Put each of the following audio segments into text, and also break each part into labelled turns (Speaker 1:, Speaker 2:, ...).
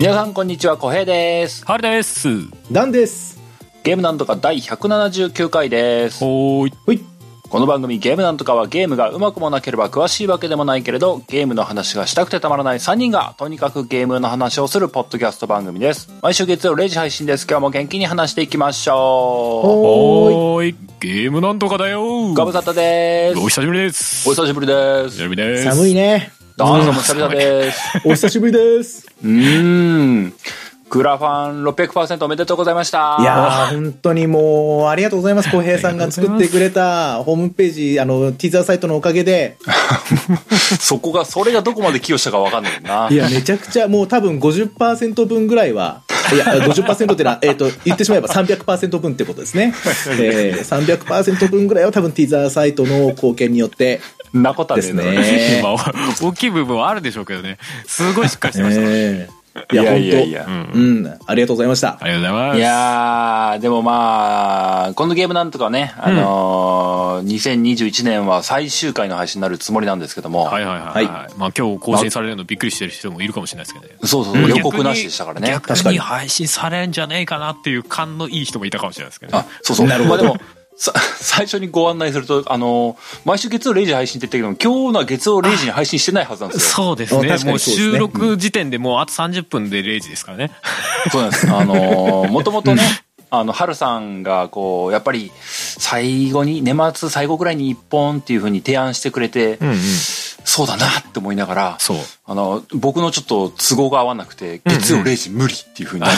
Speaker 1: 皆さんこんにちは、小平です。
Speaker 2: 春です。
Speaker 3: ダンです。
Speaker 1: ゲームなんとか第179回です。
Speaker 2: おーい。
Speaker 3: ほい。
Speaker 1: この番組ゲームなんとかはゲームがうまくもなければ詳しいわけでもないけれど、ゲームの話がしたくてたまらない3人が、とにかくゲームの話をするポッドキャスト番組です。毎週月曜0時配信です。今日も元気に話していきましょ
Speaker 3: おーい。
Speaker 2: おーい。ゲームなんとかだよ
Speaker 1: う。。ご無沙汰です。
Speaker 2: お久しぶりです。
Speaker 1: お久しぶりです。
Speaker 2: ぶりです。
Speaker 3: 寒い
Speaker 2: ね。
Speaker 3: ね。
Speaker 1: どうも久々です。
Speaker 3: お久しぶりです。
Speaker 1: うーん。グラファン600%おめでとうございました。
Speaker 3: いやー、本当にもう、ありがとうございます。浩平さんが作ってくれたホームページ、あの、ティザーサイトのおかげで。。
Speaker 1: そこが、それがどこまで寄与したかわかんないない
Speaker 3: や、めちゃくちゃ、もう多分50%分ぐらいは、いや、50%ってのは、えっ、と、言ってしまえば300%分ってことですね。えー、300%分ぐらいは多分ティザーサイトの貢献によって
Speaker 1: なことは
Speaker 3: で
Speaker 1: ねえな
Speaker 3: すね。
Speaker 2: まあ、大きい部分はあるでしょうけどね。すごいしっかりしてました。
Speaker 3: えー
Speaker 1: い
Speaker 3: いや、
Speaker 1: やいやい
Speaker 3: 本
Speaker 1: や。
Speaker 3: 当うん、 ありがとうございました
Speaker 2: あ。りがとうございます。
Speaker 1: いやー、でもまあ、このゲームなんとかね、あのー、2021年は最終回の配信になるつもりなんですけども、
Speaker 2: はいはいはい、は。
Speaker 3: はい
Speaker 2: まあ今日更新されるのびっくりしてる人もいるかもしれないですけどね。
Speaker 1: そうそう、予告なしでしたからね。
Speaker 2: 逆に
Speaker 3: 確かに
Speaker 2: 配信されんじゃねえかなっていう感のいい人もいたかもしれないですけどね
Speaker 1: あ。、そうそう。
Speaker 3: なるほど
Speaker 1: まあでも、さ 最初にご案内すると、あのー、毎週月曜0時配信って言ったけども、今日のは月曜0時に配信してないはずなんですよ。
Speaker 2: そうです
Speaker 3: あ
Speaker 2: ね
Speaker 3: 確か
Speaker 2: もう
Speaker 3: にそうですね
Speaker 2: 収録時点でもうあと30分で0時ですからね。
Speaker 1: そうなんです。あのー、もともとね、あの、春さんが、こう、やっぱり、最後に、年末最後ぐらいに一本っていうふうに提案してくれて、
Speaker 2: うんうん。
Speaker 1: そうだなって思いながら、
Speaker 2: そう。
Speaker 1: あの、僕のちょっと都合が合わなくて、月曜0時無理っていう ふうにな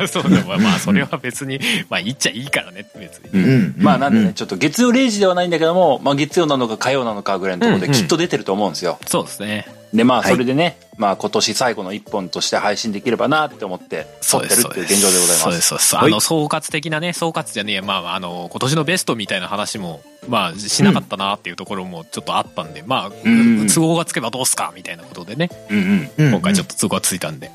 Speaker 1: る。
Speaker 2: そうね、まあ、まあそれは別に、まあ言っちゃいいからね、別に。
Speaker 1: うん
Speaker 3: うん
Speaker 1: まあなんでね、ちょっと月曜0時ではないんだけども、まあ月曜なのか火曜なのかぐらいのところで
Speaker 2: うんうん
Speaker 1: きっと出てると思うんですよ。
Speaker 2: そうですね。
Speaker 1: でまあ
Speaker 3: はい
Speaker 1: それでね、まあ今年最後の一本として配信できればなって思って、撮ってるっていう現状でございます。
Speaker 2: そうです、そうです。あ
Speaker 1: はい
Speaker 2: の、総括的なね、総括じゃねえや、まあまあ、あの、今年のベストみたいな話も、まあ、しなかったなっていうところもちょっとあったんで、まあ、
Speaker 1: ん
Speaker 2: 都合がつけばどうすかみたいなことでね、
Speaker 1: うんうん。
Speaker 2: 今回ちょっと都合がついたんで、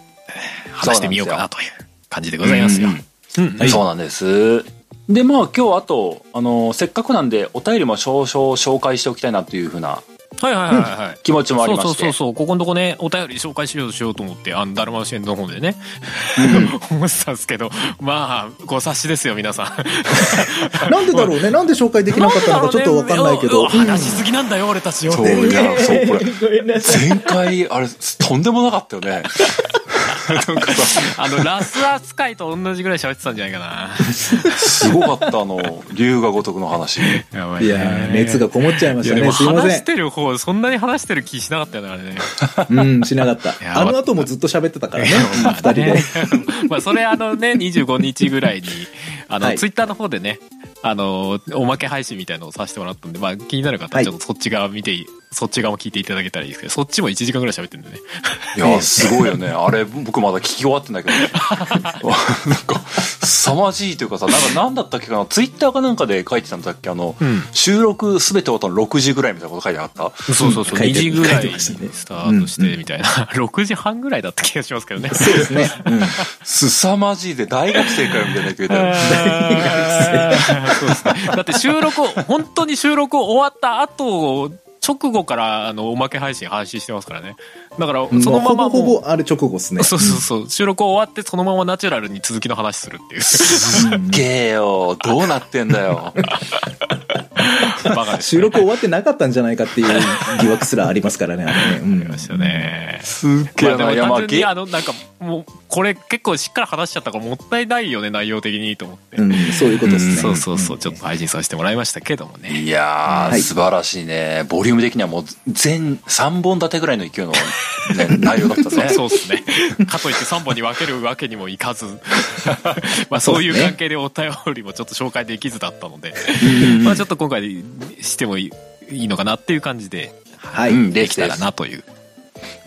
Speaker 2: 話してみようかなという感じでございますよ
Speaker 1: うん。
Speaker 2: うん
Speaker 1: そうなんです。で、まあ今日あと、あの、せっかくなんでお便りも少々紹介しておきたいなというふうな
Speaker 2: はいはいはいはい。
Speaker 1: 気持ちもありまして。
Speaker 2: そうそうそうそうここのとこねお便り紹介しようしようと思ってあのだるまの支援の方でね 思ってたんですけどまあご察しですよ 皆さん
Speaker 3: なんでだろうね、なんで紹介できなかったのかちょっとわかんないけど。
Speaker 2: うわ話しすぎなんだよ俺たちよ
Speaker 1: そういやそうこれ
Speaker 3: ごめんなさい。
Speaker 1: 前回、あれ、とんでも なかったよね。なんかさ、
Speaker 2: あのラス扱いと同じぐらい喋ってたんじゃないかな
Speaker 1: すごかった、あの、龍が如くの話。
Speaker 2: やば
Speaker 3: いやー、熱がこもっちゃいま
Speaker 2: い
Speaker 3: し
Speaker 2: や
Speaker 3: た
Speaker 2: でも
Speaker 3: ね。すいま
Speaker 2: 話し
Speaker 3: せ
Speaker 2: てる方そんなに話してる気しなかったよねあれね
Speaker 3: ん。うん、しなかった
Speaker 2: や。
Speaker 3: あの後もずっと喋ってたからね、二人で。
Speaker 2: まあそれあのね25日ぐらいにあの、
Speaker 3: はい
Speaker 2: ツイッターの方でねあのおまけ配信みたいのをさせてもらったんで、まあ、気になる方
Speaker 3: は
Speaker 2: はいちょっとそっち側見て、そっち側も聞いていただけたらいいですけどそっちも1時間ぐらい喋ってるんでね
Speaker 1: いや、すごいよね。あれ、僕まだ聞き終わってんだけど。 なんか、凄まじいというかさ、なんか何だったっけかな、ツイッターかなんかで書いてたんだっけ、あの、
Speaker 2: ん
Speaker 1: 収録すべて終わったの6時ぐらいみたいなこと書いてなかった
Speaker 2: そうそうそう
Speaker 3: 書
Speaker 2: 2
Speaker 3: いて
Speaker 2: 時ぐらい
Speaker 3: 書いて
Speaker 2: に
Speaker 3: ましたね
Speaker 2: スタートしてみたいな、6時 半ぐらいだった気がしますけどね
Speaker 3: そうで すね。
Speaker 1: 凄まじいで大学生かよみたいな言って たよ
Speaker 2: そうですねだって収録を本当に収録終わった後直後からあのおまけ配信配信してますからねだから
Speaker 3: うん
Speaker 2: そのまま
Speaker 3: ほぼほ
Speaker 2: もう
Speaker 3: ぼある直後ですね。
Speaker 2: そうそうそう収録終わってそのままナチュラルに続きの話するっていう
Speaker 1: すっげえよ。どうなってんだよ。
Speaker 2: バカです
Speaker 3: 収
Speaker 2: ね
Speaker 3: 録終わってなかったんじゃない かっていう疑惑すらありますからね、あれね。う
Speaker 2: ありま
Speaker 3: ん
Speaker 2: したね
Speaker 1: すっげ
Speaker 2: ま
Speaker 1: え
Speaker 2: あで
Speaker 1: な。
Speaker 2: も
Speaker 1: いやまあ
Speaker 2: 単純
Speaker 1: ゲ
Speaker 2: にあのなんかもうこれ結構しっかり話しちゃったからもったいないよね内容的にと思って、
Speaker 3: うん、そういうことですね。
Speaker 2: そうそうそうちょっと配信させてもらいましたけども ね
Speaker 1: いやー、
Speaker 3: はい
Speaker 1: 素晴らしいね。ボリューム的にはもう全3本立てぐらいの勢いの、ね、内容だった ね。
Speaker 2: そうですね。かといって3本に分けるわけにもいかず、 まあそういう関係でお便りもちょっと紹介できずだったので、まあちょっと今回してもいいいいのかなっていう感じで、
Speaker 3: は
Speaker 1: う
Speaker 3: い。
Speaker 1: ん、で
Speaker 2: で
Speaker 1: き
Speaker 2: き
Speaker 1: た
Speaker 2: た
Speaker 1: ら
Speaker 2: ら
Speaker 1: な。
Speaker 2: なという。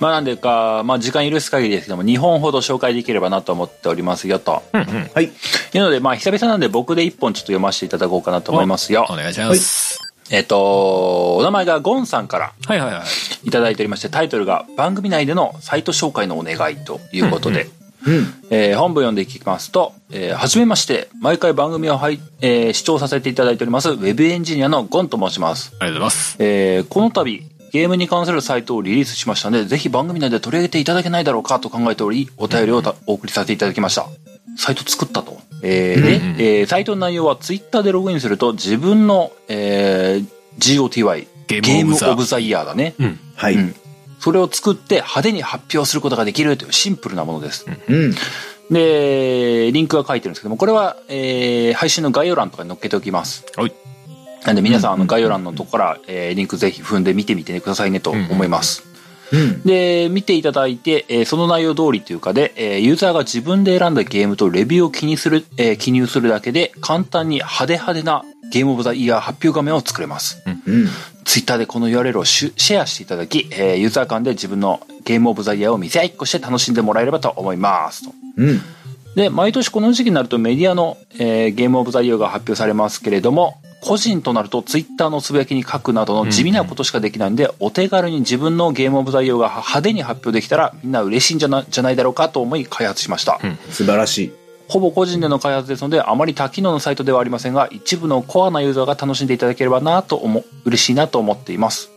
Speaker 1: まあなんでか、まあ時間許す限りですけども、2本ほど紹介できればなと思っておりますよと。
Speaker 3: はい。
Speaker 1: いうので、まあ久々なんで僕で1本ちょっと読ませていただこうかなと思いますよ
Speaker 2: お。願いします。
Speaker 1: えっと、お名前がゴンさんから
Speaker 2: はいはいはい。
Speaker 1: いただいておりまして、タイトルが番組内でのサイト紹介のお願いということで、
Speaker 3: うん。
Speaker 1: えー本部読んでいきますと、えーはじめまして、毎回番組を、はいえー視聴させていただいております、ウェブエンジニアのゴンと申します。
Speaker 2: ありがとうございます。
Speaker 1: えーこの度、ゲームに関するサイトをリリースしましたので、ぜひ番組内で取り上げていただけないだろうかと考えており、お便りをたお送りさせていただきました。サイト作ったと。えーで、えーサイトの内容はツイッターでログインすると自分の、えー GOTY、
Speaker 2: ゲ
Speaker 1: ゲ
Speaker 2: ー
Speaker 1: ーム
Speaker 2: ムオブザ
Speaker 1: オブザイヤーだね。
Speaker 2: うん。
Speaker 3: は
Speaker 1: う
Speaker 3: い。
Speaker 1: ん。それを作って派手に発表することができるというシンプルなものです。
Speaker 3: うん。
Speaker 1: で、リンクが書いてるんですけども、これは、えー配信の概要欄とかに載っけておきます。
Speaker 2: はい。
Speaker 1: なんで皆さん、あの、概要欄のとこから、えーリンクぜひ踏んで見てみてくださいねと思います。
Speaker 3: うん。
Speaker 1: で、見ていただいて、えーその内容通りというかで、えーユーザーが自分で選んだゲームとレビューを記にする、えー記入するだけで、簡単に派手派手なゲームオブザイヤー発表画面を作れます。
Speaker 3: うん。
Speaker 1: ツイッターでこの URL をシュシェアしていただき、えーユーザー間で自分のゲームオブザイヤーを見せ合いっこして楽しんでもらえればと思います。と
Speaker 3: うん。
Speaker 1: で、毎年この時期になるとメディアの、えーゲームオブザイヤーが発表されますけれども、個人となるとツイッターのつぶやきに書くなどの地味なことしかできないんで、お手軽に自分のゲームオブザイヤーが派手に発表できたらみんな嬉しいんじゃなじゃないだろうかと思い開発しました。
Speaker 2: うん
Speaker 3: 素晴らしい。
Speaker 1: ほぼ個人での開発ですので、あまり多機能のサイトではありませんが、一部のコアなユーザーが楽しんでいただければなと思う、嬉しいなと思っています。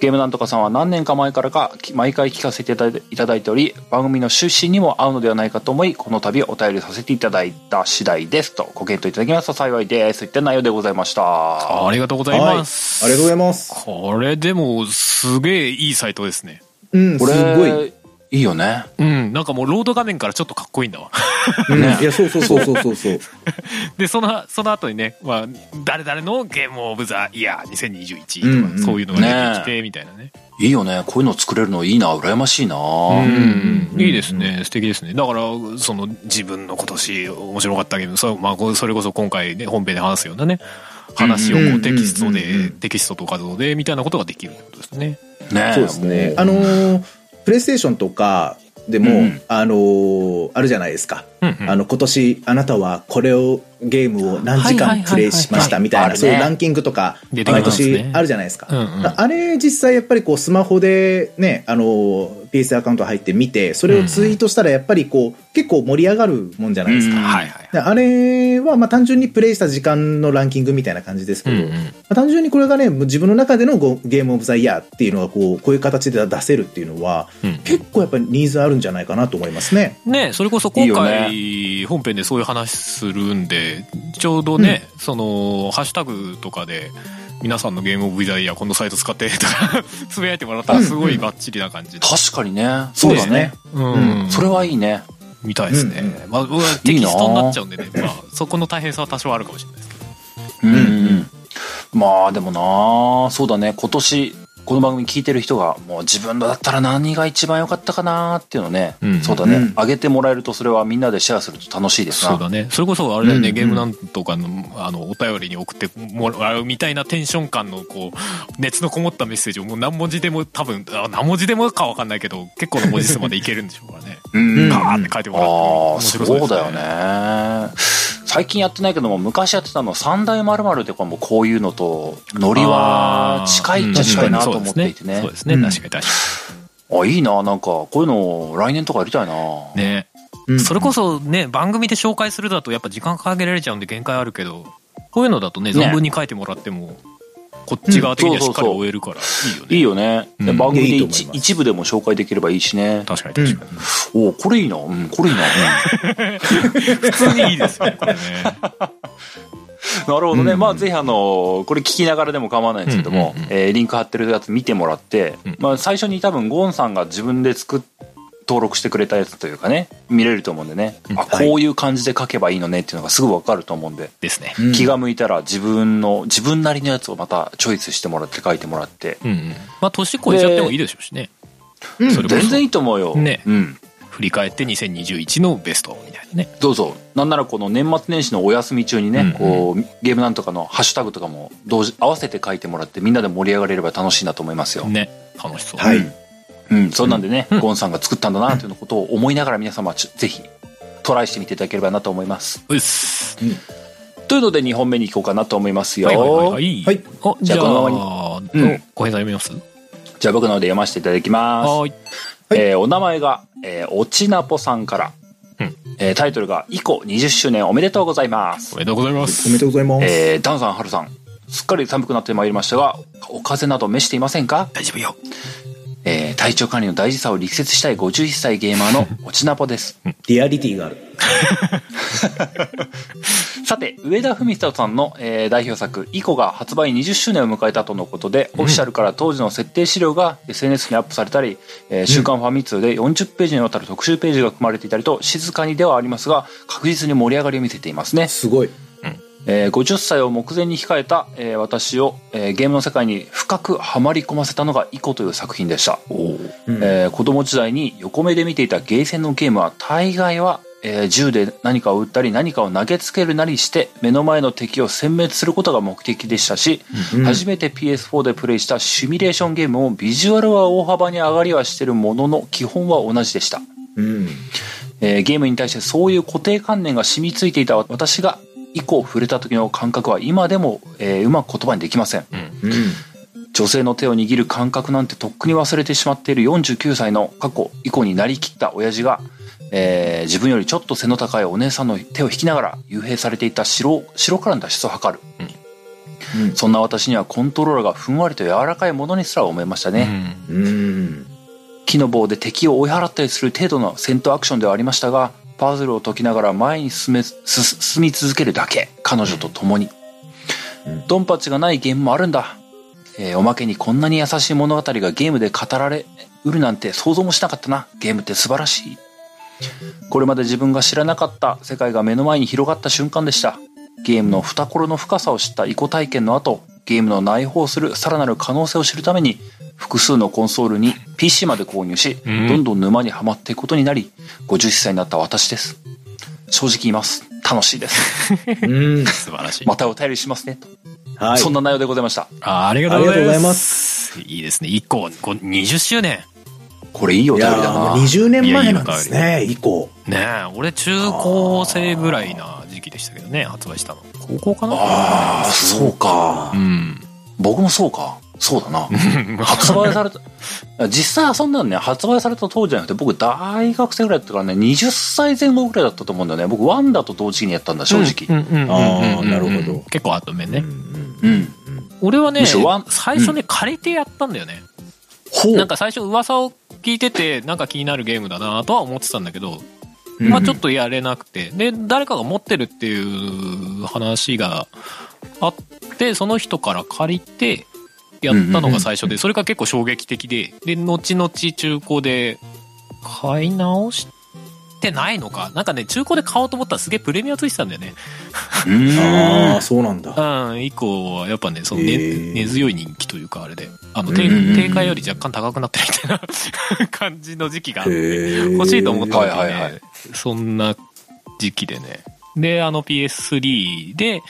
Speaker 1: ゲームなんとかさんは何年か前からか、き毎回聞かせていただいいただいており、番組の趣旨にも合うのではないかと思い、この度お便りさせていただいた次第ですと、ご検討いただきますと幸いです。といった内容でございました。
Speaker 2: ありがとうございます。
Speaker 3: はいありがとうござい
Speaker 2: ま
Speaker 3: ます。
Speaker 2: これでも、すげえいいサイトですね。
Speaker 3: うん、す
Speaker 1: これ
Speaker 3: ごい。、
Speaker 1: いいよね。
Speaker 2: うん。なんかもう、ロード画面からちょっとかっこいいんだわ。
Speaker 3: うん、いや、そうそうそうそうそうそう。
Speaker 2: で、その、その後にね、まあ、誰々のゲームオブザイヤー2021とか、
Speaker 3: うんうん
Speaker 2: そういうのが出てきて、みたいなね。
Speaker 1: いいよね。こういうの作れるのいいな、羨ましいな。
Speaker 2: うん
Speaker 3: うん
Speaker 2: いいですね。素敵ですね。だから、その、自分の今年面白かったゲーム、そうまあ、こうそれこそ今回ね、本編で話すようなね、話を
Speaker 3: うん
Speaker 2: こ
Speaker 3: うん
Speaker 2: うテキスト
Speaker 3: うんうん
Speaker 2: で、テキストと画像で、みたいなことができるってことですね。
Speaker 1: ね
Speaker 3: そうですね
Speaker 1: も。う
Speaker 3: あのー、プレイステーションとかでも、
Speaker 1: うん
Speaker 3: あのーあるじゃないですか。
Speaker 2: うんうん
Speaker 3: あの、今年あなたはこれを、ゲームを何時間プレイしましたみたい
Speaker 1: ある
Speaker 3: な、
Speaker 1: ね
Speaker 3: そういうランキングとか、
Speaker 2: 出てき
Speaker 3: 毎
Speaker 2: ますね
Speaker 3: 年あるじゃないですか。
Speaker 2: うんうん
Speaker 3: だからあれ実際やっぱりこうスマホでね、あのー、PS アカウント入って見て、それをツイートしたらやっぱりこう、結構盛り上がるもんじゃないですか。
Speaker 1: うん
Speaker 2: はいはい。
Speaker 3: であれは、まあ単純にプレイした時間のランキングみたいな感じですけど、
Speaker 2: うんうん
Speaker 3: まあ単純にこれがね、もう自分の中でのごゲームオブザイヤーっていうのがこう、こういう形で出せるっていうのは、
Speaker 2: うん
Speaker 3: 結構やっぱりニーズあるんじゃないかなと思いますね。
Speaker 2: ねそれこそ
Speaker 1: いい
Speaker 2: 今
Speaker 1: よ
Speaker 2: 回本編でそういう話するんでちょうどね、そのハッシュタグとかで皆さんのゲームオブザイヤーこのサイト使ってとかつぶやいてもらったらすごいバッチリな感じで、
Speaker 1: 確かにね。そうだね。
Speaker 2: うん
Speaker 3: うん
Speaker 1: それはいいね。
Speaker 2: みたいですね、
Speaker 3: う
Speaker 2: まあ、僕はテキストになっちゃうんでねまあ、そこの大変さは多少あるかもしれないですけど
Speaker 1: うんうんまあでもなそうだね今年この番組聞いてる人がもう自分だったら何が一番良かったかなっていうのね、
Speaker 2: うん
Speaker 1: そうだね、
Speaker 3: うん
Speaker 1: 上げてもらえるとそれはみんなでシェアすると楽しいですな
Speaker 2: そうだねそれこそあれだよね、
Speaker 3: うん
Speaker 2: ゲームなんとかのあのお便りに送ってもらうみたいなテンション感のこう熱のこもったメッセージをもう何文字でも多分あ何文字でもかわかんないけど結構な文字数までいけるんでしょうからね
Speaker 1: うん
Speaker 3: うん
Speaker 2: ガーって書いてもらっ
Speaker 1: あ
Speaker 2: ても
Speaker 1: あ
Speaker 2: 面白
Speaker 1: そう
Speaker 2: です
Speaker 1: だよね最近やってないけども昔やってたの三大まるってこうもうこういうのとノリは近いっちゃ近いなと思っていてね,、
Speaker 2: うんそうですね
Speaker 3: うん
Speaker 2: 確かに確か
Speaker 1: あいいななんかこういうの来年とかやりたいな、
Speaker 2: にね
Speaker 3: うん
Speaker 2: それこそね番組で紹介するだとやっぱ時間限られちゃうんで限界あるけどこういうのだとね
Speaker 1: ね
Speaker 2: 存分に書いてもらってもこっち側的にはしっかり
Speaker 1: うんそうそうそう
Speaker 2: 終えるからいいよ
Speaker 1: い
Speaker 2: ね
Speaker 1: いよね、で
Speaker 2: うん
Speaker 1: 番組で
Speaker 3: いやいいと思
Speaker 1: 一
Speaker 3: います
Speaker 1: 一部でも紹介できればいいしね
Speaker 2: 確かに確かに
Speaker 1: おこれいいなうんこれいいな、
Speaker 2: 普通にいいですよねこれね
Speaker 1: なるほどね、
Speaker 3: うん
Speaker 1: まあぜひあのこれ聞きながらでも構わないんですけども、
Speaker 2: うんうん
Speaker 1: えーリンク貼ってるやつ見てもらって、
Speaker 2: うん
Speaker 1: まあ、最初に多分ゴンさんが自分で作っ登録してくれたやつというかね見れると思うんでね、
Speaker 2: うん
Speaker 1: あ
Speaker 3: はい
Speaker 1: こういう感じで書けばいいのねっていうのがすぐ分かると思うんで、
Speaker 2: ですね
Speaker 3: うん
Speaker 1: 気が向いたら自分の自分なりのやつをまたチョイスしてもらって書いてもらって
Speaker 2: うんうんまあ年越えちゃってもいいでしょうしね
Speaker 3: うん
Speaker 2: それこそ
Speaker 1: 全然いいと思うよ、
Speaker 2: ね
Speaker 1: うん、
Speaker 2: 振り返って2021のベストみたいなね
Speaker 1: どうぞなんならこの年末年始のお休み中にね、
Speaker 2: うんうん
Speaker 1: こうゲームなんとかのハッシュタグとかも同時合わせて書いてもらってみんなで盛り上がれれば楽しいなと思いますよ、
Speaker 2: ね楽しそう
Speaker 3: はい
Speaker 1: うん、そんなんでね、
Speaker 2: うん
Speaker 1: ゴンさんが作ったんだなということを思いながら皆様ちょぜひトライしてみていただければなと思います。
Speaker 2: うっす
Speaker 1: というので2本目に行こうかなと思いますよ。
Speaker 2: はいはいはいはい
Speaker 3: はい
Speaker 2: あじ
Speaker 1: じ
Speaker 2: ゃあ
Speaker 1: ゃあこのまにうん
Speaker 2: ご返済読みます
Speaker 1: じゃあ僕の方で読ませていただきます。
Speaker 2: はーい
Speaker 3: はい
Speaker 1: えーお名前が、えー、おちなぽさんから、
Speaker 2: うん
Speaker 1: えータイトルが「イコ20周年おめでとうございます
Speaker 2: お」めでとうございま
Speaker 3: おめですとうございます。
Speaker 1: えーダンさんハルさんすっかり寒くなってまいりましたが、お風邪など召していませんか
Speaker 2: 大丈夫よ。
Speaker 1: えー体調管理の大事さを力説したい51歳ゲーマーのオチナポです。
Speaker 3: リアリティがある。
Speaker 1: さて、上田文人さんの、えー代表作、イコが発売20周年を迎えたとのことで、オフィシャルから当時の設定資料が SNS にアップされたり、えー週刊ファミ通で40ページにわたる特集ページが組まれていたりと、静かにではありますが、確実に盛り上がりを見せていますね。
Speaker 3: すごい。
Speaker 1: えー50歳を目前に控えた、えー私を、えーゲームの世界に深くはまり込ませたのが「イコ」という作品でした、えー子供時代に横目で見ていたゲーセンのゲームは大概は、えー銃で何かを撃ったり何かを投げつけるなりして目の前の敵を殲滅することが目的でしたし、初めて PS4 でプレイしたシミュレーションゲームもビジュアルは大幅に上がりはしてるものの基本は同じでした
Speaker 3: うん。
Speaker 1: えーゲームに対してそういう固定観念が染みついていた私が以降触れた時の感覚は今でも、えーうまく言葉にできません
Speaker 3: うん。
Speaker 1: 女性の手を握る感覚なんてとっくに忘れてしまっている49歳の過去以降になりきった親父が、えー自分よりちょっと背の高いお姉さんの手を引きながら幽閉されていた城城からの脱出を図る、
Speaker 3: うん
Speaker 1: そんな私にはコントローラーがふんわりと柔らかいものにすら思えましたね、
Speaker 2: うん。
Speaker 3: うん。
Speaker 1: 木の棒で敵を追い払ったりする程度の戦闘アクションではありましたがパズルを解きながら前に進めす進み続けるだけ彼女と共に、
Speaker 3: うん
Speaker 1: ドンパチがないゲームもあるんだ、えーおまけにこんなに優しい物語がゲームで語られうるなんて想像もしなかったなゲームって素晴らしいこれまで自分が知らなかった世界が目の前に広がった瞬間でしたゲームの懐の深さを知ったイコ体験の後ゲームの内包するさらなる可能性を知るために複数のコンソールに PC まで購入し、
Speaker 2: うん
Speaker 1: どんどん沼にはまっていくことになり50歳になった私です正直言います楽しいです
Speaker 3: うん。
Speaker 2: 素晴らしい。
Speaker 1: またお便りしますねと、
Speaker 3: はい。
Speaker 1: そんな内容でございました
Speaker 2: あありが
Speaker 3: が
Speaker 2: と
Speaker 3: と
Speaker 2: う
Speaker 3: う
Speaker 2: ご
Speaker 3: ご
Speaker 2: ざ
Speaker 3: ざ
Speaker 2: い
Speaker 3: い
Speaker 2: ま。
Speaker 3: ます
Speaker 2: いいですね。1個、こう20周年。
Speaker 1: これいいお
Speaker 3: い
Speaker 1: 便
Speaker 3: や
Speaker 1: りだ
Speaker 3: ー
Speaker 1: な
Speaker 3: もう20年前なんですね、以降。
Speaker 2: ねえ、俺中高生ぐらいな時期でしたけどね、発売したの。高校かな
Speaker 1: ああそうか
Speaker 2: うん。
Speaker 1: 僕もそうかそうだな 発売された 実際遊んだのね発売された当時じゃなくて僕大学生ぐらいだったからね20歳前後ぐらいだったと思うんだよね僕ワンダと同時期にやったんだ正直、
Speaker 2: うんうんうんうんうん
Speaker 3: あーなるほど
Speaker 2: 結構後めね。
Speaker 1: うん
Speaker 2: 俺はね、
Speaker 1: むしろワン
Speaker 2: 最初ね、借りてやったんだよね。
Speaker 1: ほ
Speaker 2: なんか最初噂を聞いてて、なんか気になるゲームだなとは思ってたんだけど、まあちょっとやれなくて。で、誰かが持ってるっていう話があって、その人から借りて、やったのが最初で、それが結構衝撃的で、で、後々中古で買い直してないのか。なんかね、中古で買おうと思ったらすげえプレミアついてたんだよね。
Speaker 1: うーん
Speaker 3: ああ、そうなんだ。
Speaker 2: うん、以降はやっぱね、そのね
Speaker 3: へー
Speaker 2: 根強い人気というかあれで、あの、
Speaker 3: うんう
Speaker 2: 定
Speaker 3: んうん
Speaker 2: 定価より若干高くなってるみたいな 感じの時期があって、
Speaker 3: 欲
Speaker 2: 欲しいと思った時ね、
Speaker 1: はいはいはい
Speaker 2: そんな時期でね。で、あの PS3 で、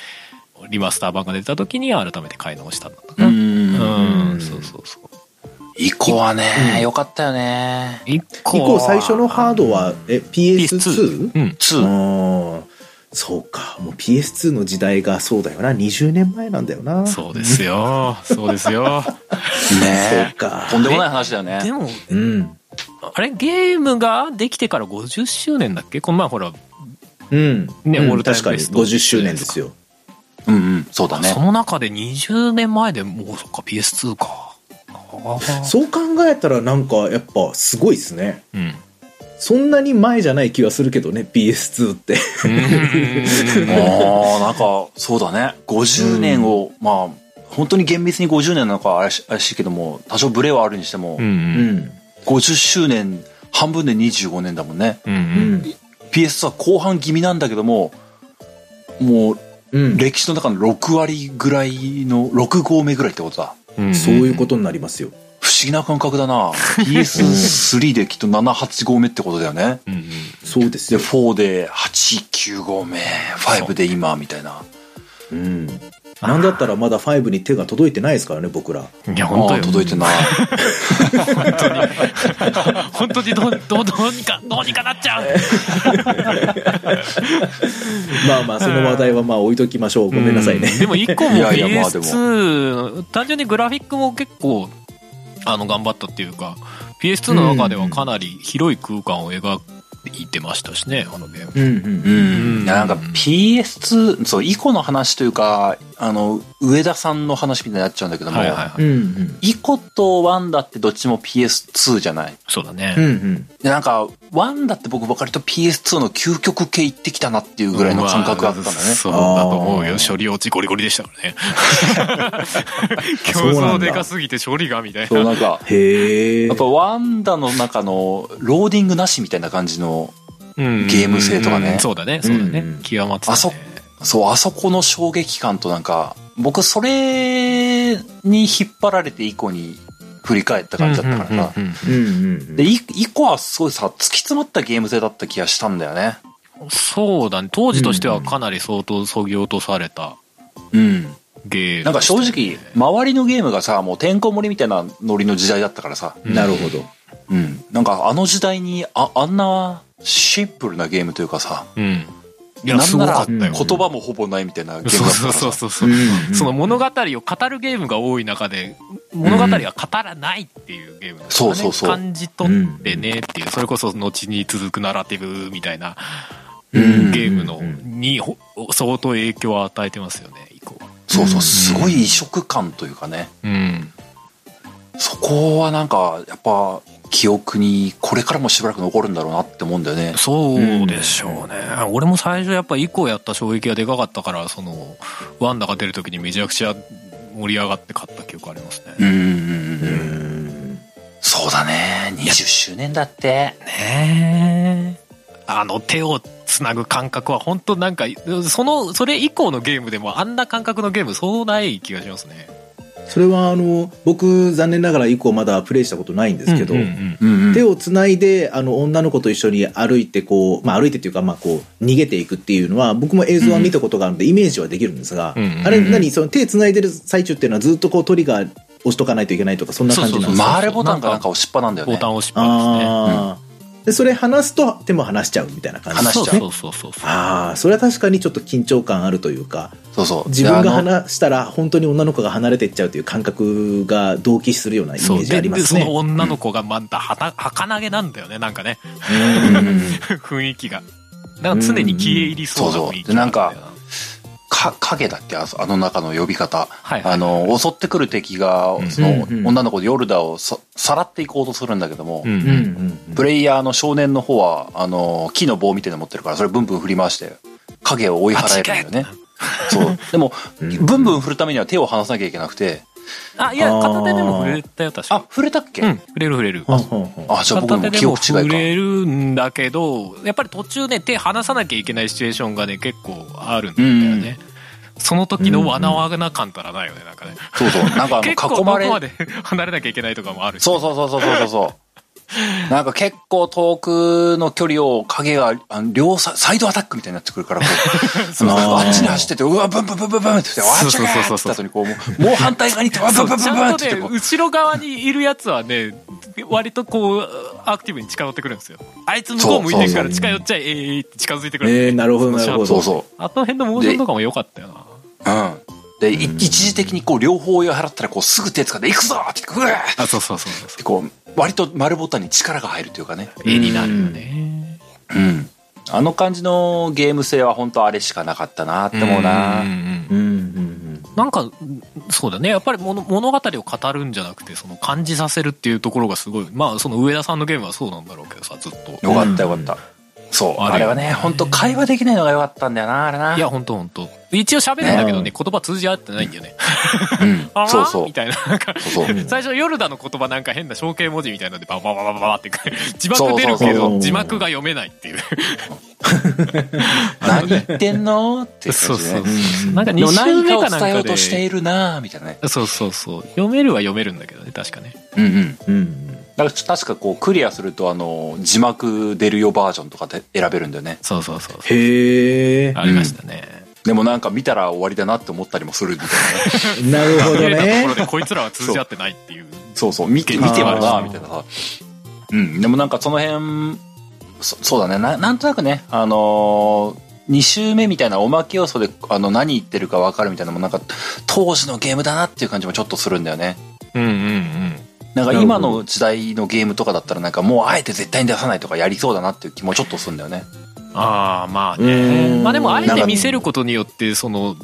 Speaker 2: リマスター版が出た時に改めて買い直したんだった
Speaker 1: う
Speaker 2: かな。
Speaker 1: ん
Speaker 2: うん、
Speaker 3: うん
Speaker 2: そうそうそう。
Speaker 1: 以降はね
Speaker 3: うん
Speaker 1: 良かったよね
Speaker 2: 以
Speaker 3: 以降最初のハード
Speaker 2: は、
Speaker 3: は、え、
Speaker 2: PS2?
Speaker 3: PS2?
Speaker 2: うん。
Speaker 1: 2
Speaker 3: うん。そうか。もう PS2 の時代がそうだよな。20年前なんだよな。
Speaker 2: そうですよ。そうですよ。
Speaker 3: そう
Speaker 1: ね
Speaker 3: か。
Speaker 1: とんでもない話だよね
Speaker 2: でも、
Speaker 3: うん。
Speaker 2: あれ、ゲームができてから50周年だっけこの前ほら、
Speaker 3: うん。
Speaker 2: ね
Speaker 3: うん
Speaker 2: オールタイム
Speaker 3: 確かに
Speaker 2: ベスト
Speaker 3: 50周年ですよ。
Speaker 1: うんうんそうだね
Speaker 2: その中で20年前でもうそっか PS2 かああ
Speaker 3: そう考えたらなんかやっぱすごいですね。
Speaker 2: うん
Speaker 3: そんなに前じゃない気はするけどね、PS2 っ
Speaker 1: あ
Speaker 3: て。
Speaker 1: ーなんかそうだね50年をまあ本当に厳密に50年なのかあれしあれしいけども多少ブレはあるにしても、
Speaker 2: うん
Speaker 1: 50周年半分で25年だもんね
Speaker 2: う
Speaker 3: うんん。
Speaker 1: PS は後半気味なんだけどももう
Speaker 3: うん。
Speaker 1: 歴史の中の6割ぐらいの6合目ぐらいってことだ
Speaker 2: うん
Speaker 3: そういうことになりますよ。
Speaker 1: 不思議な感覚だな PS3 できっと78合目ってことだよね
Speaker 2: うんうん
Speaker 3: そうです
Speaker 1: で
Speaker 3: よ。
Speaker 1: 4で89合目5で今みたいな
Speaker 3: うん。なんだったらまだ5に手が届いてないですからね、僕ら。
Speaker 2: いや
Speaker 1: あ
Speaker 2: 本当
Speaker 1: ー
Speaker 2: よ
Speaker 1: 届いてない
Speaker 2: 本当にどうどうどうにかどうにかなっ ちゃう
Speaker 3: まあまあ、その話題はまあ置いときましょう。ごめんなさいね
Speaker 2: う。でも1個も
Speaker 1: いやいやまあでも
Speaker 2: PS2 単純にグラフィックも結構あの頑張ったっていうか PS2 の中ではかなり広い空間を描言ってましたしね、あのゲーム。
Speaker 3: うんうん
Speaker 1: う。
Speaker 2: うんん
Speaker 1: いやなんか PS2 そう以降の話というかあの上田さんの話みたいになっちゃうんだけども、
Speaker 2: はいはいはい。
Speaker 3: うんうん。
Speaker 1: イコとワンダってどっちも PS2 じゃない
Speaker 2: そうだ
Speaker 3: うん
Speaker 2: ね。
Speaker 3: うん。
Speaker 1: でなんかワンダって僕ばかりと PS2 の究極系行ってきたなっていうぐらいの感覚があったんだね、
Speaker 2: まあそうだと思うよ。処理落ちゴリゴリでしたからね。
Speaker 3: そう
Speaker 2: 競
Speaker 3: な
Speaker 2: 争
Speaker 3: んだ
Speaker 2: でかすぎて処理がみたい
Speaker 1: そう
Speaker 2: な。
Speaker 1: なんか
Speaker 3: へえ。
Speaker 1: やっぱワンダの中のローディングなしみたいな感じのゲ
Speaker 2: ゲ
Speaker 1: ーム性とかね
Speaker 2: そうだね、そうだね
Speaker 3: うん。
Speaker 2: 極まってたね。
Speaker 1: あそそうあそこの衝撃感となんか僕それに引っ張られて以降に振り返った感じだったからな、
Speaker 2: うんうんうん
Speaker 3: うんうん
Speaker 1: で、い以降はすごいさ、突き詰まったゲーム性だった気がしたんだよね。
Speaker 2: うんそうだね。当時としてはかなり相当そぎ落とされた
Speaker 1: うん。
Speaker 2: ゲームでしたね。
Speaker 1: なんか正直、周りのゲームがさ、もうてんこ盛りみたいなノリの時代だったからさ。
Speaker 2: うん
Speaker 3: なるほど。
Speaker 1: うん。なんかあの時代に、あ、あんなシンプルなゲームというかさ、
Speaker 2: うん。い
Speaker 1: なんなら
Speaker 2: や、すごかったよ。
Speaker 3: こ
Speaker 1: 言葉もほぼないみたいなゲーム
Speaker 2: そう
Speaker 1: だったか
Speaker 2: そう
Speaker 1: ら
Speaker 2: そう
Speaker 1: さ。
Speaker 2: そうそう。その物語を語るゲームが多い中で、物語は語らないっていうゲームなんですかね
Speaker 1: そうそうそう
Speaker 2: 感じ取ってねっていう、それこそ後に続くナラティブみたいな
Speaker 1: う
Speaker 2: ゲ
Speaker 1: ん
Speaker 2: ームの
Speaker 3: うん
Speaker 2: にほ相当影響を与えてますよね、以降は。
Speaker 1: そうそう、すごい異色感というかね。
Speaker 2: うん。
Speaker 1: そこはなんか、やっぱ、記憶にこれからもしばらく残るんだろうなって思うんだよね。
Speaker 2: そうでしょうね、俺も最初やっぱ以降やった衝撃がでかかったからそのワンダが出る時にめちゃくちゃ盛り上がって買った記憶ありますね、
Speaker 1: うんうんうんう。
Speaker 3: うんん。
Speaker 1: そうだね。20周年だって。
Speaker 2: ねえあの手をつなぐ感覚は本当なんかそのそれ以降のゲームでもあんな感覚のゲームそうない気がしますね
Speaker 3: それはあの、僕、残念ながら以降まだプレイしたことないんですけど、
Speaker 2: うんうんうん
Speaker 1: うんうん
Speaker 3: 手をつないで、あの、女の子と一緒に歩いて、こう、まあ、歩いてっていうか、まあ、こう、逃げていくっていうのは、僕も映像は見たことがあるので、イメージはできるんですが、
Speaker 2: うんうんうん
Speaker 3: あれ、何、その手つないでる最中っていうのは、ずっとこう、トリガー押しとかないといけないとか、そんな感じなんで
Speaker 2: そう
Speaker 3: すか
Speaker 2: そうそう
Speaker 1: 回れボタンがなんか押しっぱなんだよね。
Speaker 2: ボタン押しっぱですね
Speaker 3: ああ、で、それ離すと、手も離しちゃうみたいな感じ
Speaker 1: 離しちゃう
Speaker 2: そうそうそうそう
Speaker 3: ああ、それは確かにちょっと緊張感あるというか、
Speaker 1: そうそう。
Speaker 3: 自分
Speaker 1: で
Speaker 3: が
Speaker 1: あの
Speaker 3: 話したら本当に女の子が離れていっちゃうという感覚が同期するようなイメ
Speaker 2: そ
Speaker 3: ー
Speaker 2: う
Speaker 3: ジあ
Speaker 2: で
Speaker 3: りま
Speaker 2: ですそ
Speaker 3: ね。
Speaker 2: の女の子がまたはた儚げなんだよねなんかね 雰囲気がだから常に消え入りそうな雰囲気んだよ
Speaker 1: うんそうか影だっけああの中の呼び方。
Speaker 2: はいはい
Speaker 1: あの、襲ってくる敵が
Speaker 2: う、ん
Speaker 1: その
Speaker 3: うんう、ん
Speaker 1: 女の子でヨルダをささらっていこうとするんだけども
Speaker 2: う、ん
Speaker 3: うんうんうん
Speaker 1: プレイヤーの少年の方は、あの、木の棒みたいなの持ってるから、それブンブン振り回して、影を追い払えるんだよね。 そう。でも、
Speaker 3: うん
Speaker 1: ブンブン振るためには手を離さなきゃいけなくて、
Speaker 2: あいや
Speaker 3: あー
Speaker 2: 片手でも触れたよ確
Speaker 1: あ
Speaker 2: か、
Speaker 1: 触れたっけ
Speaker 2: うん触れる触れる
Speaker 3: ほんほんほん
Speaker 1: あ、じゃあ僕
Speaker 2: 片
Speaker 1: も
Speaker 2: 手で
Speaker 1: 記
Speaker 2: も
Speaker 1: 憶違
Speaker 2: 触
Speaker 1: い
Speaker 2: れるんだけどやっぱり途中ね手離さなきゃいけないシチュエーションがね結構あるんだよね、その時のわなわな感たらないよねなんかね
Speaker 1: か。そうそう。なんかあ
Speaker 2: 結構
Speaker 1: の、囲
Speaker 2: どこ
Speaker 1: まれ、
Speaker 2: まで離れなきゃいけないとかもあるし
Speaker 1: そうそうそうそうそうそう そう。なんか結構遠くの距離を影があの両サイサイドアタックみたいになってくるからこ うあのあっちに走っててうわブンブンブンブンブンって言ってあ
Speaker 2: そ
Speaker 1: っ
Speaker 2: う
Speaker 1: ち
Speaker 2: そう
Speaker 1: ゃ
Speaker 2: そう
Speaker 1: ー
Speaker 2: そ
Speaker 1: って言
Speaker 2: う
Speaker 1: った後にこうもうもう反対側に行ってブ
Speaker 2: そ
Speaker 1: ンブン
Speaker 2: う
Speaker 1: ブ
Speaker 2: ち
Speaker 1: ンブン
Speaker 2: ゃ
Speaker 1: っ
Speaker 2: ん
Speaker 1: て言っ
Speaker 2: と
Speaker 1: て
Speaker 2: ね
Speaker 1: こう
Speaker 2: 後ろ側にいるやつはね割とこうアクティブに近寄ってくるんですよあいつ向こう向いてるから近寄っちゃええーって近づいてくるんですよ
Speaker 3: えーなるほどなるほど
Speaker 1: そうそ
Speaker 2: あの辺のモーションとかも良かったよな
Speaker 1: ううんで、い一時的にこう両方追い払ったらこうすぐ手つかんで「行くぞ!」って言って「うわー!」っ
Speaker 2: あそうそうそうそう
Speaker 1: てこう割と丸ボタンに力が入るというかね
Speaker 2: 絵になるよね
Speaker 1: うんあの感じのゲーム性は本当あれしかなかったなって思うな
Speaker 2: うんうんうん
Speaker 3: うんうん
Speaker 2: なんか、うんそうだね。やっぱり物物語を語るんじゃなくて、その感じさせるっていうところがすごい。まあ、その上田さんのゲームはそうなんだろうけどさ、ずっと。
Speaker 1: よかったよかった、そうあ
Speaker 2: あ
Speaker 1: れ
Speaker 2: れ
Speaker 1: はね本当会話できないのがよかったんだよなあれない
Speaker 2: や、ほんとほんと。一応喋るんだけど
Speaker 3: ね
Speaker 2: ね、言葉通じ合ってないんだよね。
Speaker 1: うん
Speaker 2: あら
Speaker 1: そうそう
Speaker 2: みたいな。なんか、
Speaker 1: そうそう
Speaker 2: 最初、ヨルダの言葉なんか変な象形文字みたいなので、ババババババって、字幕出るけ
Speaker 3: そうそうそう
Speaker 2: ど、字幕が読めないっていう。
Speaker 1: 何言ってんのって感じ、ね、
Speaker 2: そうそう
Speaker 1: で
Speaker 2: そう。なんか2
Speaker 1: も
Speaker 2: 週
Speaker 1: 何
Speaker 2: 目
Speaker 1: かを
Speaker 2: かなん
Speaker 1: 伝えよ
Speaker 2: か
Speaker 1: うとして
Speaker 2: で。
Speaker 1: いるなぁみたいなね
Speaker 2: そうそうそう。読めるは読めるんだけどね、確かね。
Speaker 1: うんうん
Speaker 3: うんうん
Speaker 1: だから確かこうクリアするとあの字幕出るよバージョンとかで選べるんだよね
Speaker 2: そうそうそう。
Speaker 3: へえ
Speaker 2: ありましたね。
Speaker 1: でもなんか見たら終わりだなって思ったりもするみたいなね
Speaker 3: なるほど
Speaker 2: 見れたところ
Speaker 3: ね
Speaker 2: でこいつらは通じ合ってないっていう。
Speaker 1: そうそう見て見てはなぁみたいなさうんでもなんかその辺そそうだねななんとなくねあのー2周目みたいなおまけ要素であの何言ってるか分かるみたいなのもなんか当時のゲームだなっていう感じもちょっとするんだよね。
Speaker 2: うんうんうん。
Speaker 1: なんか
Speaker 3: なるほど
Speaker 1: 今の時代のゲームとかだったらなんかもうあえて絶対に出さないとかやりそうだなっていう気もちょっとするんだよね。
Speaker 2: ああまあ
Speaker 3: う
Speaker 2: ね
Speaker 3: ん
Speaker 2: まあでもあえて見せることによってその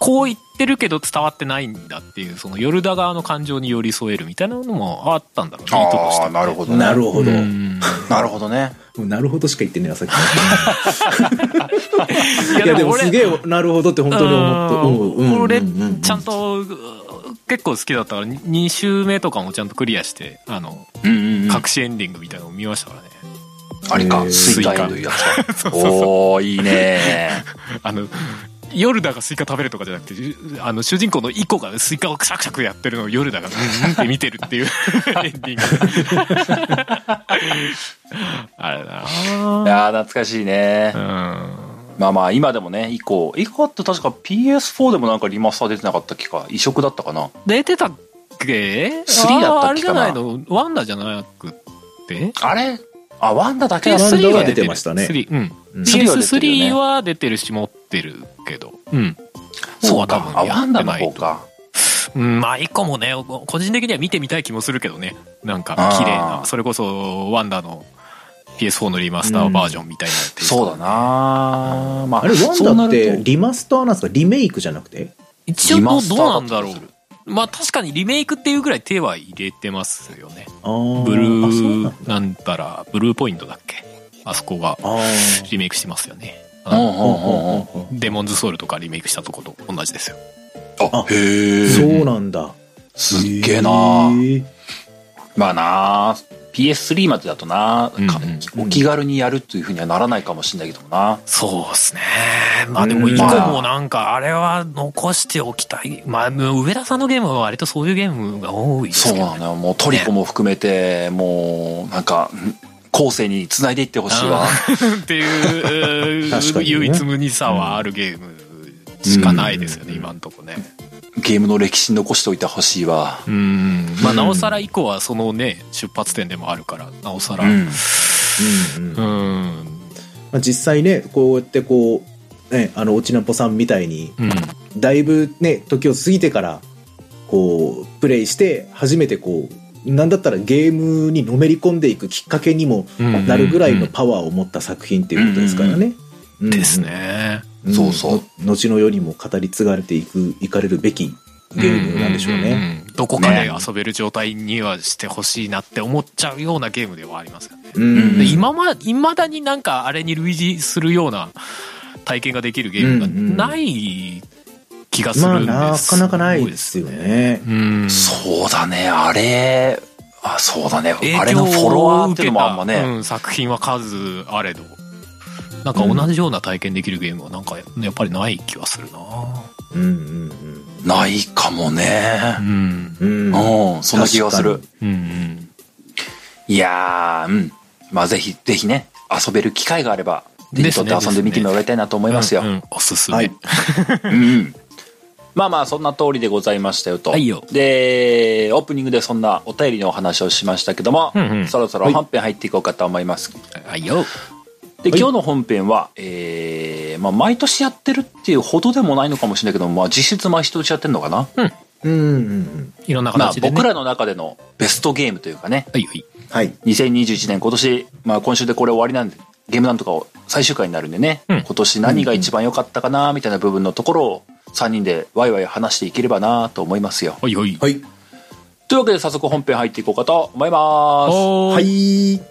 Speaker 2: こう言ってるけど伝わってないんだっていうそのヨルダ側の感情に寄り添えるみたいなのもあったんだろうね意図としてはね
Speaker 1: ほ
Speaker 3: なるほど。
Speaker 2: う
Speaker 3: も
Speaker 2: ん
Speaker 1: なるほどね。
Speaker 3: うなるほどしか言ってねえわ、さっき。
Speaker 2: いや
Speaker 3: い
Speaker 2: で
Speaker 3: や、で
Speaker 2: も
Speaker 3: も
Speaker 2: 俺
Speaker 3: すげえ、なるほどって本当に思って。うんうんうんうん
Speaker 2: 俺ちゃんと結構好きだったから2周目とかもちゃんとクリアしてあの
Speaker 1: うんうん、うん。
Speaker 2: 隠しエンディングみたいなのを見ましたからね
Speaker 1: あれ
Speaker 3: え
Speaker 1: か、
Speaker 3: ー
Speaker 1: スイカ
Speaker 2: スイカ
Speaker 1: というやつか。おおいいね。
Speaker 2: あの夜だがスイカ食べるとかじゃなくてじゅあの主人公のイコがスイカをクシャクシャクやってるのを夜だがうんうんって見てるっていう エンディングあれだ
Speaker 1: いやー懐かしいね。
Speaker 2: な
Speaker 1: まあまあ、今でもね、以降。以降って確か PS4 でもなんかリマスター出てなかったっけか。移植だったかな。
Speaker 2: うん出てたっ
Speaker 1: 3だ
Speaker 2: け
Speaker 1: ったっけかな
Speaker 2: あーあれじゃないのワンダじゃなくて
Speaker 1: あれあ、ワンダだけだ
Speaker 3: ワン
Speaker 1: っ
Speaker 3: ダ
Speaker 1: た
Speaker 3: が
Speaker 2: PS3 は
Speaker 3: 出
Speaker 2: 出
Speaker 3: て
Speaker 2: て
Speaker 3: ま
Speaker 2: ま
Speaker 3: し
Speaker 2: したた
Speaker 3: ね
Speaker 2: ね。3うん
Speaker 3: うん
Speaker 2: PS3 は出てるし持ってるけど、うん、
Speaker 1: そう
Speaker 2: 多
Speaker 1: か。あ、
Speaker 2: や
Speaker 1: ワン
Speaker 2: っ
Speaker 1: ダ
Speaker 2: て
Speaker 1: の
Speaker 2: ない
Speaker 1: 方か。
Speaker 2: うん、まあ一個もねこ個人的には見てみたい気もするけどねなんか
Speaker 1: あー
Speaker 2: 綺麗なそれこそワンダの PS4 のリマスターバージョンみたいになってる
Speaker 1: そうだなまあ、
Speaker 3: あれ、ワ
Speaker 1: そう
Speaker 3: ンダ
Speaker 1: な
Speaker 3: っ
Speaker 1: ると
Speaker 3: てリマスターなんですかリメイクじゃなくて
Speaker 2: 一応どう
Speaker 1: リマスタ
Speaker 2: ど
Speaker 1: ー
Speaker 2: う
Speaker 1: だ
Speaker 2: なんだろう
Speaker 1: ったりす
Speaker 2: まあ確かにリメイクっていうぐらい手は入れてますよね
Speaker 3: あー
Speaker 2: ブル
Speaker 3: あそうな
Speaker 2: ーな
Speaker 3: んだ
Speaker 2: んたらブルーポイントだっけあそこが
Speaker 3: あー
Speaker 2: リメイクしてますよね
Speaker 1: うんうん
Speaker 2: あ
Speaker 1: うんうん。
Speaker 3: うんうん
Speaker 2: デモンズソウルとかリメイクしたとこと同じですよ
Speaker 1: あ
Speaker 3: あ、
Speaker 1: へえ。
Speaker 3: そうなんだ。
Speaker 1: すっげえな
Speaker 3: へえ
Speaker 1: まあな PS3 までだとな、
Speaker 2: うん
Speaker 1: か
Speaker 3: うん
Speaker 1: お気軽にやるというふうにはならないかもしれないけどもな。
Speaker 2: そうですね。まあでも、
Speaker 3: うん
Speaker 2: 以降もなんか、あれは残しておきたい。まあ、上田さんのゲームは割とそういうゲームが多いです
Speaker 1: そう
Speaker 2: けど
Speaker 1: な
Speaker 2: ね。
Speaker 1: のよ。もうトリコも含めて、もう、なんか、ん後世に繋いでいってほしいわ。
Speaker 2: っていう
Speaker 3: 確かにね
Speaker 2: 唯一無二さはあるゲームしかないですよね、今んとこね。
Speaker 1: ゲームの歴史に残しておいてほしいわ。
Speaker 2: うん。まあ、なおさら以降はそのね、出発点でもあるから、なおさら。うん。
Speaker 3: うんうんまあ、実際ねこうやってこう、ね、あのおちなぽさんみたいに
Speaker 2: うん。
Speaker 3: だいぶね時を過ぎてからこうプレイして初めてこうなんだったらゲームにのめり込んでいくきっかけにも
Speaker 2: うんうんうん
Speaker 3: なるぐらいのパワーを持った作品っていうことですからね。うん
Speaker 2: です、ね。
Speaker 3: ん
Speaker 1: そうそう
Speaker 3: の後の世にも語り継がれていくいかれるべきゲームなんでしょうね。
Speaker 2: んうんどこかで
Speaker 1: ね
Speaker 2: 遊べる状態にはしてほしいなって思っちゃうようなゲームではありますよね。
Speaker 3: うん
Speaker 1: うん
Speaker 2: で今ま、未だになんかあれに類似するような体験ができるゲームがない気がす
Speaker 3: ま
Speaker 2: る
Speaker 3: あ
Speaker 2: んです。
Speaker 3: なかなかないですよね。
Speaker 2: うん。
Speaker 1: そうだね、あれ、あ、そうだね。
Speaker 2: 影響を
Speaker 1: あれのフォロワーっていうのもあんま
Speaker 2: 受けた
Speaker 1: ね。
Speaker 2: うん、作品は数あれど。なんか同じような体験できるゲームはなんかやっぱりない気はするな
Speaker 3: うんうん
Speaker 1: ないかもね
Speaker 2: う。ん。
Speaker 3: うん。うん
Speaker 1: うん、そんな気がする
Speaker 3: 確。
Speaker 2: うんうん。
Speaker 1: いやー、うん。まあぜひ、ぜひね、遊べる機会があれば、手に取って遊んでみてもらいたいなと思いますよ。
Speaker 2: うんうんおすすめ。
Speaker 3: はい。
Speaker 1: うん。まあまあ、そんな通りでございましたよと。
Speaker 2: はいよ
Speaker 1: で、オープニングでそんなお便りのお話をしましたけども、
Speaker 2: うんうん
Speaker 1: そろそろ本編入っていこうかと思います。
Speaker 2: はいよ。
Speaker 1: で、
Speaker 3: はい
Speaker 1: 今日の本編は、えー、まあ、毎年やってるっていうほどでもないのかもしれないけども、まあ、実質毎年やってるのかな。
Speaker 3: うんうん。
Speaker 2: いろんな
Speaker 1: まあ、
Speaker 2: 形で、ね。
Speaker 1: 僕らの中でのベストゲームというかね、
Speaker 2: はいはい。
Speaker 3: はい。
Speaker 1: 2021年今年、まあ、今週でこれ終わりなんで、ゲームなんとかを最終回になるんでね、
Speaker 2: うん
Speaker 1: 今年何が一番良かったかな、みたいな部分のところを、3人でワイワイ話していければなと思いますよ。
Speaker 2: はいはい。
Speaker 3: はい。
Speaker 1: というわけで早速本編入っていこうかと思います。
Speaker 2: おー
Speaker 3: は。い。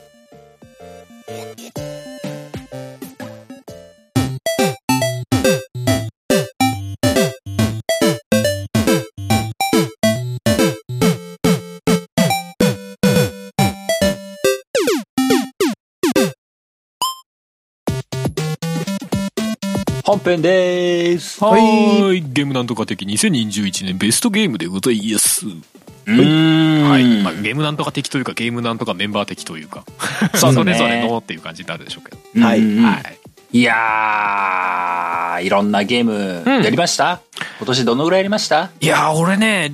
Speaker 1: 本編です。
Speaker 2: は
Speaker 3: はい
Speaker 2: ーい。ゲームなんとか的2021年ベストゲームでございます。
Speaker 1: うーん
Speaker 2: はい。まあ、ゲームなんとか的というか、ゲームなんとかメンバー的と いうか、
Speaker 1: そうだ
Speaker 2: そ
Speaker 1: ね
Speaker 2: れぞれのっていう感じになるでしょうけど。。
Speaker 1: うん
Speaker 3: はい
Speaker 1: はいい。いやー、いろんなゲーム
Speaker 2: うん
Speaker 1: やりました、今年どのぐらいやりました
Speaker 2: いやー、俺ね、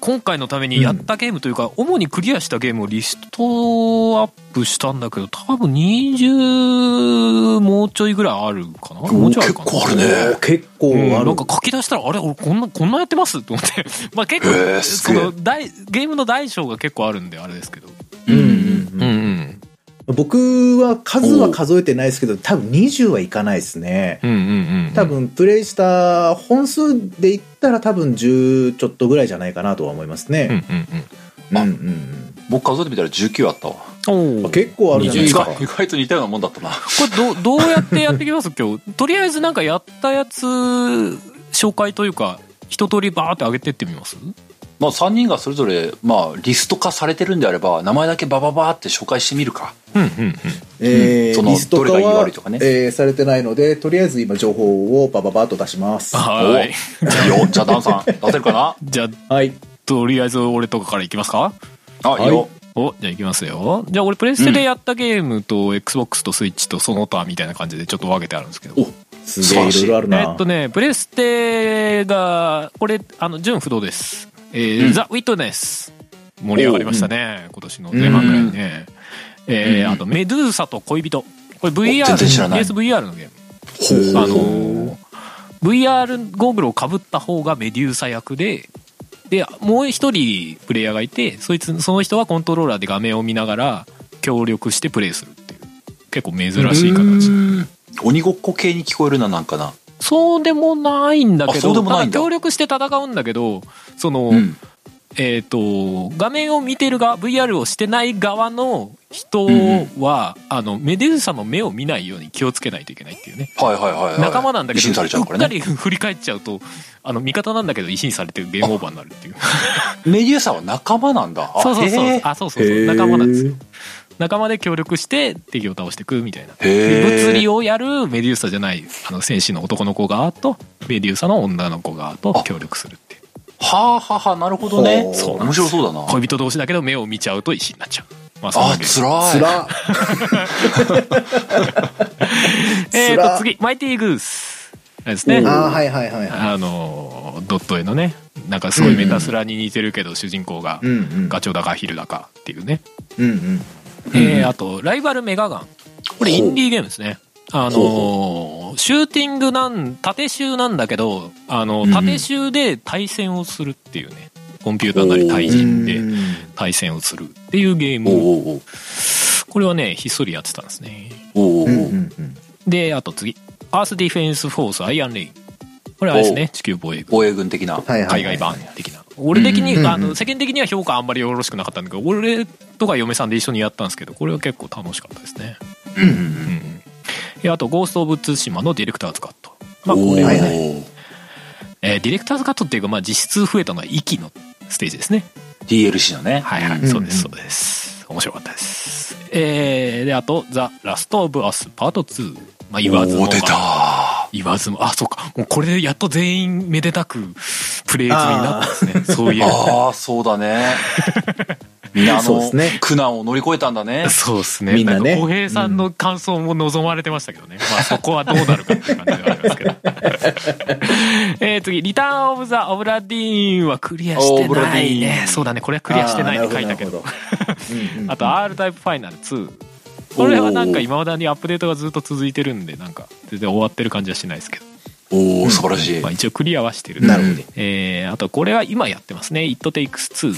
Speaker 2: 今回のためにやったゲームというか、主にクリアしたゲームをリストアップしたんだけど多分20もうちょいぐらいあるかなもうちょいあるかな
Speaker 1: あるね。
Speaker 3: 結構
Speaker 2: うん
Speaker 3: ある。
Speaker 2: なんか書き出したら、あれ、俺こんな、こんなやってますと思って。 まあ結構、
Speaker 1: へーす
Speaker 2: そ
Speaker 1: げえ
Speaker 2: の大、ゲームの大小が結構あるんで、あれですけど。
Speaker 3: うんうん
Speaker 2: うんうん。
Speaker 3: うん、僕は数は数えてないですけど、多分20はいかないですね。
Speaker 2: うんうんうん。
Speaker 3: 多分プレイした本数で言ったら多分10ちょっとぐらいじゃないかなとは思います
Speaker 2: うんう
Speaker 3: ね。
Speaker 2: ん
Speaker 3: うん
Speaker 1: うん
Speaker 3: うん
Speaker 1: 僕数えてみたら19あったわ。
Speaker 2: うん。
Speaker 3: うん
Speaker 2: おー
Speaker 3: あ結構あるじゃないです
Speaker 1: 意
Speaker 3: か。
Speaker 1: 外意外と似たようなもんだったな。
Speaker 2: これど、どうやってやってきます今日。とりあえずなんかやったやつ、紹介というか、一通りバーって上げてってみます
Speaker 1: まあ3人がそれぞれ、まあリスト化されてるんであれば、名前だけバババーって紹介してみるか。
Speaker 2: うんうんうん。
Speaker 3: え
Speaker 1: そ
Speaker 3: ー、
Speaker 1: の
Speaker 3: リスト化
Speaker 1: どれがいい
Speaker 3: は
Speaker 1: 悪いとかね
Speaker 3: えーされてないので、とりあえず今情報をバババッと出します。は
Speaker 1: お
Speaker 2: は
Speaker 1: い。
Speaker 2: い
Speaker 1: いよ。じゃあダン さん、出せるかない
Speaker 2: じゃあ、
Speaker 3: い。
Speaker 2: とりあえず俺とかからいきますか
Speaker 1: あ、いいよ。
Speaker 2: お、じゃあいきますよ。じゃあ俺プレステでやったゲームと Xbox と Switch とその他みたいな感じでちょっと分けてあるんですけど。
Speaker 3: すげえいろいろある
Speaker 2: え
Speaker 3: な
Speaker 2: っと。ね、プレステが、これ、あの、純不動です。えー
Speaker 1: うん
Speaker 2: ザ・ウィットネス。盛り上がりましたね。今年の前半ぐらいにね。えーあと、メドゥーサと恋人。これ VR、
Speaker 1: お全然知らない
Speaker 2: PSVR のゲ
Speaker 1: ほ
Speaker 2: ーム。あの
Speaker 1: う。
Speaker 2: ー、VR ゴーグルをかぶった方がメデューサ役で、で、もう一人プレイヤーがいて、そいつ、その人はコントローラーで画面を見ながら協力してプレイするっていう。結構珍しい形。
Speaker 1: うん鬼ごっこ系に聞こえるな、なんかな。
Speaker 2: そうでもないんだけ
Speaker 1: あそうで
Speaker 2: ど、
Speaker 1: も
Speaker 2: た
Speaker 1: ない
Speaker 2: だ
Speaker 1: んだ
Speaker 2: 協力して戦うんだけど、その、
Speaker 1: うん。
Speaker 2: えっ、と、画面を見てる側、VR をしてない側の人は、あの、メデューサの目を見ないように気をつけないといけないっていうね。
Speaker 1: はいはいはいはい。
Speaker 2: 仲間なんだけ
Speaker 1: 一新
Speaker 2: ど、
Speaker 1: されちゃう
Speaker 2: う
Speaker 1: か
Speaker 2: っ
Speaker 1: ら
Speaker 2: か
Speaker 1: ね。
Speaker 2: り振り返っちゃうと、あの、味方なんだけど、維新されてゲームオーバーになるっていう。
Speaker 1: メデューサは仲間なんだ。あ
Speaker 2: そうそうそう
Speaker 1: へ。ー
Speaker 2: あ、そうそうそう。仲間なんですよ。仲間で協力して敵を倒していくみたいな。
Speaker 1: へー
Speaker 2: 物理をやるメデューサじゃない、あの、戦士の男の子側と、メデューサの女の子側と協力するっていう。
Speaker 1: はあはあはあ、なるほどね
Speaker 3: ほ。う
Speaker 1: そう面白そうだな。
Speaker 2: 恋人同士だけど目を見ちゃうと石になっちゃう。まあ、そんな
Speaker 1: あ、
Speaker 2: ゲ
Speaker 1: つ
Speaker 2: ーム
Speaker 1: らい。
Speaker 3: つら。
Speaker 2: えっ、
Speaker 3: つら
Speaker 2: と、次、マイティーグース。あれですね
Speaker 1: お。ー
Speaker 3: あーはいはいはいはい。
Speaker 2: あのー、ドット絵のね、なんかすごいメタスラに似てるけど、主人公が
Speaker 3: うんうん。
Speaker 2: ガチョウだかヒルだかっていうね。
Speaker 3: うんうん。
Speaker 2: えーあと、ライバルメガガン。これ、インディーゲームですね。あのー
Speaker 3: ほう
Speaker 2: シューティングなん、縦集なんだけど、あの、
Speaker 1: うん
Speaker 2: 縦集で対戦をするっていうね。コンピューターなり対人で
Speaker 3: うん
Speaker 2: 対戦をするっていうゲー
Speaker 1: おう
Speaker 2: ムを、
Speaker 1: おう
Speaker 2: これはね、ひっそりやってたんですね。
Speaker 1: おうおうおう
Speaker 3: うんう
Speaker 1: おうん
Speaker 3: うん。
Speaker 2: で、あと次。アースディフェンスフォースアイアンレイン。これあれですね、地球防衛軍。
Speaker 1: 防衛軍的な。
Speaker 3: はいはいは
Speaker 2: 海
Speaker 3: い
Speaker 2: 外版的な。俺的に、
Speaker 3: うんうん
Speaker 2: あの、世間的には評価あんまりよろしくなかったんだけど、俺とか嫁さんで一緒にやったんですけど、これは結構楽しかったですね。
Speaker 1: うんうんう
Speaker 2: うん
Speaker 1: ん。
Speaker 2: えあと、ゴースト・オブ・ツーシマのディレクターズカット。まあ、
Speaker 1: お
Speaker 2: こ
Speaker 1: う
Speaker 2: れは
Speaker 3: はいは
Speaker 2: ね、
Speaker 3: い
Speaker 2: えーディレクターズカットっていうか、まあ、実質増えたのは、息のステージですね。
Speaker 1: DLC のね。
Speaker 2: はいはい、
Speaker 1: うん
Speaker 2: そうです、そうです。面白かったです。えーで、あと、ザ・ラスト・オブ・アス、パート2。まあ、言わず
Speaker 1: お
Speaker 2: も
Speaker 1: う出
Speaker 2: がな
Speaker 1: た。
Speaker 2: 言わずも、あ、そうか。もうこれでやっと全員めでたくプレイ済みになった んですね。そういえば。
Speaker 1: ああ、そうだね。みんなあ
Speaker 3: そう
Speaker 1: の
Speaker 3: ですね、
Speaker 1: 苦難を乗り越えたんだ ね。
Speaker 2: そうですね。
Speaker 3: みんな
Speaker 2: ん
Speaker 3: ね
Speaker 2: か、小平さんの感想も望まれてましたけどね。まあ、そこはどうなるかっていう感じではあり ますけど。えー次、リターンオブザ・オブラディーンはクリアして
Speaker 1: オブラ
Speaker 2: な
Speaker 1: デ
Speaker 2: い
Speaker 1: ィ
Speaker 2: ね
Speaker 1: ー。ン
Speaker 2: そうだね。これはクリアしてない
Speaker 3: あー
Speaker 2: って書いたけど。
Speaker 3: なるほどなるほどうんうん
Speaker 2: あと、R タイプファイナル2。これはなんか今だにアップデートがずっと続いてるんで、なんか全然終わってる感じはしないですけど。
Speaker 1: おお素晴らしい
Speaker 2: まあ。一応クリアはしてる。
Speaker 3: なるほど
Speaker 2: えーあとこれは今やってますね「ItTakes2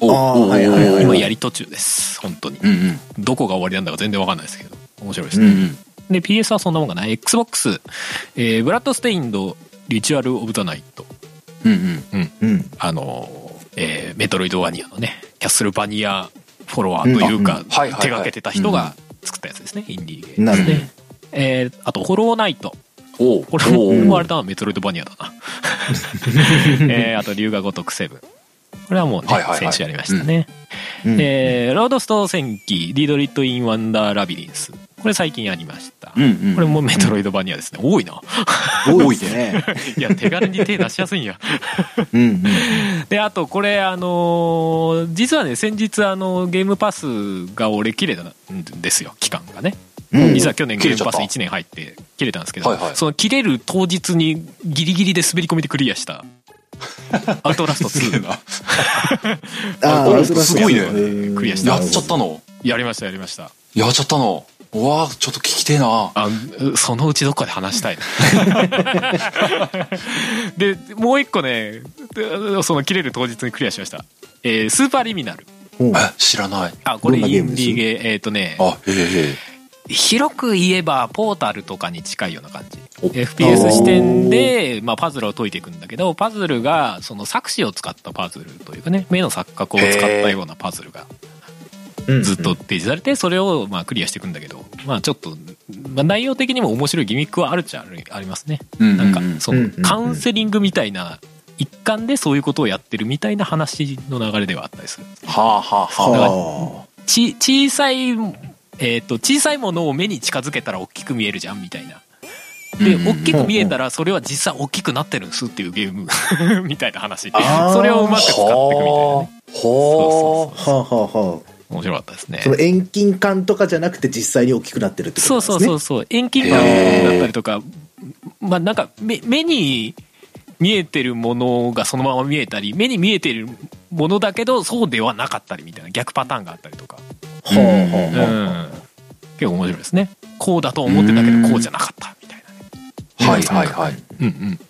Speaker 1: おう
Speaker 3: あー
Speaker 1: おう
Speaker 3: はいはいは」い
Speaker 2: 今やり途中です本当に
Speaker 1: うんうん
Speaker 2: どこが終わりなんだか全然わかんないですけど面白いです
Speaker 1: うんう
Speaker 2: ね、
Speaker 1: ん。
Speaker 2: で PS はそんなもんかな XBOX、えーブラッドステインドリチュアル・オブ・ザ・ナイト
Speaker 1: うんうん。
Speaker 3: うん。
Speaker 2: あのー、えーメトロイドワニアのねキャッスルバニアフォロワーという
Speaker 3: うんあ
Speaker 2: か
Speaker 1: うん
Speaker 2: 手
Speaker 1: はいはいはい
Speaker 2: 掛けてた人が作ったやつですねインディーゲーム
Speaker 3: なるほど。
Speaker 2: えーあと、ホローナイト。
Speaker 1: おう
Speaker 2: これ
Speaker 1: おう
Speaker 2: も、あれだな、メトロイドバニアだ な。えーあと、龍が如くセブン。これはもうね、
Speaker 1: はいはいはい
Speaker 2: 先週やりましたね。
Speaker 3: うん
Speaker 2: えーロードストー戦記、リードリット・イン・ワンダー・ラビリンス。これ最近やりました。
Speaker 1: うんうん。
Speaker 2: これもメトロイドバニアですね。多いな。
Speaker 3: 多いですね。
Speaker 2: いや、手軽に手出しやすいんや。
Speaker 3: うんうん。
Speaker 2: で、あと、これ、あのー実はね、先日、あのゲームパスが俺、切れたんですよ、期間がね。
Speaker 3: うん
Speaker 2: 実は去年ゲー
Speaker 1: 切れ
Speaker 2: ムパス
Speaker 1: ちゃった
Speaker 2: 1年入って切れたんですけど、
Speaker 1: はいはい
Speaker 2: その切れる当日にギリギリで滑り込みでクリアしたアウトラスト
Speaker 1: すげえ
Speaker 2: 2
Speaker 1: な。
Speaker 3: あ
Speaker 1: お
Speaker 3: ーアウトラスト
Speaker 1: すごいね
Speaker 3: えー
Speaker 2: クリアし
Speaker 1: や
Speaker 2: た
Speaker 1: っちゃったの
Speaker 2: やりましたやりました
Speaker 1: やっちゃったのうわーちょっと聞きてえな。
Speaker 2: あそのうちどっかで話 したいなでもう一個ねでその切れる当日にクリアしました、えースーパーリミナル
Speaker 3: うん
Speaker 1: え、知らない。
Speaker 2: あこれイ
Speaker 3: どんなゲーム
Speaker 2: ン
Speaker 3: で
Speaker 2: デ
Speaker 3: す
Speaker 2: ィーゲーえっ、とね
Speaker 1: あ、ええ
Speaker 2: 広く言えばポータルとかに近いような感じ
Speaker 3: お
Speaker 2: FPS 視点で、まあ、パズルを解いていくんだけどパズルがその錯視を使ったパズルというかね目の錯覚を使ったようなパズルが
Speaker 3: うん
Speaker 2: ずっと提示されてそれをまあクリアしていくんだけど、まあ、ちょっと、まあ、内容的にも面白いギミックはあるっちゃあるありますね
Speaker 1: うん
Speaker 2: なんか
Speaker 1: うんうん
Speaker 2: そ
Speaker 3: うんう
Speaker 2: の
Speaker 3: んうん
Speaker 2: カウンセリングみたいな一環でそういうことをやってるみたいな話の流れではあったりする
Speaker 1: はあはあはあ。
Speaker 3: は
Speaker 2: ち小さい、えー、と小さいものを目に近づけたら大きく見えるじゃんみたいなで
Speaker 1: うん
Speaker 2: 大きく見えたらそれは実際大きくなってるんですっていうゲーム みたいな話
Speaker 3: あー
Speaker 2: それをうまく使っていくみたいな
Speaker 1: は
Speaker 2: ね
Speaker 1: あ。は
Speaker 3: あはあはあ
Speaker 2: 面白かったですね
Speaker 3: その遠近感とかじゃなくて実際に大きくなってるってこと
Speaker 2: そ
Speaker 3: なん
Speaker 2: う
Speaker 3: です
Speaker 2: そうそうそ
Speaker 3: ね
Speaker 2: う遠近感だったりとかまあなんか目目に見えてるものがそのまま見えたり目に見えてるものだけどそうではなかったりみたいな逆パターンがあったりとか、
Speaker 3: はあはあ
Speaker 2: う
Speaker 3: はあ
Speaker 2: ん、結構面白いですねこうだと思ってたけどこうじゃなかったみたいなね
Speaker 1: あ。はいはいはい。
Speaker 2: うんうん。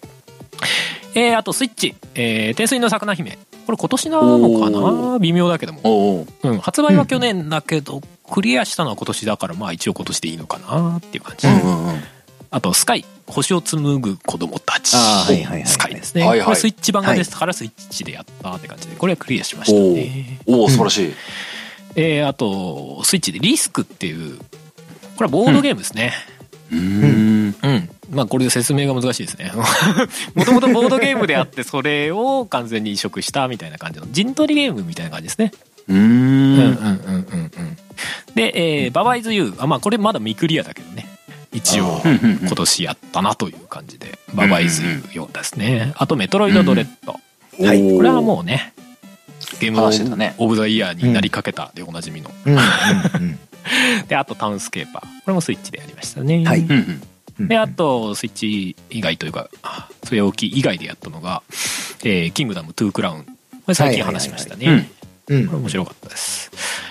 Speaker 2: えー、あとスイッチ、えー、天水の魚姫。これ今年なのか
Speaker 1: お
Speaker 2: な微妙だけども。
Speaker 1: おうおう。
Speaker 2: うん、発売は去年だけど、クリアしたのは今年だから、まあ一応今年でいいのかなっていう感じ。
Speaker 1: うんうんうん。
Speaker 2: あと、スカイ、星を紡ぐ子供たち。
Speaker 3: あーはいはいはい
Speaker 2: スカイですね。
Speaker 1: はいはい
Speaker 2: これスイッチ版がですから、スイッチでやったって感じで、これはクリアしました
Speaker 1: お
Speaker 2: ね。
Speaker 1: お。おお、素晴らしい。
Speaker 2: えー、あと、スイッチでリスクっていう、これはボードゲームですね。
Speaker 1: うーん。
Speaker 2: うん。まあ、これで説明が難しいです ね。もともとボードゲームであって、それを完全に移植したみたいな感じの、陣取りゲームみたいな感じですね。
Speaker 1: うーん。
Speaker 2: うんうん。で、えー、ババイズユー。あ、まあ、これまだ未クリアだけどね。一応、
Speaker 1: うんうんうん
Speaker 2: 今年やったなという感じで、ババイズユーようですね。あと、メトロイドドレッド。
Speaker 3: はい
Speaker 1: おー
Speaker 2: これはもうね、ゲーム
Speaker 1: 話してたね
Speaker 2: オブザイヤーになりかけたでおなじみの。
Speaker 3: うんうん
Speaker 2: で、あと、タウンスケーパー。これもスイッチでやりましたね。
Speaker 3: はい
Speaker 1: うんうん。
Speaker 3: うん
Speaker 2: で、あと、スイッチ以外というか、あ据え置き以外でやったのが、えーキングダム2クラウン。これ最近
Speaker 3: はいはいは
Speaker 2: 話
Speaker 3: いはい
Speaker 2: しました
Speaker 1: う
Speaker 2: ね
Speaker 1: ん。
Speaker 3: う
Speaker 2: これ
Speaker 3: ん
Speaker 2: 面白かったです。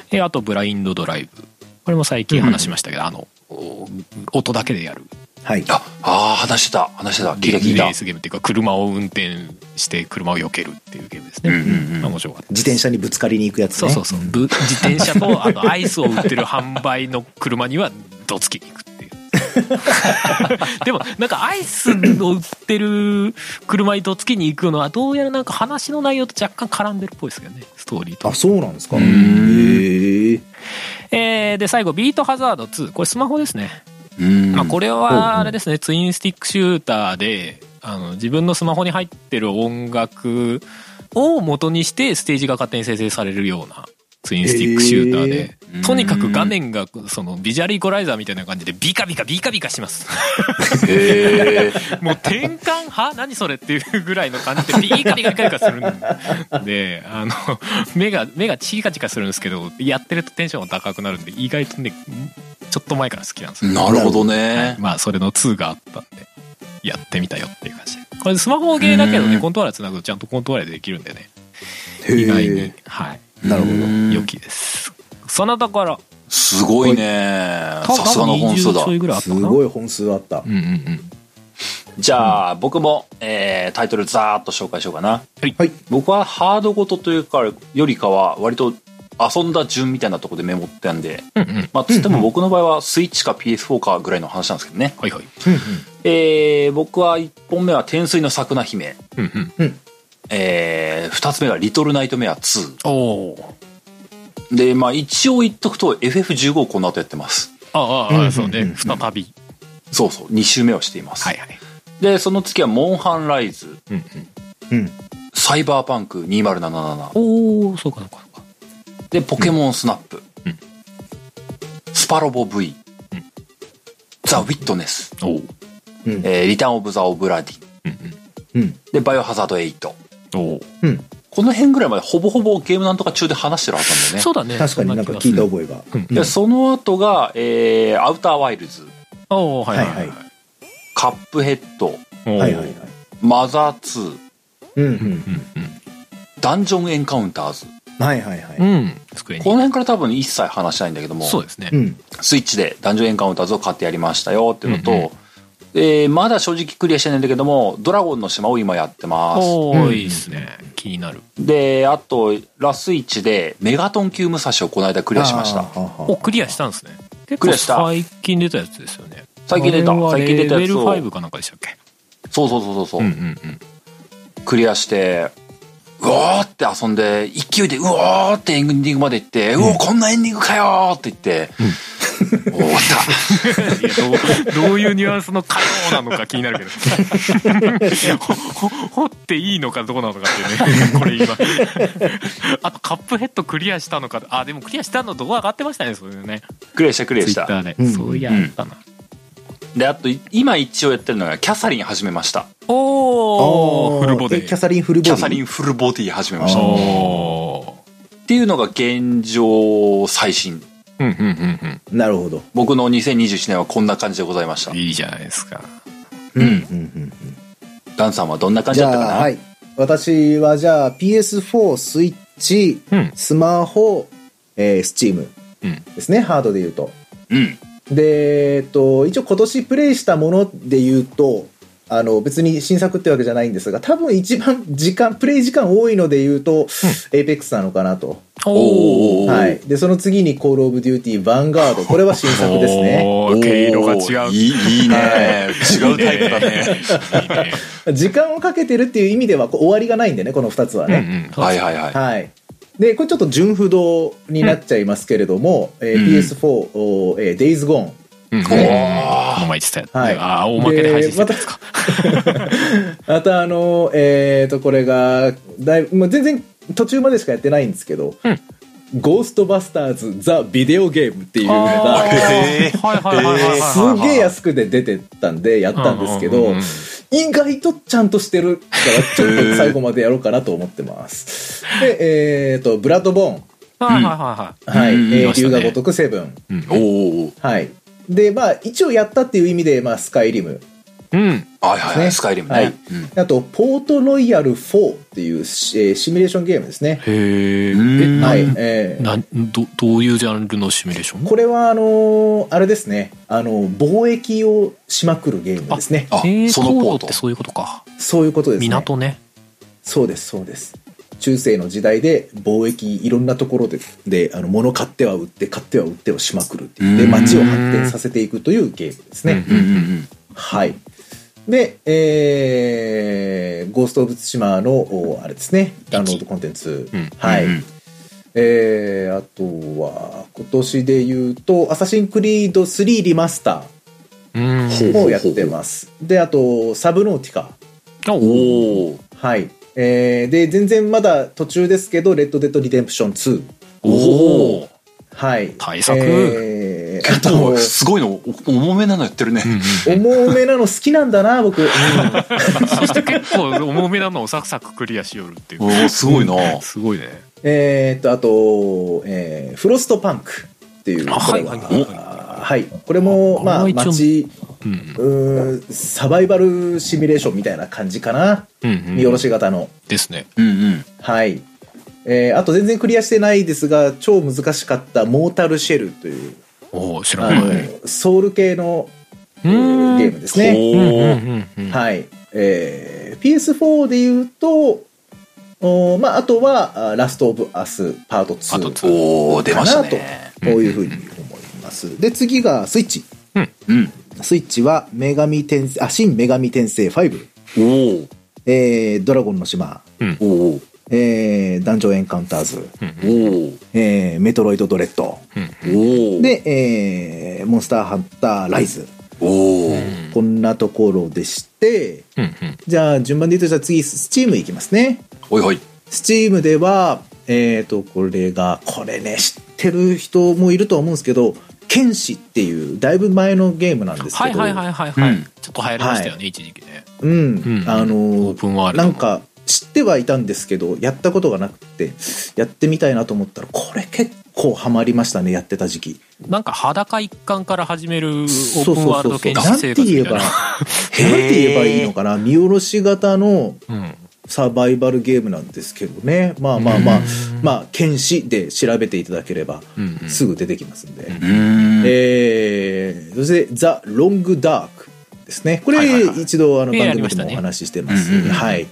Speaker 2: で、あと、ブラインドドライブ。これも最近話しましたけど、あの、お音だけでやる。
Speaker 3: はい
Speaker 1: あ、あー話してた。話してた。聞いた聞い
Speaker 2: レ
Speaker 1: た
Speaker 2: ー。スゲームっていうか、車を運転して車を避けるっていうゲームですね。
Speaker 1: うんうんうん
Speaker 2: まあ面白かった。
Speaker 3: 自転車にぶつかりに行くやつ
Speaker 2: そ
Speaker 3: ね
Speaker 2: うそうそう。ぶ自転車と、あの、アイスを売ってる販売の車には、どつきに行く っていう。でも、なんか、アイスを売ってる車にどつきに行くのは、どうやらなんか話の内容と若干絡んでるっぽいですけどね、ストーリーと
Speaker 3: あ。そうなんですかへ
Speaker 1: ん
Speaker 3: え
Speaker 2: えー、で、最後、ビートハザード2。これスマホですね。
Speaker 1: うん。
Speaker 2: まあ、これ
Speaker 3: うんうん
Speaker 2: はあれですね、ツインスティックシューターであの自分のスマホに入ってる音楽を元にしてステージが勝手に生成されるようなツインスティックシューターで、
Speaker 1: へー
Speaker 2: とにかく画面がそのビジュアルイコライザーみたいな感じでビカビカビカビカします
Speaker 1: へえ。
Speaker 2: もう転換派何それっていうぐらいの感じでビカビカビカビカするんであの目が目がチカチカするんですけどやってるとテンションが高くなるんで意外とねちょっと前から好きなんですよ
Speaker 1: なるほどね。
Speaker 2: まあそれの2があったんでやってみたよっていう感じでこれスマホゲーだけど
Speaker 1: う
Speaker 2: ね
Speaker 1: ん
Speaker 2: コントローラーつなぐとちゃんとコントローラーでできるんでね意外
Speaker 3: へ
Speaker 2: に
Speaker 3: え
Speaker 2: はい
Speaker 3: なるほど
Speaker 1: うん
Speaker 2: 良きですそのところ
Speaker 1: すごいね。
Speaker 2: た
Speaker 1: さすがの本数だ
Speaker 2: 多分20ちょ。いぐらいあった
Speaker 3: す
Speaker 2: かな
Speaker 3: ごい本数あった
Speaker 2: うんうんうん
Speaker 1: じゃあ、僕も、えー、タイトルざーっと紹介しようかな。
Speaker 2: はい
Speaker 3: はい
Speaker 1: 僕はハードごとというか、よりかは、割と遊んだ順みたいなとこでメモってたんで、
Speaker 2: うんうん
Speaker 1: まあ、つっても僕の場合はスイッチか PS4 かぐらいの話なんですけどね。
Speaker 2: はいはい
Speaker 1: えー、僕は1本目は天水の桜姫。
Speaker 2: うんうん
Speaker 1: えー、2つ目がリトルナイトメア2。
Speaker 2: おお
Speaker 1: で、まあ一応言っとくと FF15 をこの後やってます。
Speaker 2: ああああそう
Speaker 3: うんうん
Speaker 2: ね
Speaker 3: うん
Speaker 2: 再び
Speaker 1: そうそう、2周目をしています。
Speaker 2: はいはい
Speaker 1: で、その次はモンハンライズ、
Speaker 2: うんうん
Speaker 3: うん
Speaker 1: サイバーパンク2077。
Speaker 2: おおそうかそうかそうか
Speaker 1: で、ポケモンスナップ。
Speaker 2: うん
Speaker 1: スパロボ V。
Speaker 2: うん
Speaker 1: ザ・ウィットネス。
Speaker 2: おお
Speaker 3: うん
Speaker 1: えーリターン・オブ・ザ・オブ・ラディ。
Speaker 2: うん
Speaker 3: うん
Speaker 1: で、バイオハザード8。
Speaker 2: うんおお
Speaker 3: うん
Speaker 1: この辺ぐらいまでほぼほぼゲームなんとか中で話してるはずなんだよね。
Speaker 2: そうだね
Speaker 3: 確かになんか聞いた覚えが
Speaker 2: うん
Speaker 3: うん
Speaker 1: で、その後が、えーアウター・ワイルズ、
Speaker 2: おおはいはい
Speaker 3: はい
Speaker 2: は
Speaker 3: はい
Speaker 1: カップヘッド、
Speaker 2: おお
Speaker 3: はいはいはい
Speaker 1: マザー2、
Speaker 3: うんうん。
Speaker 1: ダンジョンエンカウンターズ。
Speaker 3: はいはいは
Speaker 2: う
Speaker 3: い。
Speaker 2: ん。机
Speaker 1: この
Speaker 2: に。
Speaker 1: 辺から多分一切話しないんだけども、
Speaker 2: そうですね
Speaker 3: う。ん。
Speaker 1: スイッチでダンジョンエンカウンターズを買ってやりましたよっていうのと、
Speaker 2: うんうん
Speaker 1: えーまだ正直クリアしてないんだけども、ドラゴンの島を今やってます。
Speaker 2: お
Speaker 3: うん
Speaker 2: ー、いいですね。気になる。
Speaker 1: で、あと、ラスイッチでメガトン級武蔵をこの間ク
Speaker 3: ク
Speaker 1: リアしました。
Speaker 2: お、クリアしたんですね。結
Speaker 1: クリ
Speaker 2: 構
Speaker 1: アした
Speaker 2: 最近出たやつですよね。
Speaker 1: 最近出た
Speaker 2: あれは
Speaker 1: 最近出たやつを
Speaker 2: レベル5かなんかでしたっけ
Speaker 1: そうそうそうそうそう、
Speaker 2: うん うんうん。
Speaker 1: クリアして、うわーって遊んで、勢いでうわーってエンディングまで行って、うおーこんなエンディングかよーって言って、おー終わった。
Speaker 2: いやどうどういうニュアンスの「かよ」なのか気になるけ どほほ掘っていいのかどうなのかっていう ねこれ今あとカップヘッドクリアしたのかあでもクリアしたの動画上がってましたねそれね
Speaker 1: クリアしたクリア
Speaker 2: ツイ
Speaker 1: し
Speaker 2: ッタ
Speaker 1: た。
Speaker 2: ーで、
Speaker 3: うん
Speaker 2: そういやあったな、
Speaker 1: で、あと、今一応やってるのが、キャサリン始めました。
Speaker 2: おおフルボデ
Speaker 3: えキ
Speaker 2: ィ
Speaker 3: ャサリンフルボデ
Speaker 1: キ
Speaker 3: ィ。
Speaker 1: ャサリンフルボディ始めました。
Speaker 3: あ
Speaker 1: っ
Speaker 3: ー
Speaker 2: おー
Speaker 1: ていうのが現状最新。
Speaker 2: うんうんうん
Speaker 3: なるほど。
Speaker 1: 僕の2021年はこんな感じでございました
Speaker 2: うん。いいじゃないですか
Speaker 3: うんうんうん。
Speaker 1: ダンさんはどんな感じ
Speaker 3: じ
Speaker 1: だったか
Speaker 3: ゃ
Speaker 1: な
Speaker 3: あ、はい。私はじゃあ PS4、スイッチ、
Speaker 2: うん
Speaker 3: スマホ、えー、スチーム
Speaker 2: うん
Speaker 3: ですね、ハードで言うと。
Speaker 1: うん。
Speaker 3: で、えっと、一応今年プレイしたもので言うと、あの、別に新作ってわけじゃないんですが、多分一番時間、プレイ時間多いので言うと、エイペックスなのかなと。
Speaker 1: おー
Speaker 3: はい。で、その次にコールオブデューティー、ヴァンガード。これは新作ですね。
Speaker 2: おー毛色が違
Speaker 1: おー
Speaker 2: う
Speaker 1: いいいいね。違うタイプだね。
Speaker 2: いいね
Speaker 3: 時間をかけてるっていう意味ではこう終わりがないんでね、この2つは
Speaker 2: うん
Speaker 3: ね。
Speaker 2: うんそう
Speaker 1: はいはいはい。
Speaker 3: はい。で、これちょっと純不動になっちゃいますけれども、えー
Speaker 2: うん
Speaker 3: PS4、おーえー Days Gone。
Speaker 2: うんうんこの前言ってたやつ、
Speaker 3: はい
Speaker 2: ああ大まけで配信してたやつか
Speaker 3: またあのー、えーと、これが、だいぶ、まあ、全然途中までしかやってないんですけど、
Speaker 2: うん
Speaker 3: ゴーストバスターズ・ザ・ビデオゲームっていうの
Speaker 2: あーは
Speaker 3: が、
Speaker 2: いはいはいはいはいはい
Speaker 3: すげえ安くで出てたんでやったんですけ
Speaker 2: うんうん
Speaker 3: ど
Speaker 2: うんうん、
Speaker 3: 意外とちゃんとしてるから、ちょっと最後までやろうかなと思ってます。で、えーと、ブラッドボーン。
Speaker 2: はいはいは
Speaker 3: はい。
Speaker 1: うん
Speaker 3: え
Speaker 2: 見
Speaker 3: ー
Speaker 2: ました
Speaker 3: 龍
Speaker 2: ね
Speaker 3: が如くセブン。
Speaker 2: いはい
Speaker 1: おーおー
Speaker 3: はい。で、まあ、一応やったっていう意味で、まあ、スカイリム。
Speaker 2: うんうん
Speaker 1: はいはいはい。スカイリムね。
Speaker 3: はい
Speaker 1: うん
Speaker 3: あと、ポートロイヤル4っていうシ,、えーシミュレーションゲームですね。
Speaker 2: へえ
Speaker 1: うん
Speaker 2: な
Speaker 3: はい。えー
Speaker 2: などどういうジャンルのシミュレーション
Speaker 3: これは、あのーあれですね。あの、貿易をしまくるゲームですね。
Speaker 1: あ
Speaker 2: えー
Speaker 1: そのポー
Speaker 2: コ
Speaker 1: ト
Speaker 2: ってそういうことか
Speaker 3: そういうことですね。
Speaker 2: 港ね
Speaker 3: そうです、そうです。中世の時代で貿易いろんなところでであの物買っては売って買っては売ってをしまくるっていうで
Speaker 1: うん
Speaker 3: 街を発展させていくというゲームですね。
Speaker 2: うん
Speaker 1: うんうん
Speaker 3: はい。で、えー、ゴースト・オブ・ツシマの、おあれですね、ダウンロードコンテンツ。
Speaker 2: うん
Speaker 3: はい。
Speaker 1: うん
Speaker 3: えー、あとは、今年で言うと、アサシンクリード3リマスタ
Speaker 2: うん
Speaker 3: ーをやってます。で、あと、サブノーティカ。
Speaker 2: お
Speaker 1: うん。
Speaker 2: お
Speaker 1: おお。
Speaker 3: はい。えー、で、全然まだ途中ですけど、レッド・デッド・リデンプション2。
Speaker 1: おお。
Speaker 3: はい。
Speaker 2: 対策
Speaker 3: えー、あ
Speaker 1: で
Speaker 3: と
Speaker 1: も、すごいの、お重めなのやってるね。
Speaker 3: 重めなの好きなん だな、僕。
Speaker 2: そして結構重めなのをサクサククリアしよるってい
Speaker 1: お
Speaker 2: う
Speaker 1: お、すごいな。
Speaker 2: すごいね
Speaker 3: えー、っと、あと、えーフロストパンクっていう。
Speaker 2: あはい
Speaker 3: こ
Speaker 2: は
Speaker 3: れ
Speaker 2: い
Speaker 3: ははい。これも、
Speaker 2: あ
Speaker 3: まあ、
Speaker 2: これは一応
Speaker 3: 街、
Speaker 2: うん
Speaker 3: うーんサバイバルシミュレーションみたいな感じかな。
Speaker 2: うん
Speaker 3: 見下ろ
Speaker 2: い
Speaker 3: し型の。
Speaker 2: ですね
Speaker 1: うんうん。
Speaker 3: はい。えーあと全然クリアしてないですが、超難しかったモータルシェルという、
Speaker 2: おお知ら
Speaker 3: あ
Speaker 2: ない
Speaker 3: の
Speaker 2: ね、
Speaker 3: ソウル系のえーゲームですね。
Speaker 2: お
Speaker 1: おお。
Speaker 3: はい。えー PS4 で言うと、おーまあ、あとは、あラストオブアスパート2。
Speaker 2: パート2
Speaker 1: おお、出ましたね。
Speaker 3: こういうふうに思います。で、次がスイッチ。
Speaker 1: うん。
Speaker 3: スイッチは、女神転生、あ、新女神転生5。
Speaker 1: お
Speaker 3: えー、ドラゴンの島。
Speaker 1: お。おお。
Speaker 3: えー、ダンジョンエンカウンターズ。
Speaker 1: お
Speaker 3: えー、メトロイドドレッド。
Speaker 1: お。おお。
Speaker 3: で、えー、モンスターハンターライズ。
Speaker 1: おお。
Speaker 3: こんなところでして、
Speaker 2: うんうん
Speaker 3: じゃあ、順番で言うと、じゃあ次、スチームいきますね。
Speaker 1: おいおい。
Speaker 3: スチームでは、えー、と、これが、これね、知ってる人もいると思うんですけど、剣士っていう、だいぶ前のゲームなんです
Speaker 2: は
Speaker 3: け
Speaker 2: い
Speaker 3: ど、
Speaker 2: はいはいはいはい、
Speaker 1: うん
Speaker 2: ちょっと流行りましたよね、一時期ね
Speaker 3: うん、
Speaker 2: うん
Speaker 3: あのー
Speaker 2: オープンワールド
Speaker 3: な
Speaker 2: の
Speaker 3: んか、知ってはいたんですけど、やったことがなくて、やってみたいなと思ったら、これ結構ハマりましたね、やってた時期。
Speaker 2: なんか裸一貫から始めるオープ
Speaker 3: そう
Speaker 2: ン
Speaker 3: そ
Speaker 2: ワ
Speaker 3: う
Speaker 2: ールド
Speaker 3: そうそう。
Speaker 2: 研
Speaker 3: な
Speaker 2: 究
Speaker 3: んて
Speaker 2: 生活み
Speaker 3: 言え
Speaker 2: たい
Speaker 3: ば、
Speaker 2: な
Speaker 3: なんて言えばいいのかな、見下ろし型の、
Speaker 2: うん
Speaker 3: サバイバルゲームなんですけどね。まあまあまあ、まあ、剣士で調べていただければ
Speaker 2: うんう、ん
Speaker 3: すぐ出てきますんで。
Speaker 1: うん。
Speaker 3: えー、そして、ザ・ロング・ダークですね。これ、
Speaker 2: はいはいはい
Speaker 3: 一度、あの、
Speaker 2: えー
Speaker 3: 番
Speaker 2: あり
Speaker 3: 組
Speaker 2: まし
Speaker 3: で
Speaker 2: た
Speaker 3: も
Speaker 2: ね
Speaker 3: お話ししてます。
Speaker 1: うんうんうん
Speaker 3: はい。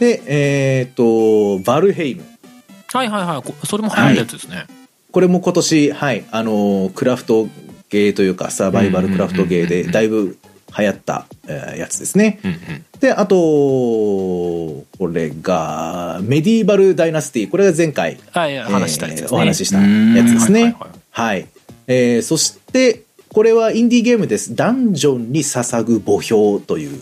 Speaker 3: で、えっ、と、バルヘイム。
Speaker 2: はいはいはいこそれも流行ったやつですね、
Speaker 3: これも今年、はい、あのークラフトゲーというか、サバイバルクラフトゲーで、だいぶ流行った、えーやつですね。
Speaker 2: うんうん
Speaker 3: で、あと、これが、メディーバルダイナスティ。これが前回、
Speaker 2: はいはい話したやつですね、
Speaker 3: えーお話ししたやつです
Speaker 2: うんはい
Speaker 3: ね
Speaker 2: はいはい。
Speaker 3: はい。えーそして、これはインディーゲームです。ダンジョンに捧ぐ墓標という。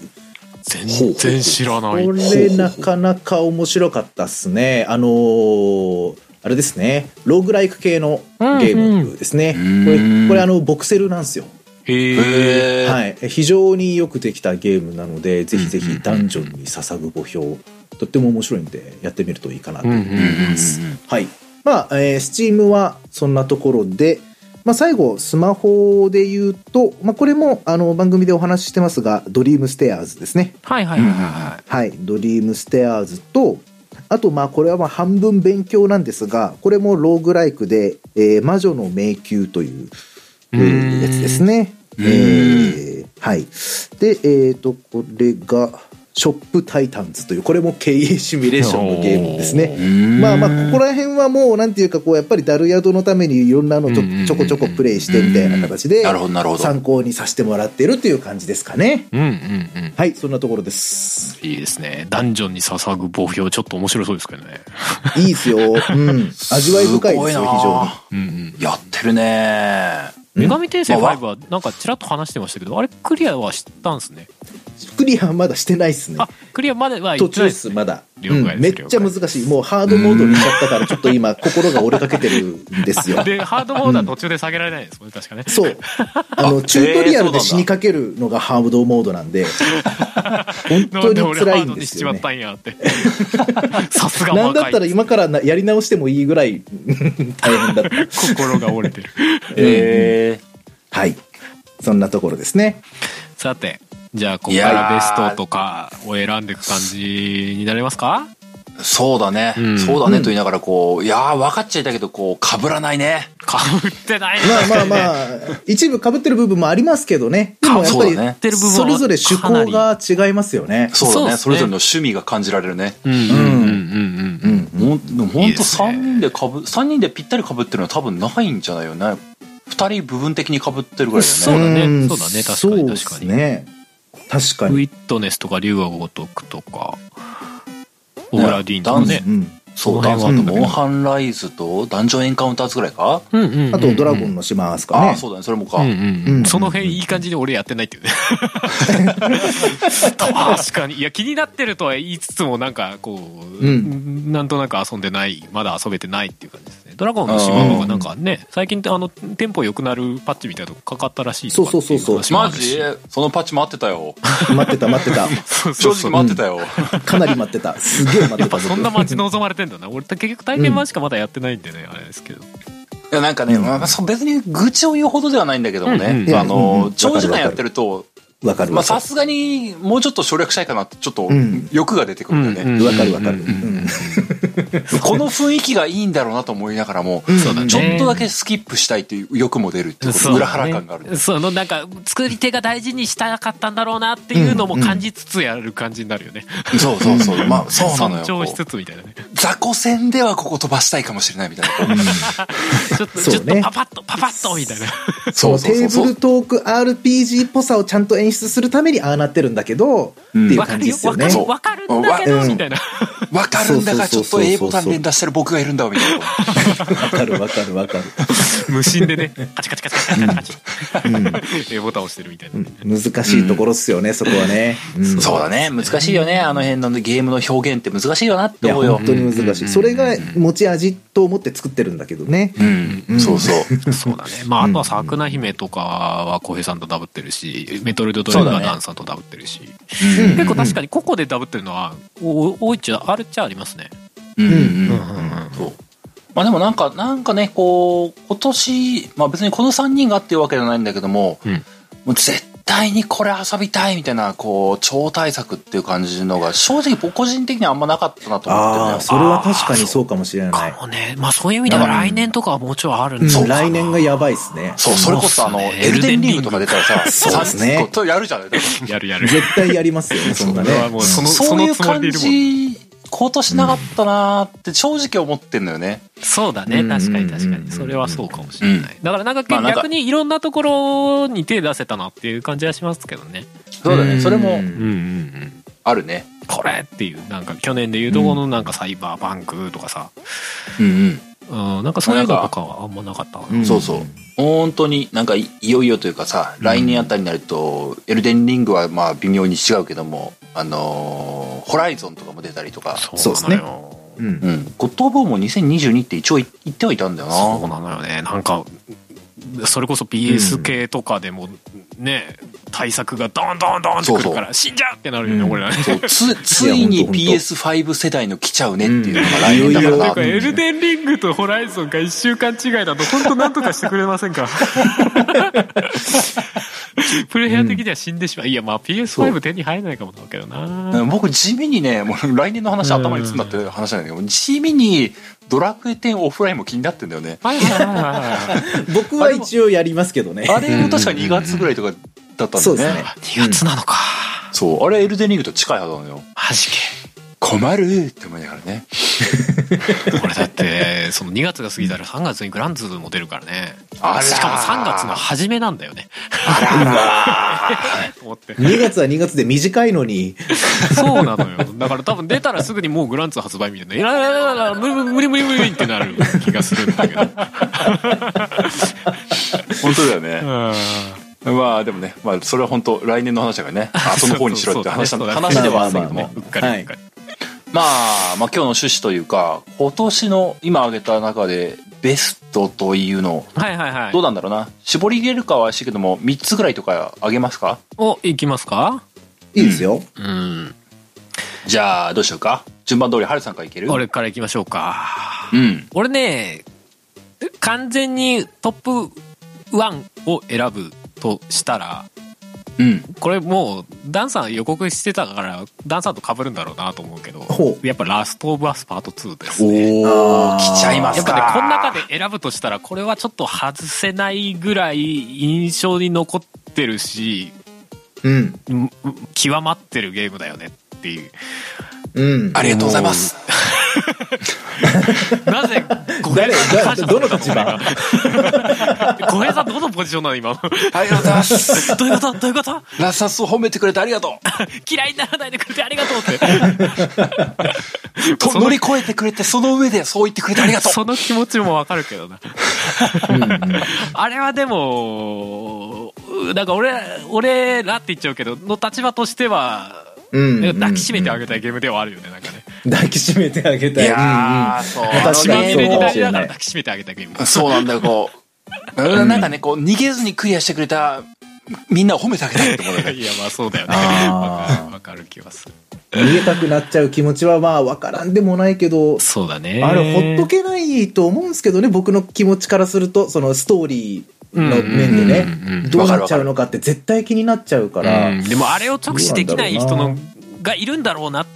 Speaker 2: 全然知らない
Speaker 3: これなかなか面白かったっすね。あのーあれですね。ローグライク系のゲームですね。
Speaker 1: うん
Speaker 3: こ
Speaker 1: う
Speaker 3: れ、
Speaker 1: ん
Speaker 3: これあの、ボクセルなんですよ。
Speaker 2: へえ
Speaker 1: えー
Speaker 3: はい。非常によくできたゲームなので、ぜひぜ
Speaker 2: うんうん
Speaker 3: ひ
Speaker 2: うん
Speaker 3: ダンジョンに捧ぐ墓標、とっても面白いんで、やってみるといいかなと
Speaker 2: うんう
Speaker 3: 思い
Speaker 2: んうん
Speaker 3: ます。はい。まあ、えー、Steam はそんなところで、まあ、最後、スマホで言うと、まあ、これも、あの、番組でお話ししてますが、ドリームステアーズですね。
Speaker 2: はいはいはいは
Speaker 3: はい、ドリームステアーズと、あとまあこれはまあ半分勉強なんですが、これもローグライクで、えー魔女の迷宮という、えー
Speaker 2: うーん
Speaker 3: やつですね。えーはい。で、えっ、と、これが、ショップタイタンズという、これも経営シミュレーションのゲームですね。まあまあ、ここら辺はもう、なんていうか、こう、やっぱりダルヤドのためにいろんなのち
Speaker 2: うんうんうんう
Speaker 3: ょ
Speaker 2: ん
Speaker 3: ちょこちょこプレイしてみたいな形で
Speaker 1: なるほど、なるほど。
Speaker 3: 参考にさせてもらってるっていう感じですかね。
Speaker 2: いうんうんうん
Speaker 3: はい、そんなところです。
Speaker 2: いいですねダンジョンに捧ぐ墓標ちょっと面白そうですけどね
Speaker 3: いいで すよ。うん。味わい深いですよ、非常
Speaker 2: う
Speaker 3: に。
Speaker 2: んうん
Speaker 1: に。やってるね
Speaker 2: 女神転生
Speaker 1: まあ
Speaker 2: 5はなんかちらっと話してましたけどあれクリアはしたんですね
Speaker 3: クリアまだしてないっすね
Speaker 2: あ。クリアまでは行
Speaker 3: 途
Speaker 2: って
Speaker 3: 中
Speaker 2: な
Speaker 3: で
Speaker 2: いです
Speaker 3: す、
Speaker 2: ね
Speaker 3: まだ。
Speaker 2: 了解です
Speaker 3: うんめっちゃ
Speaker 2: 了解で
Speaker 3: 難しい。もうハードモードにしちゃったから、ちょっと今、心が折れかけてるんですよ。
Speaker 2: でハードモードは途中で下げられないですもんね確かね
Speaker 3: そう。あの、チュートリアルで死にかけるのがハードモードなんで、
Speaker 2: な
Speaker 3: 本当
Speaker 2: んで
Speaker 3: に
Speaker 2: 俺ハ
Speaker 3: 辛い
Speaker 2: ー
Speaker 3: ん
Speaker 2: ド
Speaker 3: で
Speaker 2: にし
Speaker 3: す
Speaker 2: ちま
Speaker 3: よ、
Speaker 2: っ
Speaker 3: ね
Speaker 2: た。んや ってさすが
Speaker 3: なんだっ
Speaker 2: 若
Speaker 3: たら
Speaker 2: い
Speaker 3: 今からなやり直してもいいぐらい 大変だった。
Speaker 2: 心が折れてる
Speaker 1: え
Speaker 3: はい。そんなところですね。
Speaker 2: さてじゃあここからベストとかを選んでいく感じになりますか
Speaker 1: ーそうだね、
Speaker 2: うん
Speaker 1: そうだねと言いながらこう、いやー分かっちゃいたけど、こう、かぶらないね。
Speaker 2: かぶってないね
Speaker 3: まあまあ
Speaker 2: 確かにね
Speaker 3: まあ、一部被ってる部分もありますけどね。でもや
Speaker 1: そう
Speaker 3: っ
Speaker 1: だ
Speaker 3: ぱ
Speaker 1: ね
Speaker 2: 被って
Speaker 3: り、
Speaker 2: る部分は
Speaker 3: それぞれ趣向が違いますよね。
Speaker 1: そうだね。そ
Speaker 2: そうですね
Speaker 1: れぞれの趣味が感じられるね。
Speaker 2: うんうんうんうん
Speaker 3: うん。
Speaker 1: もうでもほ
Speaker 2: い
Speaker 1: ん
Speaker 2: いで
Speaker 1: と
Speaker 2: すね
Speaker 1: 3人でかぶ、3人でぴったりかぶってるのは多分ないんじゃないよね。2人部分的にかぶってるぐらいだ
Speaker 2: そ
Speaker 1: よ
Speaker 2: う
Speaker 1: ね。
Speaker 2: だね
Speaker 3: ん
Speaker 2: そうだね確かに
Speaker 3: そうですね。確か
Speaker 2: ウ
Speaker 3: に。
Speaker 2: ィットネスとか竜が如くとかオーラディーンとかね
Speaker 3: うん
Speaker 1: そうう、
Speaker 2: ん
Speaker 1: ダン
Speaker 3: うん
Speaker 1: モンハンライズとダンジョンエンカウンターズぐらいか、
Speaker 2: うんうんうん
Speaker 3: あと、ドラゴンの島ですか
Speaker 1: ああ、
Speaker 3: ね。
Speaker 1: そうだね。それもか。
Speaker 2: うんうん
Speaker 3: う
Speaker 2: うんん、その辺いい感じで俺やってないって いうね確かにいや気になってるとは言いつつもなんかこう、
Speaker 3: う
Speaker 2: なんとなく遊んでないまだ遊べてないっていう感じですねドラゴンの島はなんかね最近ってあのテンポ良くなるパッチみたいなのかかったらしいとかってい
Speaker 3: そうそうそう
Speaker 2: 話もあ
Speaker 1: マ
Speaker 2: る
Speaker 1: ジ
Speaker 2: し
Speaker 1: そのパッチ待ってたよ。
Speaker 3: 待ってた、待ってた。
Speaker 2: そう
Speaker 1: 正
Speaker 2: そうそ
Speaker 1: 直
Speaker 2: う
Speaker 1: 待ってたよ。
Speaker 3: かなり待ってた。すげえ待ってた。
Speaker 2: やっぱそんな
Speaker 3: 僕
Speaker 2: 待ち望まれてんだな俺結局体験版しかまだやってないんでね、あれですけど
Speaker 1: いや、なんかね、まあ、そう別に愚痴を言うほどではないんだけどもね、
Speaker 2: うんうん
Speaker 1: あ
Speaker 3: うんうんうん
Speaker 1: の、長時間やってると、
Speaker 3: わかる
Speaker 1: まあ、
Speaker 3: わか
Speaker 1: さ
Speaker 3: る。
Speaker 1: すがにもうちょっと省略したいかなって、ちょっと
Speaker 3: うん
Speaker 1: 欲が出てくるんだよね。
Speaker 3: わかるわかる。うん
Speaker 1: この雰囲気がいいんだろうなと思いながらも、
Speaker 3: そうだね
Speaker 1: ちょっとだけスキップしたいという欲も出るっていうこと、
Speaker 2: そう
Speaker 1: 裏
Speaker 2: だ
Speaker 1: 腹
Speaker 2: ね
Speaker 1: 感がある。
Speaker 2: そのなんか作り手が大事にしたかったんだろうなっていうのも感じつつやる感じになるよね、
Speaker 1: そうそうそう。まあ、そうなの
Speaker 2: 尊
Speaker 1: よ。
Speaker 2: 重し
Speaker 1: こ
Speaker 2: つつみたいなね
Speaker 1: う雑魚戦ではここ飛ばしたいかもしれないみたいな。こ
Speaker 2: ちょっと、
Speaker 3: そう
Speaker 2: ち
Speaker 3: ね
Speaker 2: ょっとパパッとパパッとみたいな
Speaker 1: う そうそう
Speaker 3: テ
Speaker 1: そうそ
Speaker 3: ーブ
Speaker 1: う
Speaker 3: ル。トーク RPG っぽさをちゃんと演出するためにああなってるんだけど、
Speaker 1: うん
Speaker 3: っていう
Speaker 2: わか
Speaker 3: 感
Speaker 2: る
Speaker 3: じで
Speaker 2: よ
Speaker 3: すよ
Speaker 2: わ
Speaker 3: ね
Speaker 2: か。る
Speaker 1: そう
Speaker 2: わかるんだけ
Speaker 3: う
Speaker 2: ど
Speaker 3: ん
Speaker 2: みたいな
Speaker 1: わかるんだが、ちょっと A ボタン連打してる僕がいるんだわみたいな。
Speaker 3: わかるわかるわかる。
Speaker 2: 無心でねカチカチカチカチカチカチ、 えボタン押してるみたいな、
Speaker 3: 難しいところっすよね、そこはね。うん
Speaker 1: そうだね。難しいよね。あの辺のゲームの表現って難しいよなっ
Speaker 3: い
Speaker 1: て
Speaker 3: や
Speaker 1: 思うよ
Speaker 3: 本。当に難しい。それが持ち味と思って作ってるんだけどね。
Speaker 1: うん。そうそう。
Speaker 2: そうだねまああとは桜姫とかは浩平さんとダブってるしメトロイドドレイブ
Speaker 1: そ
Speaker 2: は
Speaker 1: うだね
Speaker 2: ダンさんとダブってるし、結構確かにここでダブってるのはお多いっちゃあるっちゃありますね
Speaker 1: うんうん
Speaker 2: うんうん
Speaker 1: そう。まあでもなんか、なんかね、こう、今年、まあ別にこの3人がっていうわけじゃないんだけども、
Speaker 2: うん
Speaker 1: もう絶対にこれ遊びたいみたいな、こう、超大作っていう感じのが、正直僕個人的にはあんまなかったなと思ってるの
Speaker 3: あ
Speaker 1: よ
Speaker 3: あ、それは確かにそうかもしれない
Speaker 2: か。もね。まあそういう意味では来年とかはもうちょいあるん
Speaker 3: う
Speaker 2: で
Speaker 3: ん
Speaker 2: すかな
Speaker 3: 来年がやばいですね。
Speaker 1: そう、それこそあの、
Speaker 2: そうっすね
Speaker 1: エルデンリングとか出たらさ、
Speaker 3: そうっすね
Speaker 1: さことやるじゃない
Speaker 2: やるやる。
Speaker 3: 絶対やりますよね、 そんな
Speaker 2: そ
Speaker 3: ね
Speaker 2: れは。もうその、そ
Speaker 1: そうい
Speaker 2: の
Speaker 1: う
Speaker 2: つもり
Speaker 1: 感
Speaker 2: でいるもん。
Speaker 1: じ、今年なかったなーって正直思ってんのよね。
Speaker 2: そうだ
Speaker 3: う
Speaker 2: ね。
Speaker 3: ん
Speaker 2: 確か
Speaker 3: うん
Speaker 2: に確か
Speaker 3: うん
Speaker 2: に。それはそうかもしれない。だからなんか
Speaker 1: まあなんか
Speaker 2: 逆にいろんなところに手出せたなっていう感じはしますけどね。
Speaker 1: そうだね。それも
Speaker 2: うんうんうん。
Speaker 1: あるね。
Speaker 2: これっていうなんか去年でいうとこのなんかサイバーバンクとかさ、
Speaker 1: うん
Speaker 2: うん、なんかそういうのとかはあんまなかったな
Speaker 1: うん。そうそう。本当になんかいいよいよというかさ、来年あたりになると、エルデンリングはまあ微妙に違うけども、あのーホライゾンとかも出たりとか、
Speaker 2: そうなのよ
Speaker 3: うん
Speaker 1: うん。ゴッドオブウォーも2022って一応い言ってはいたんだよ
Speaker 2: そう
Speaker 1: な。
Speaker 2: なのよねなんかそれこそ BS 系とかでもね対策がドンドンドンってくるから死んじゃうってなるよね、
Speaker 3: うん
Speaker 2: 俺らね
Speaker 1: そうつつい
Speaker 3: いや
Speaker 1: に
Speaker 3: ほんとほんと
Speaker 1: PS5 世代の来ちゃうねっていうのが来年だから
Speaker 2: なん
Speaker 1: な
Speaker 2: か、エルデンリングとホライゾンが1週間違いだと、本当なんとかしてくれませんか プレイヤー的には死んでしまう。いや、まあ PS5 手に入らないかもだけどな。
Speaker 1: うん僕地味にねもう来年の話頭につんだって話なんだけど地味にドラクエ10オフラインも気になってんだよね
Speaker 2: はいはいはいはいはい。
Speaker 3: 僕は一応やりますけどね。
Speaker 1: あれも確か2月ぐらいとかだったんだ
Speaker 3: そう
Speaker 1: よ
Speaker 3: で
Speaker 1: ね
Speaker 3: すね。
Speaker 2: 2月なのか。
Speaker 1: そうあれエルデンリングと近いはずなのよ
Speaker 2: マジけ。
Speaker 1: 困るって思いながらね
Speaker 2: 俺だって、その2月が過ぎたら3月にグランツーも出るからね。
Speaker 1: あらー
Speaker 2: しかも3月の初めなんだよね。 と思って。
Speaker 3: 2月は2月で短いのに、
Speaker 2: そうなのよ。だから多分出たらすぐにもうグランツー発売みたいな。いやいやいやいや無理無理無理無理無理ってなる気がするんだけど。
Speaker 1: 本当だよね
Speaker 2: う
Speaker 1: まあでもね、まあ、それは本当来年の話だからねあ その方にしろって話なん
Speaker 2: そうそうそう
Speaker 1: 話ではあるんだけど
Speaker 3: まあまあまあ
Speaker 1: も
Speaker 3: ま
Speaker 2: っかりうっかり。
Speaker 1: まあ、まあ今日の趣旨というか今年の今挙げた中でベストというの
Speaker 2: はいはいはい。
Speaker 1: どうなんだろうな絞り入れるかは怪しいけども3つぐらいとかあげますか
Speaker 2: お、いきますか
Speaker 3: いいですよ。
Speaker 2: うん。
Speaker 1: じゃあどうしようか順番通り春さんからいける
Speaker 2: 俺からいきましょうか。
Speaker 1: うん
Speaker 2: 俺ね、完全にトップ1を選ぶとしたら、
Speaker 1: うん
Speaker 2: これもう、ダンさん予告してたから、ダンさんと被るんだろうなと思うけど
Speaker 3: ほ、う
Speaker 2: やっぱラストオブアスパート2ですね。
Speaker 1: お
Speaker 3: あ
Speaker 1: お
Speaker 3: ー
Speaker 1: 来ちゃいま
Speaker 2: や
Speaker 1: す
Speaker 2: っ
Speaker 1: か
Speaker 2: ぱね、この中で選ぶとしたら、これはちょっと外せないぐらい印象に残ってるし、
Speaker 3: うん。
Speaker 2: んん極まってるゲームだよねっていう。
Speaker 3: うん。
Speaker 1: ありがとうございます
Speaker 2: なぜ、小
Speaker 3: 誰
Speaker 2: 平さんに感謝
Speaker 3: 誰どの立場
Speaker 2: 小平さん どのポジションなの今の。
Speaker 1: ありがとうございます
Speaker 2: どういうことどういうこと
Speaker 1: ラスサスを褒めてくれてありがと
Speaker 2: 嫌いにならないでくれてありがとうって。
Speaker 1: うと乗り越えてくれてその上でそう言ってくれてありがとう
Speaker 2: その気持ちもわかるけどな。あれはでも、なんか俺、俺らって言っちゃうけど、の立場としては、
Speaker 3: うん
Speaker 2: なんか抱きしめてあげたいゲームではあるよね、なんかね。
Speaker 3: 抱きしめてあげたい。
Speaker 1: やーそう
Speaker 3: 確
Speaker 2: 一
Speaker 3: か
Speaker 2: 番上
Speaker 3: にそう
Speaker 2: に
Speaker 3: かも
Speaker 2: な
Speaker 3: し
Speaker 2: り
Speaker 3: れ
Speaker 2: なが
Speaker 3: な
Speaker 2: ら
Speaker 3: い
Speaker 2: 抱。きしめてあげたいゲーム。
Speaker 1: そうなんだよこう、うんなんかねこう逃げずにクリアしてくれたみんなを褒めてあげたいって思うよね
Speaker 2: いや、まあそうだよね。わ
Speaker 3: あー
Speaker 2: かるわかる気はする。
Speaker 3: 逃げたくなっちゃう気持ちはまあわからんでもないけど、
Speaker 2: そうだね。
Speaker 3: あれほっとけないと思うんですけどね、僕の気持ちからすると、そのストーリーの面でね、
Speaker 2: うんうんうんうん
Speaker 3: どうなっちゃうのかって絶対気になっちゃうから、
Speaker 2: うんでもあれを直視できない人
Speaker 3: どうな
Speaker 2: の
Speaker 3: ん
Speaker 2: がいるんだろうなっ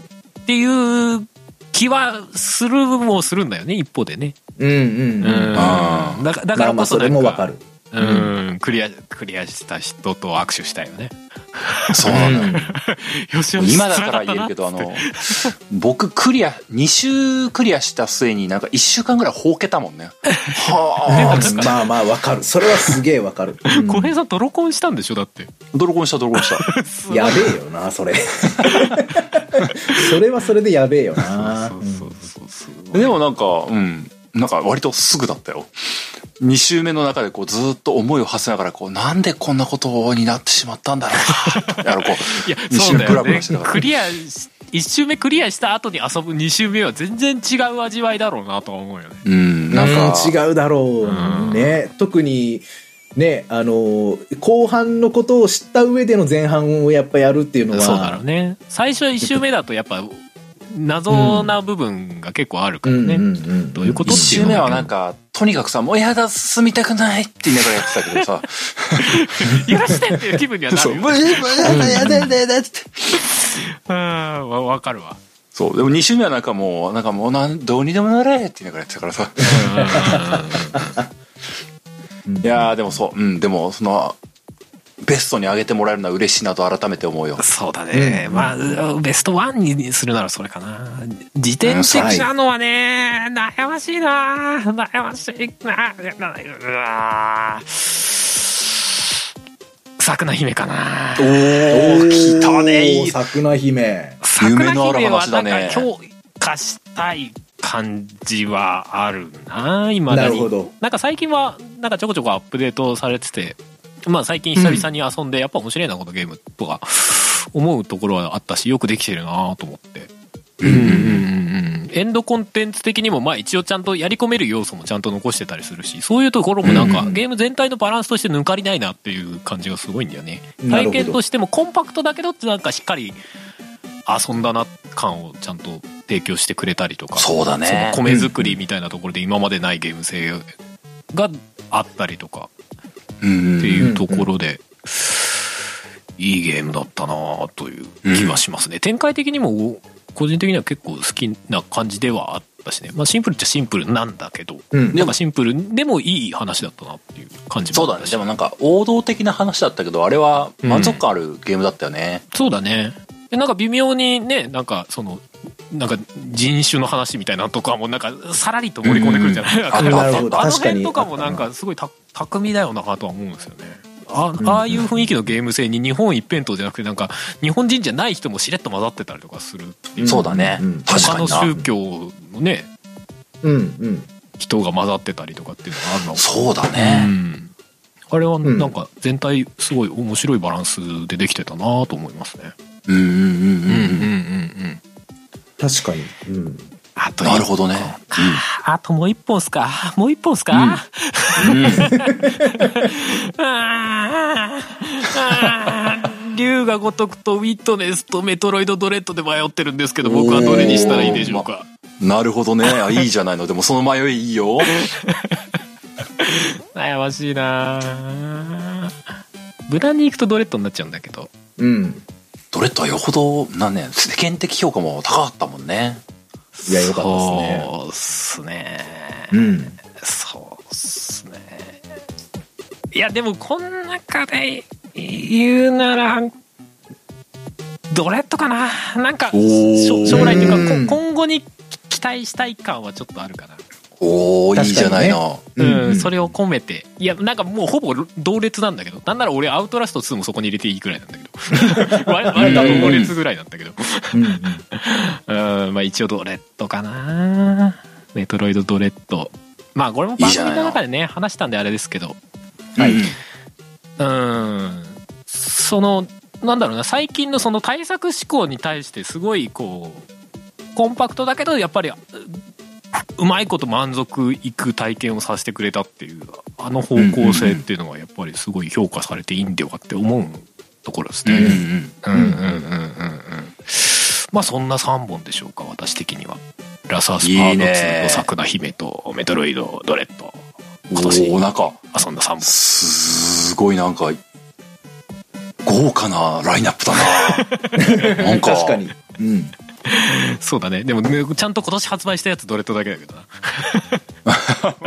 Speaker 2: ていう気はするもするんだよね一方でね
Speaker 3: うんうん。
Speaker 2: うん
Speaker 1: あ
Speaker 2: だかだ
Speaker 3: ま
Speaker 2: か
Speaker 3: あ
Speaker 2: ら
Speaker 3: ま
Speaker 2: こ
Speaker 3: あそ
Speaker 2: そな
Speaker 3: れ
Speaker 2: んか
Speaker 3: もわかる。
Speaker 2: うんクリアクリアした人と握手したいよね
Speaker 1: そうなんだよ
Speaker 2: よしよし
Speaker 1: 今だから言えるけど、あの、僕クリア、2週クリアした末になんか1週間ぐらいほうけたも んね。は
Speaker 2: なんか
Speaker 3: まあまあわかる。それはすげえわ かる。うん
Speaker 2: 小平さん泥コンしたんでしょだって
Speaker 1: あ、ドロゴンした、ドロゴンした。
Speaker 3: やべえよな、それ。それはそれでやべえよな。
Speaker 2: そうそうそうそう
Speaker 1: でもなんか、うん、なんか割とすぐだったよ。2週目の中でこうずっと思いを馳せながら、こう、なんでこんなことになってしまったんだろうな。やろこう、
Speaker 2: いや
Speaker 1: 二
Speaker 2: そう
Speaker 1: 周
Speaker 2: だ
Speaker 1: ブラ
Speaker 2: よ
Speaker 1: ブラ
Speaker 2: ね
Speaker 1: してたから
Speaker 2: クリアし一周目クリアした後に遊ぶ二周目は全然違う味わいだろうなとは思うよね
Speaker 1: うん、なんか、
Speaker 3: うん違うだろう、ね特にねあの後半のことを知った上での前半をやっぱやるっていうのは
Speaker 2: そうだろうね最初1周目だとやっぱ謎な部分が結構あるからね、
Speaker 3: んんん
Speaker 2: どういうこと
Speaker 1: 1
Speaker 2: ってい
Speaker 1: 週
Speaker 2: うの
Speaker 1: 目
Speaker 2: が
Speaker 1: はなんか、ととにかくさ、もうやだ、進みたくないって言いながらやってたけどさ、
Speaker 2: 許してっていう気分には な
Speaker 1: そう
Speaker 2: る、よ
Speaker 1: もうやだ、やだ、やだ、やだって。
Speaker 2: うんわわかるわ
Speaker 1: そう、でも2周目はなんかもう、なんかもうなん、どうにでもなれって言いながらやってたからさ。いやー、でもそう、うん、でも、その、ベストに上げてもらえるのは嬉しいなと改めて思うよ。
Speaker 2: そうだね、まあベストワンにするならそれかな自転車なのはね、悩ましいな悩ましいなうわ桜姫かな
Speaker 1: おー、来たね。いい
Speaker 3: 桜姫。
Speaker 2: 桜姫はな
Speaker 1: 夢
Speaker 2: ん
Speaker 1: のあ
Speaker 2: か
Speaker 1: る話だね
Speaker 2: 強化したい感じはあるな今
Speaker 3: な
Speaker 2: だ
Speaker 3: る
Speaker 2: に
Speaker 3: ほど。
Speaker 2: なんか最近はなんかちょこちょこアップデートされててまあ最近久々に遊んでやっぱ面白いなこのゲームとか思うところはあったしよくできてるなと思ってうんうんうんエンドコンテンツ的にもまあ一応ちゃんとやり込める要素もちゃんと残してたりするしそういうところもなん
Speaker 3: う
Speaker 2: か
Speaker 3: ん
Speaker 2: ゲーム全体のバランスとして抜かりないなっていう感じがすごいんだよね
Speaker 3: なる
Speaker 2: 体
Speaker 3: ほど
Speaker 2: 験としてもコンパクトだけどなんかしっかり遊んだな感をちゃんと提供してくれたりとか
Speaker 1: そうだ
Speaker 2: その
Speaker 1: ね。
Speaker 2: 米作りみたいなところで今までないゲーム性があったりとか
Speaker 1: うん
Speaker 2: っていうところで、いいゲームだったなという気がしますね、展開的にも個人的には結構好きな感じではあったしね、まあ、シンプルっちゃシンプルなんだけど、
Speaker 3: うん
Speaker 2: なんかシンプルでもいい話だったなっていう感じ
Speaker 1: そう
Speaker 2: もあ
Speaker 1: だ
Speaker 2: っ
Speaker 1: ね。
Speaker 2: たし
Speaker 1: でもなんか、王道的な話だったけど、あれは満足感あるゲームだったよね。
Speaker 2: そうだねでなんか微妙にねなんかそのなんか人種の話みたいなのとかもなんかさらりと盛り込んでくるんじゃない、
Speaker 1: んあなるほ
Speaker 3: ど
Speaker 2: あの
Speaker 3: 確か
Speaker 2: 辺
Speaker 3: に
Speaker 2: とかもなんかすごいた巧みだよなとは思うんですよねあああいう雰囲気のゲーム性に日本一辺倒じゃなくてなんか日本人じゃない人もしれっと混ざってたりとかするっていう
Speaker 1: そうだね
Speaker 3: うん。
Speaker 1: 確か
Speaker 2: 他
Speaker 1: に
Speaker 2: の
Speaker 1: な。
Speaker 2: 宗教のね
Speaker 3: うんうん。
Speaker 2: 人が混ざってたりとかっていうのがあるの
Speaker 1: そうだ
Speaker 2: う
Speaker 1: ね。
Speaker 2: んあれは
Speaker 3: ん
Speaker 2: なんか全体すごい面白いバランスでできてたなと思いますね
Speaker 1: うんうんうん
Speaker 2: うん
Speaker 1: うん。
Speaker 2: うんうん
Speaker 3: 確かに。うん。
Speaker 2: あと
Speaker 1: なるほどね。
Speaker 2: あともう一本っすかもう一本っすか、ああああ竜が如くとウィットネスとメトロイドドレッドで迷ってるんですけど僕はどれにしたらいいでしょうか
Speaker 1: なるほどね。あいいじゃないの。でもその迷いいいよ。
Speaker 2: 悩ましいなあ無難に行くとドレッドになっちゃうんだけど
Speaker 3: うん。
Speaker 1: ドレッドはよほど、なんね、世間的評価も高かったもんね。
Speaker 3: いや、よかったですね。
Speaker 2: そうっすね
Speaker 3: うん。
Speaker 2: そうっすねいやでもこの中で言うならドレッドかななんか
Speaker 1: おー
Speaker 2: しょ将来といううんかこ今後に期待したい感はちょっとあるかな
Speaker 1: おお、いい
Speaker 3: 確かにね
Speaker 1: じゃないの。
Speaker 2: うん、それを込めていやなんかもうほぼ同列なんだけどなんなら俺アウトラスト2もそこに入れていいくらいなんだけど 割割と同列ぐらいなんだけど
Speaker 3: うんうん
Speaker 2: うんまあ一応ドレッドかなメトロイドドレッドまあこれも番組の中でね話したんであれですけど
Speaker 1: はい。
Speaker 2: うんそのなんだろうな最近のその対策思考に対してすごいこうコンパクトだけどやっぱりううまいこと満足いく体験をさせてくれたっていうあの方向性っていうのはやっぱりすごい評価されていいんではって思うところです
Speaker 1: うんう
Speaker 2: ね。
Speaker 1: ん。
Speaker 2: うんうんうんうんうんまあそんな3本でしょうか私的には。ラサースパ
Speaker 1: いい
Speaker 2: ート2
Speaker 1: ね
Speaker 2: の桜姫とメトロイドドレッド今年
Speaker 1: おお、なんか、
Speaker 2: 遊んだ3本。
Speaker 1: すごいなんか、豪華なラインナップだ な。なんか、
Speaker 3: 確かに。うん。
Speaker 2: そうだね。でもね、ちゃんと今年発売したやつどれとだけだけどな。
Speaker 3: 確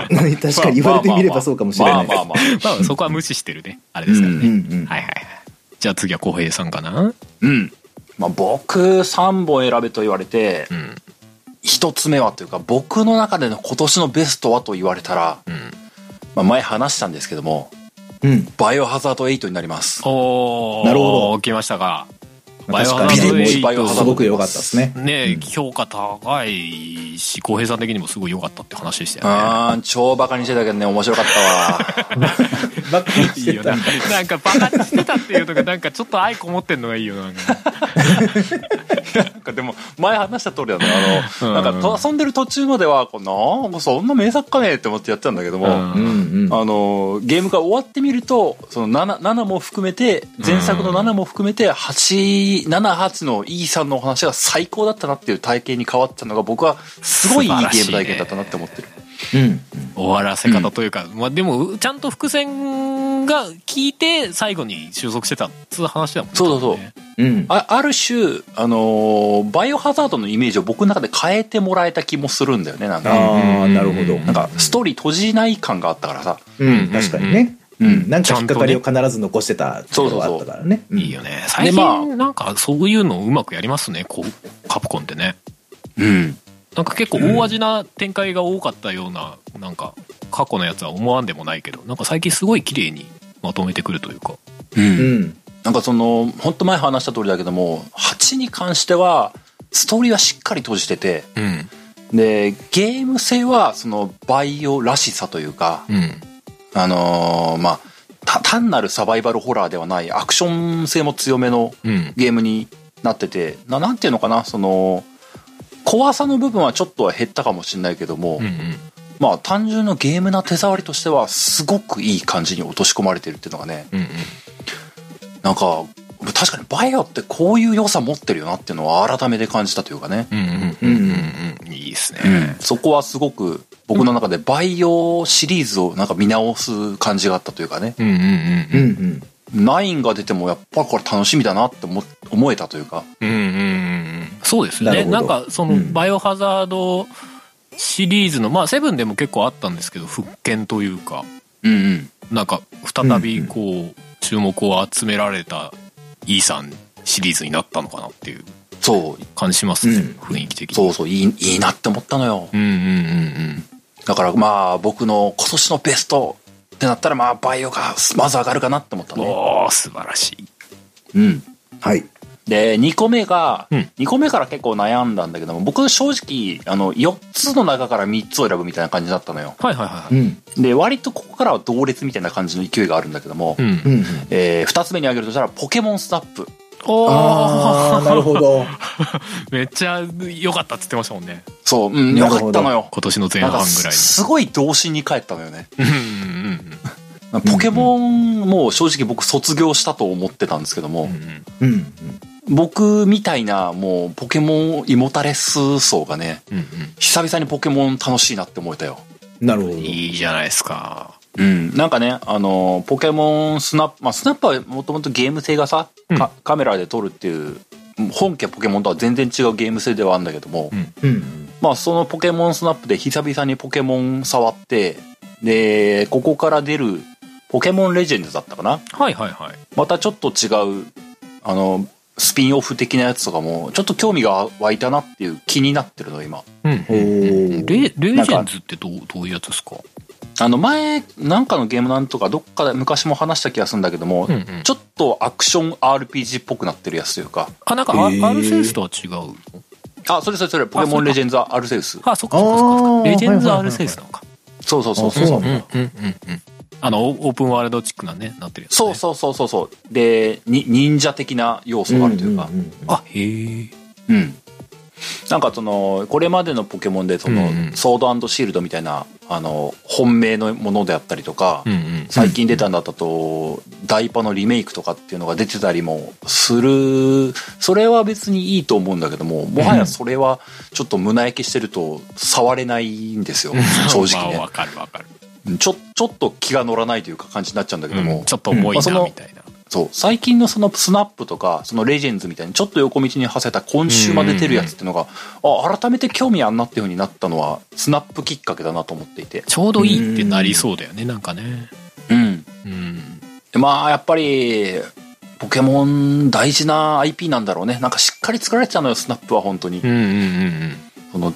Speaker 3: かに言われてみればそうかもしれない
Speaker 1: ま。あまあまあまあ
Speaker 2: まあそこは無視してるね。あれですから
Speaker 3: うん
Speaker 2: ね。
Speaker 3: うん
Speaker 2: はいはいはい。じゃあ次は浩平さんかな。
Speaker 1: うん。まあ僕、3本選べと言われて
Speaker 2: う、ん。
Speaker 1: 一つ目はというか、僕の中での今年のベストはと言われたら、
Speaker 2: うん。
Speaker 1: まあ前話したんですけども、
Speaker 3: うん。
Speaker 1: バイオハザード8になります。
Speaker 2: おー。
Speaker 3: なるほど
Speaker 2: 来ましたか。
Speaker 3: まあ確か
Speaker 1: ビレッ
Speaker 3: に
Speaker 1: ジバイオハザード
Speaker 3: すごく良かったですね。
Speaker 2: ねえ、評価高いし、浩平さん的にもすごい良かったって話でしたよね。
Speaker 1: あー、超バカにしてたけどね、面白かったわ。
Speaker 3: ばっかりし
Speaker 2: いい
Speaker 3: て
Speaker 2: よな
Speaker 3: た
Speaker 2: ん。かなんかバカにしてたっていうのがなんかちょっと愛こもってんのがいいよなんか
Speaker 1: なんかでも、前話した通りだね。あの、
Speaker 2: うん
Speaker 1: なんかと遊んでる途中までは、こうなんかそんな名作かねって思ってやってたんだけども、
Speaker 2: うん
Speaker 3: うんうん。
Speaker 1: あの、ゲームが終わってみると、その 7, 7も含めて、前作の7も含めて、8、7、8の E さんのお話が最高だったなっていう体験に変わったのが、僕はすごいいいゲーム体験だったなって思ってる。
Speaker 3: うん。
Speaker 2: 終わらせ方というか、まあでもちゃんと伏線が効いて最後に収束してたっつう話だもんね
Speaker 1: そうそうそう
Speaker 2: ね
Speaker 3: うん。
Speaker 1: あある種、あのーバイオハザードのイメージを僕の中で変えてもらえた気もするんだよねなんか
Speaker 3: ああ、なるほど。
Speaker 1: なんかストーリー閉じない感があったからさ
Speaker 3: うん、確かにね。うん、なんか引っかかりを
Speaker 2: ち
Speaker 3: 必ず残してたところがあったからね。うん
Speaker 2: いいよね最近、
Speaker 1: でまあ
Speaker 2: なんかそういうのをうまくやりますねこうカプコンってね
Speaker 1: うん
Speaker 2: なんか結構大味な展開が多かったような、なんか過去のやつは思わんでもないけどなんか最近すごい綺麗にまとめてくるというか
Speaker 1: う
Speaker 3: うんん。
Speaker 1: なんかその本当前話した通りだけども8に関してはストーリーはしっかり閉じてて
Speaker 2: うん
Speaker 1: でゲーム性はそのバイオらしさというか
Speaker 2: うん
Speaker 1: あのーまあた単なるサバイバルホラーではないアクション性も強めの
Speaker 2: うん
Speaker 1: ゲームになっててななんていうのかなその怖さの部分はちょっとは減ったかもしれないけども、
Speaker 2: うんうん
Speaker 1: まあ単純なゲームな手触りとしてはすごくいい感じに落とし込まれてるっていうのがね
Speaker 2: うんうん
Speaker 1: なんか確かにバイオってこういう良さ持ってるよなっていうのは改めて感じたというかね、
Speaker 2: うんうんうんうんうんいいですね、
Speaker 1: そこはすごく僕の中でバイオシリーズをなんか見直す感じがあったというかね
Speaker 2: うんうんうん
Speaker 3: うんうん。
Speaker 1: 9が出てもやっぱりこれ楽しみだなって思思えたというか
Speaker 2: うんうんうんうんそうです
Speaker 3: なる
Speaker 2: ね
Speaker 3: ほど
Speaker 2: なんかその
Speaker 3: うん
Speaker 2: バイオハザードシリーズのまあセブンでも結構あったんですけど復権というか
Speaker 1: うんうん
Speaker 2: なんか再びこう注目を集められたイーサンシリーズになったのかなっていう
Speaker 1: そう
Speaker 2: 感じしますね、
Speaker 3: うん
Speaker 2: 雰囲気的に
Speaker 1: そうそういいいいなって思ったのよ
Speaker 2: うんうんうん
Speaker 1: だからまあ僕の今年のベストってなったらまあバイオがまず上がるかなって思った
Speaker 2: うん
Speaker 1: の、
Speaker 2: おー素晴らしい
Speaker 1: うん、
Speaker 3: はい。
Speaker 1: で2個目が、
Speaker 2: うん
Speaker 1: 2個目から結構悩んだんだけども僕正直あの4つの中から3つを選ぶみたいな感じだったのよ
Speaker 2: はいはいは
Speaker 3: う
Speaker 2: い
Speaker 3: ん。
Speaker 1: で割とここからは同列みたいな感じの勢いがあるんだけども、
Speaker 2: うん、
Speaker 3: うん。
Speaker 1: え2つ目に挙げるとしたらポケモンスナップ
Speaker 2: お
Speaker 3: ああ、なるほ ど。
Speaker 2: ーめっちゃ良かったっつってましたもんね
Speaker 1: そううんよ
Speaker 3: なる
Speaker 1: か
Speaker 3: ほ
Speaker 1: っ
Speaker 3: ど
Speaker 1: たのよ
Speaker 2: 今年の前
Speaker 1: なん
Speaker 2: 半
Speaker 1: か
Speaker 2: ぐらい
Speaker 1: すごい童心に帰ったのよね
Speaker 2: にうんうん
Speaker 1: ポケモンも正直僕卒業したと思ってたんですけども、
Speaker 2: うんうん
Speaker 3: うん。うん
Speaker 1: 僕みたいなもうポケモン胃もたれ数層がね
Speaker 2: うんうん
Speaker 1: 久々にポケモン楽しいなって思えたよ
Speaker 3: なるほど。
Speaker 2: うんいいじゃないですか
Speaker 1: うんなんかねあのポケモンスナップまあスナップはもともとゲーム性がさ、
Speaker 2: うん
Speaker 1: かカメラで撮るっていう本家ポケモンとは全然違うゲーム性ではあるんだけども、
Speaker 2: うん
Speaker 3: うん。
Speaker 1: まあそのポケモンスナップで久々にポケモン触ってでここから出るポケモンレジェンドだったかな
Speaker 2: はいはいはい
Speaker 1: またちょっと違うあのスピンオフ的なやつとかもちょっと興味が湧いたなっていう気になってるの今
Speaker 2: うん
Speaker 3: おー
Speaker 2: レレジェンズってどうどういうやつですか
Speaker 1: あの前なんかのゲームなんとかどっかで昔も話した気がするんだけども、
Speaker 2: うんうん
Speaker 1: ちょっとアクション RPG っぽくなってるやつというか
Speaker 2: あなんかア,、
Speaker 3: へー
Speaker 2: r セウスとは違うの
Speaker 1: あそれそれそれポケモンレジェンズアルセウス
Speaker 2: あそっかそっかそっ
Speaker 3: あー
Speaker 2: かレジェンズ
Speaker 3: はいはい
Speaker 2: r
Speaker 3: はいはい
Speaker 2: セウスなのか
Speaker 1: そうそうそう
Speaker 3: あ
Speaker 1: そ
Speaker 3: そう
Speaker 1: そ
Speaker 3: うな
Speaker 1: うん
Speaker 3: だ。
Speaker 2: うんうんうんあのオオープンワールドチックなねなってるやつ、ね、
Speaker 1: そうそうそうそうそうでに忍者的な要素があるというか
Speaker 3: んん
Speaker 2: あへえ
Speaker 1: うん、なんかそのこれまでのポケモンでその、
Speaker 2: うんうん
Speaker 1: ソードシールドみたいなあの本命のものであったりとか、
Speaker 2: うんうん
Speaker 1: 最近出たんだったと、ダイパのリメイクとかっていうのが出てたりもする、それは別にいいと思うんだけども、もはやそれはちょっと胸焼けしてると触れないんですよ、正直
Speaker 2: まあ
Speaker 1: ね
Speaker 2: わ。かるわかる、
Speaker 1: ちょ、ちょっと気が乗らないというか感じになっちゃうんだけども、
Speaker 2: うんちょっと重い
Speaker 1: まあそ
Speaker 2: な
Speaker 1: の
Speaker 2: みたいな、
Speaker 1: そう、最近のそのスナップとか、そのレジェンズみたいにちょっと横道に馳せた今週まで出てるやつっていうのが、あ、改めて興味あんなっていう風になったのは、スナップきっかけだなと思っていて。
Speaker 2: ちょうどいいってなりそうだよねなんかね
Speaker 1: うん。
Speaker 2: うん
Speaker 1: でまあやっぱりポケモン大事な IP なんだろうねなんかしっかり作られてたのよスナップは本当に、
Speaker 2: うんうんうん
Speaker 1: その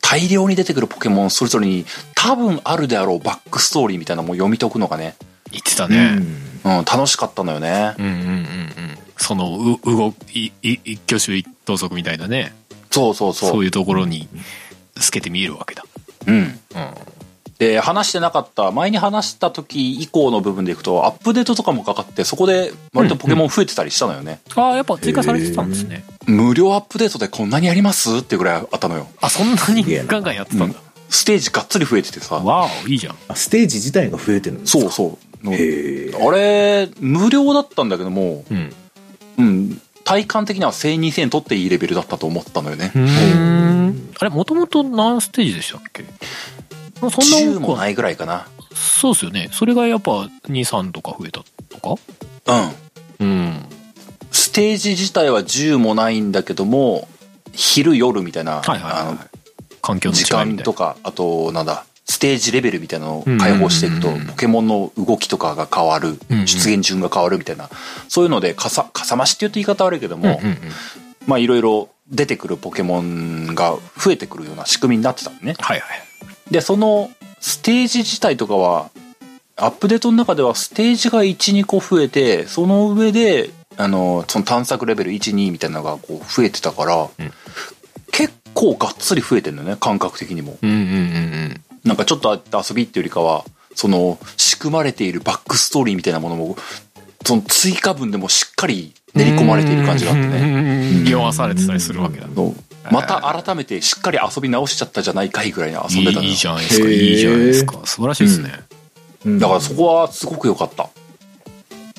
Speaker 1: 大量に出てくるポケモンそれぞれに多分あるであろうバックストーリーみたいなのも読み解くのがね、
Speaker 2: 言ってた
Speaker 3: う
Speaker 2: ね、
Speaker 3: ん
Speaker 1: うん、楽しかったのよね、
Speaker 2: うん、うんうんうんそのう動いい一挙手一投足みたいなね
Speaker 1: そうそうそう
Speaker 2: そういうところに透けて見えるわけだ
Speaker 1: うん、
Speaker 2: うん
Speaker 1: で話してなかった前に話した時以降の部分でいくとアップデートとかもかかってそこで割とポケモン増えてたりしたのよね、
Speaker 2: ああやっぱ追加されてたんですね
Speaker 1: 無料アップデートでこんなにやりますってぐらいあったのよ
Speaker 2: あそんなに
Speaker 3: すげえな
Speaker 2: ガンガンやってたんだ、
Speaker 1: ステージがっつり増えててさ
Speaker 2: わおいいじゃん
Speaker 3: あステージ自体が増えてるんですか
Speaker 1: そうそう
Speaker 3: へえ。
Speaker 1: あれ、無料だったんだけども、
Speaker 2: うん
Speaker 1: うん、体感的には1000、2000取っていいレベルだったと思ったのよね。
Speaker 2: うんあれもともと何ステージでしたっけそんな
Speaker 1: 10
Speaker 2: 多く
Speaker 1: も
Speaker 2: は
Speaker 1: ないぐらいかな。
Speaker 2: そうですよねそれがやっぱ23とか増えたとか
Speaker 1: うん。
Speaker 2: うん
Speaker 1: ステージ自体は10もないんだけども、昼夜みたいな、
Speaker 2: はいはいはい、
Speaker 1: あの
Speaker 2: 環境の違
Speaker 1: 時
Speaker 2: いみたい
Speaker 1: 間
Speaker 2: な
Speaker 1: とか、あと、なんだ、ステージレベルみたいなのを解放していくと、
Speaker 2: うんうんうんうん
Speaker 1: ポケモンの動きとかが変わる、
Speaker 2: うんうん
Speaker 1: 出現順が変わるみたいな、そういうので、かさ、かさ増しって言うと言い方悪いけども、
Speaker 2: うんうんうん
Speaker 1: まあいろいろ出てくるポケモンが増えてくるような仕組みになってたのね。
Speaker 2: はいはい
Speaker 1: で、そのステージ自体とかは、アップデートの中ではステージが1、2個増えて、その上で、あの、その探索レベル1、2みたいなのがこう増えてたから、
Speaker 2: ん
Speaker 1: 結構がっつり増えてんだよね、感覚的にも。
Speaker 2: うんうんうん
Speaker 1: なんかちょっとあった遊びっていうよりかは、その、仕組まれているバックストーリーみたいなものも、その追加分でもしっかり練り込まれている感じがあってね。
Speaker 2: ね匂わされてたりするわけだ
Speaker 1: のまた改めてしっかり遊び直しちゃったじゃないかいぐらいに遊んでたの
Speaker 2: い
Speaker 1: よ
Speaker 2: いじゃないですか
Speaker 3: へー
Speaker 2: いいじゃないですか素晴らしいですね、
Speaker 3: うん
Speaker 1: だからそこはすごく良かった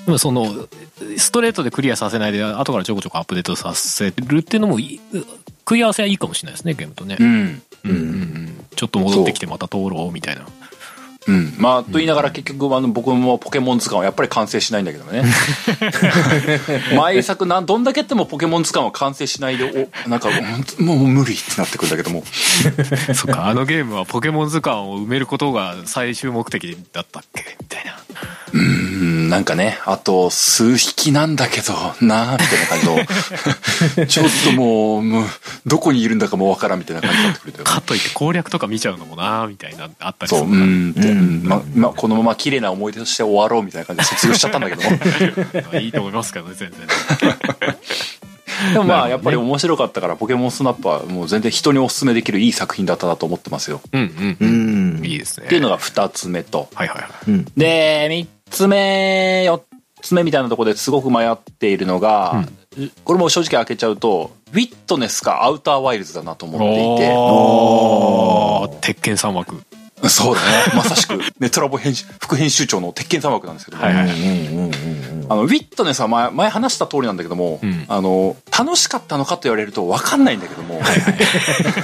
Speaker 2: でもそのストレートでクリアさせないで後からちょこちょこアップデートさせるっていうのもいい食い合わせはいいかもしれないですねゲームとね、
Speaker 1: うん
Speaker 2: うんうんうん、ちょっと戻ってきてまた通ろうみたいな
Speaker 1: うんまあと言いながら結局あの僕もポケモン図鑑はやっぱり完成しないんだけどね 毎作なんどんだけやってもポケモン図鑑は完成しないでおなんかもうもう無理ってなってくるんだけども
Speaker 2: そっかあのゲームはポケモン図鑑を埋めることが最終目的だったっけみたいな
Speaker 1: うんなんかねあと数匹なんだけどなあみたいな感じ のちょっともうもうどこにいるんだかもわからんみたいな感じになってくるんだよね
Speaker 2: かといって攻略とか見ちゃうのもなみたいなあったりす
Speaker 1: そう、う
Speaker 2: るから
Speaker 1: んって、
Speaker 3: うん
Speaker 1: うんま、ま、このまま綺麗な思い出として終わろうみたいな感じで卒業しちゃったんだ けども。
Speaker 2: いいと思いますけどね全然
Speaker 1: でもまあ、
Speaker 2: な
Speaker 1: や
Speaker 2: る
Speaker 1: っぱ
Speaker 2: ほどね
Speaker 1: り面白かったから、ポケモンスナップはもう全然人にお勧めできるいい作品だったなと思ってますよ。
Speaker 2: うん
Speaker 3: う
Speaker 2: うん
Speaker 3: ん
Speaker 2: いいですね
Speaker 1: っていうのが二つ目と。
Speaker 2: はいはいはい
Speaker 3: うん
Speaker 1: で、三つ目、四つ目みたいなところですごく迷っているのが、これも正直開けちゃうと、ウィットネスかアウターワイルズだなと思っていて。
Speaker 2: おー鉄拳三枠
Speaker 1: そうだね。まさし く、ね、トラボ編集、副編集長の鉄拳三枠なんですけども、
Speaker 2: はいはい
Speaker 3: うんうんうんうん
Speaker 1: あの、ウィットネスは前、前話した通りなんだけども、
Speaker 2: うん
Speaker 1: あの、楽しかったのかと言われると分かんないんだけども、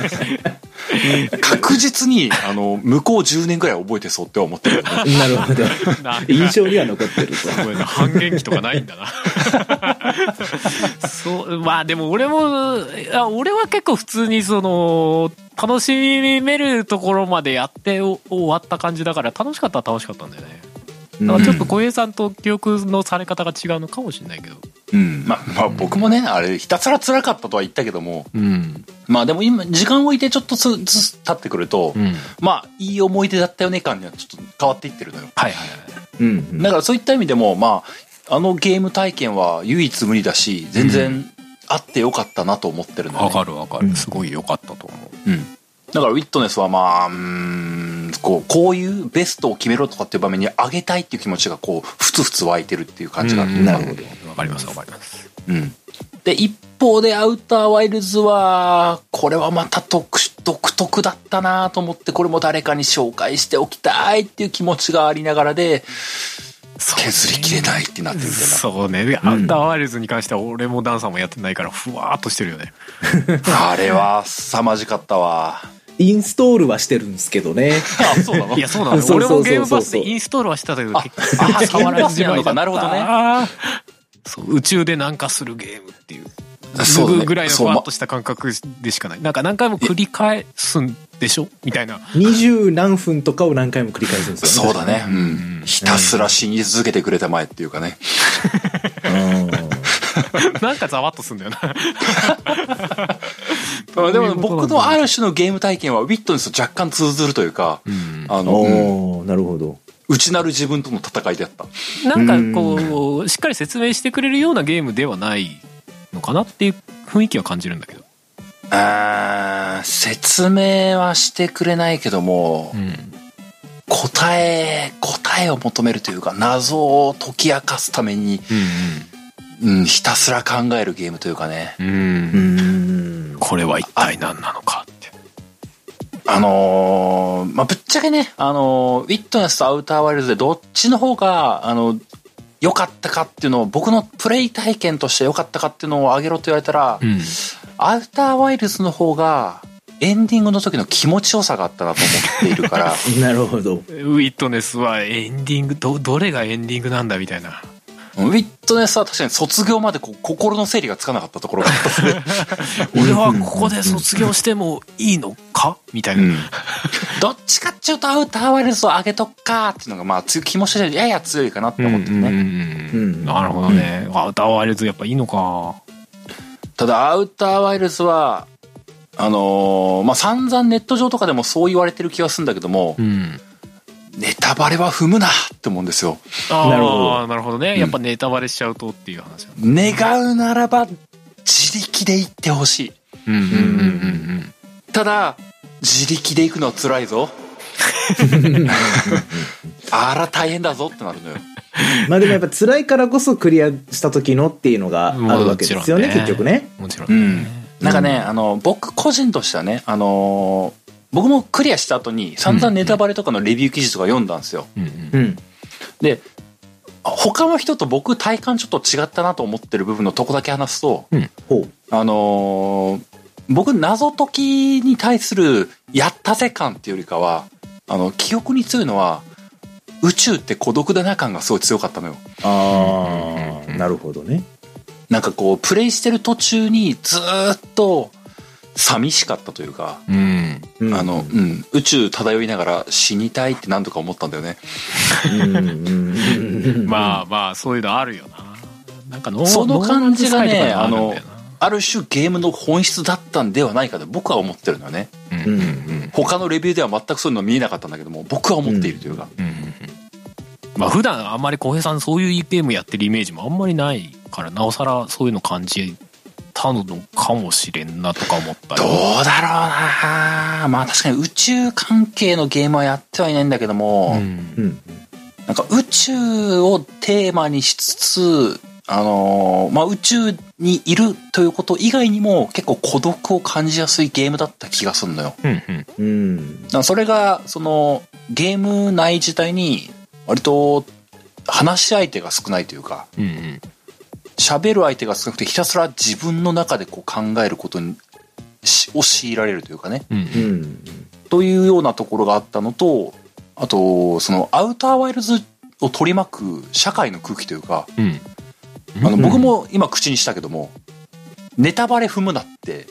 Speaker 1: 確実に、あの、向こう10年ぐらい覚えてそうって思ってるけどね。
Speaker 3: なる ほど
Speaker 2: なんか
Speaker 3: 印象には残ってると
Speaker 2: ごめんな半減期とかないんだ なそうまあでも俺もあ俺は結構普通にその楽しめるところまでやってお終わった感じだから楽しかったら楽しかったんだよねだからちょっと小平さんと記憶のされ方が違うのかもしれないけど
Speaker 1: うん。まあ、まあ僕もね、あれ、ひたすら辛かったとは言ったけども、
Speaker 2: うん
Speaker 1: まあでも今、時間を置いてちょっとずつ経ってくると、
Speaker 2: うん
Speaker 1: まあ、いい思い出だったよね感にはちょっと変わっていってるのよ。
Speaker 2: はいはいはい
Speaker 3: うんうん
Speaker 1: だからそういった意味でも、まあ、あのゲーム体験は唯一無二だし、全然あってよかったなと思ってるのよ、ね
Speaker 2: わかるわか
Speaker 3: うん
Speaker 2: るすごい良かったと思
Speaker 1: うん、だからウィットネスはまあうーんこうこういうベストを決めろとかっていう場面に上げたいっていう気持ちがこうふつふつ湧いてるっていう感じがある、
Speaker 2: う
Speaker 1: うん
Speaker 2: ん
Speaker 3: なるほど
Speaker 2: うわかりますわかります
Speaker 1: で一方でアウターワイルズはこれはまた特殊独特だったなと思ってこれも誰かに紹介しておきたいっていう気持ちがありながらで削りきれないってなってるみたいな
Speaker 2: そうねアウターワイルズに関しては俺もダンさんもやってないからふわーっとしてるよね
Speaker 1: あれは凄まじかったわ
Speaker 3: インストールはしてるんですけどね
Speaker 1: あそうなの
Speaker 2: いや、そうなの。
Speaker 3: そう
Speaker 2: 俺
Speaker 3: そ
Speaker 2: も
Speaker 3: うそうそう
Speaker 2: ゲームパスでインストールはしてたけど、
Speaker 1: あ
Speaker 2: 結局触らず
Speaker 1: あゲームパスやんのかなるほどね
Speaker 2: ね。そう、宇宙でなんかするゲームっていう。す
Speaker 1: だ
Speaker 2: ぐ
Speaker 1: ね
Speaker 2: ぐらいのふ
Speaker 1: そう
Speaker 2: わ
Speaker 1: ま
Speaker 2: っとした感覚でしかない。なんか何回も繰り返すんでしょみたいな。
Speaker 3: 二十何分とかを何回も繰り返すんですよ
Speaker 1: そうだね、うん、ひたすら信じ続けてくれたまえっていうかね
Speaker 2: なんかざわっとすんだよな。
Speaker 1: うんでも僕のある種のゲーム体験はウィットネスと若干通ずるというか、あ
Speaker 3: お
Speaker 1: の、うん
Speaker 3: おーなるほど
Speaker 1: 内なる自分との戦いであった。
Speaker 2: なんかこう、しっかり説明してくれるようなゲームではないのかなっていう雰囲気は感じるんだけど。
Speaker 1: あー説明はしてくれないけども、
Speaker 2: うん。
Speaker 1: 答え、答えを求めるというか、謎を解き明かすために、うん、ひたすら考えるゲームというかね。
Speaker 2: うんうん。
Speaker 3: う
Speaker 2: うん。
Speaker 3: ん
Speaker 2: これは一体何なのかって。
Speaker 1: あのーまあ、ぶっちゃけね、あのーウィットネスとアウターワイルズでどっちの方が、あの、良かったかっていうのを、僕のプレイ体験として良かったかっていうのをあげろと言われたら、
Speaker 2: ん。
Speaker 1: アウターワイルズの方がエンディングの時の気持ちよさがあったなと思っているから
Speaker 3: なるほ
Speaker 2: ウ
Speaker 3: ど。
Speaker 2: ィットネスはエンディングどどれがエンディングなんだみたいな
Speaker 1: ウィットネスは確かに卒業までこう心の整理がつかなかったところがあったですね
Speaker 2: 俺はここで卒業してもいいのかみたいな、
Speaker 1: どっちかっちゅうとアウターワイルズを上げとくかっていうのがまあ強い気持ちでやや強いかなって思ってるね、
Speaker 2: うんうんうんなるほどね、あ歌われずやっぱいいのか
Speaker 1: ただアウターワイルズはあのーまあ散々ネット上とかでもそう言われてる気がするんだけども、
Speaker 2: うん
Speaker 1: ネタバレは踏むなって思うんですよ
Speaker 2: あ
Speaker 3: なるほど
Speaker 2: あなるほどねやっぱネタバレしちゃうとっていう話だね
Speaker 1: 願うならば自力で行ってほしい
Speaker 2: うんうんうん
Speaker 1: ただ自力で行くのは辛い ぞあら大変だぞってなるのよ
Speaker 3: まあでもやっぱ辛いからこそクリアした時のっていうのが
Speaker 2: うん
Speaker 3: あるわけですよね、
Speaker 2: もちろ
Speaker 3: 結
Speaker 2: ん
Speaker 3: 局ね。
Speaker 2: もちろんね
Speaker 1: なんかね、あの僕個人としてはねあのー僕もクリアした後に散々ネタバレとかのレビュー記事とか読んだんですよ
Speaker 2: うんうん
Speaker 3: うん。
Speaker 1: で他の人と僕体感ちょっと違ったなと思ってる部分のとこだけ話すと
Speaker 3: ほう。
Speaker 1: あのー僕謎解きに対するやったぜ感っていうよりかはあの記憶に強いのは宇宙って孤独だな感がすごい強かったのよ
Speaker 3: ああ、なるほどね。
Speaker 1: なんかこうプレイしてる途中にずーっと寂しかったというか、
Speaker 2: うん
Speaker 3: うん
Speaker 1: あの、うん、宇宙漂いながら死にたいって何とか思ったんだよね。
Speaker 3: うんうんうん
Speaker 2: まあまあそういうのあるよななんかノー
Speaker 1: その感じがね
Speaker 2: ノーマルサイドとかにもるんだよ
Speaker 1: ある種ゲームの本質だったんではないかと僕は思ってるのよね。
Speaker 2: な
Speaker 3: うん
Speaker 1: 他のレビューでは全くそういうの見えなかったんだけども、僕は思っているというか。
Speaker 2: うんうんうんまあ普段あんまり浩平さんそういうゲームやってるイメージもあんまりないからなおさらそういうの感じたのかもしれんなとか思ったり
Speaker 1: どうだろうなまあ確かに宇宙関係のゲームはやってはいないんだけども、
Speaker 2: うん
Speaker 3: うん
Speaker 1: なんか宇宙をテーマにしつつ、あのーまあ宇宙にいるということ以外にも結構孤独を感じやすいゲームだった気がするのよ。
Speaker 2: うんうん
Speaker 3: うん
Speaker 1: だからそれがそのゲーム内自体に割と話し相手が少ないというか
Speaker 2: うんうん
Speaker 1: 喋る相手が少なくてひたすら自分の中でこう考えることにしを強いられるというかね
Speaker 2: うんうん
Speaker 3: うん
Speaker 1: というようなところがあったのとあとそのアウターワイルズを取り巻く社会の空気というか
Speaker 2: うん
Speaker 1: あの僕も今口にしたけどもネタバレ踏むなって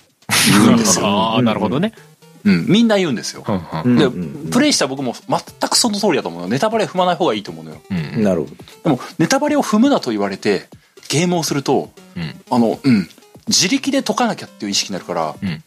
Speaker 1: 言うんですよ、
Speaker 2: ああなるほどね
Speaker 1: うん、みんな言うんですよ
Speaker 2: うん
Speaker 3: うん
Speaker 1: で
Speaker 3: うん
Speaker 1: プレイした僕も全くその通りだと思うのネタバレ踏まない方がいいと思うのよ
Speaker 2: うん
Speaker 3: なるほど
Speaker 1: でもネタバレを踏むなと言われてゲームをすると
Speaker 2: うん
Speaker 1: あのうん自力で解かなきゃっていう意識になるから、
Speaker 2: うん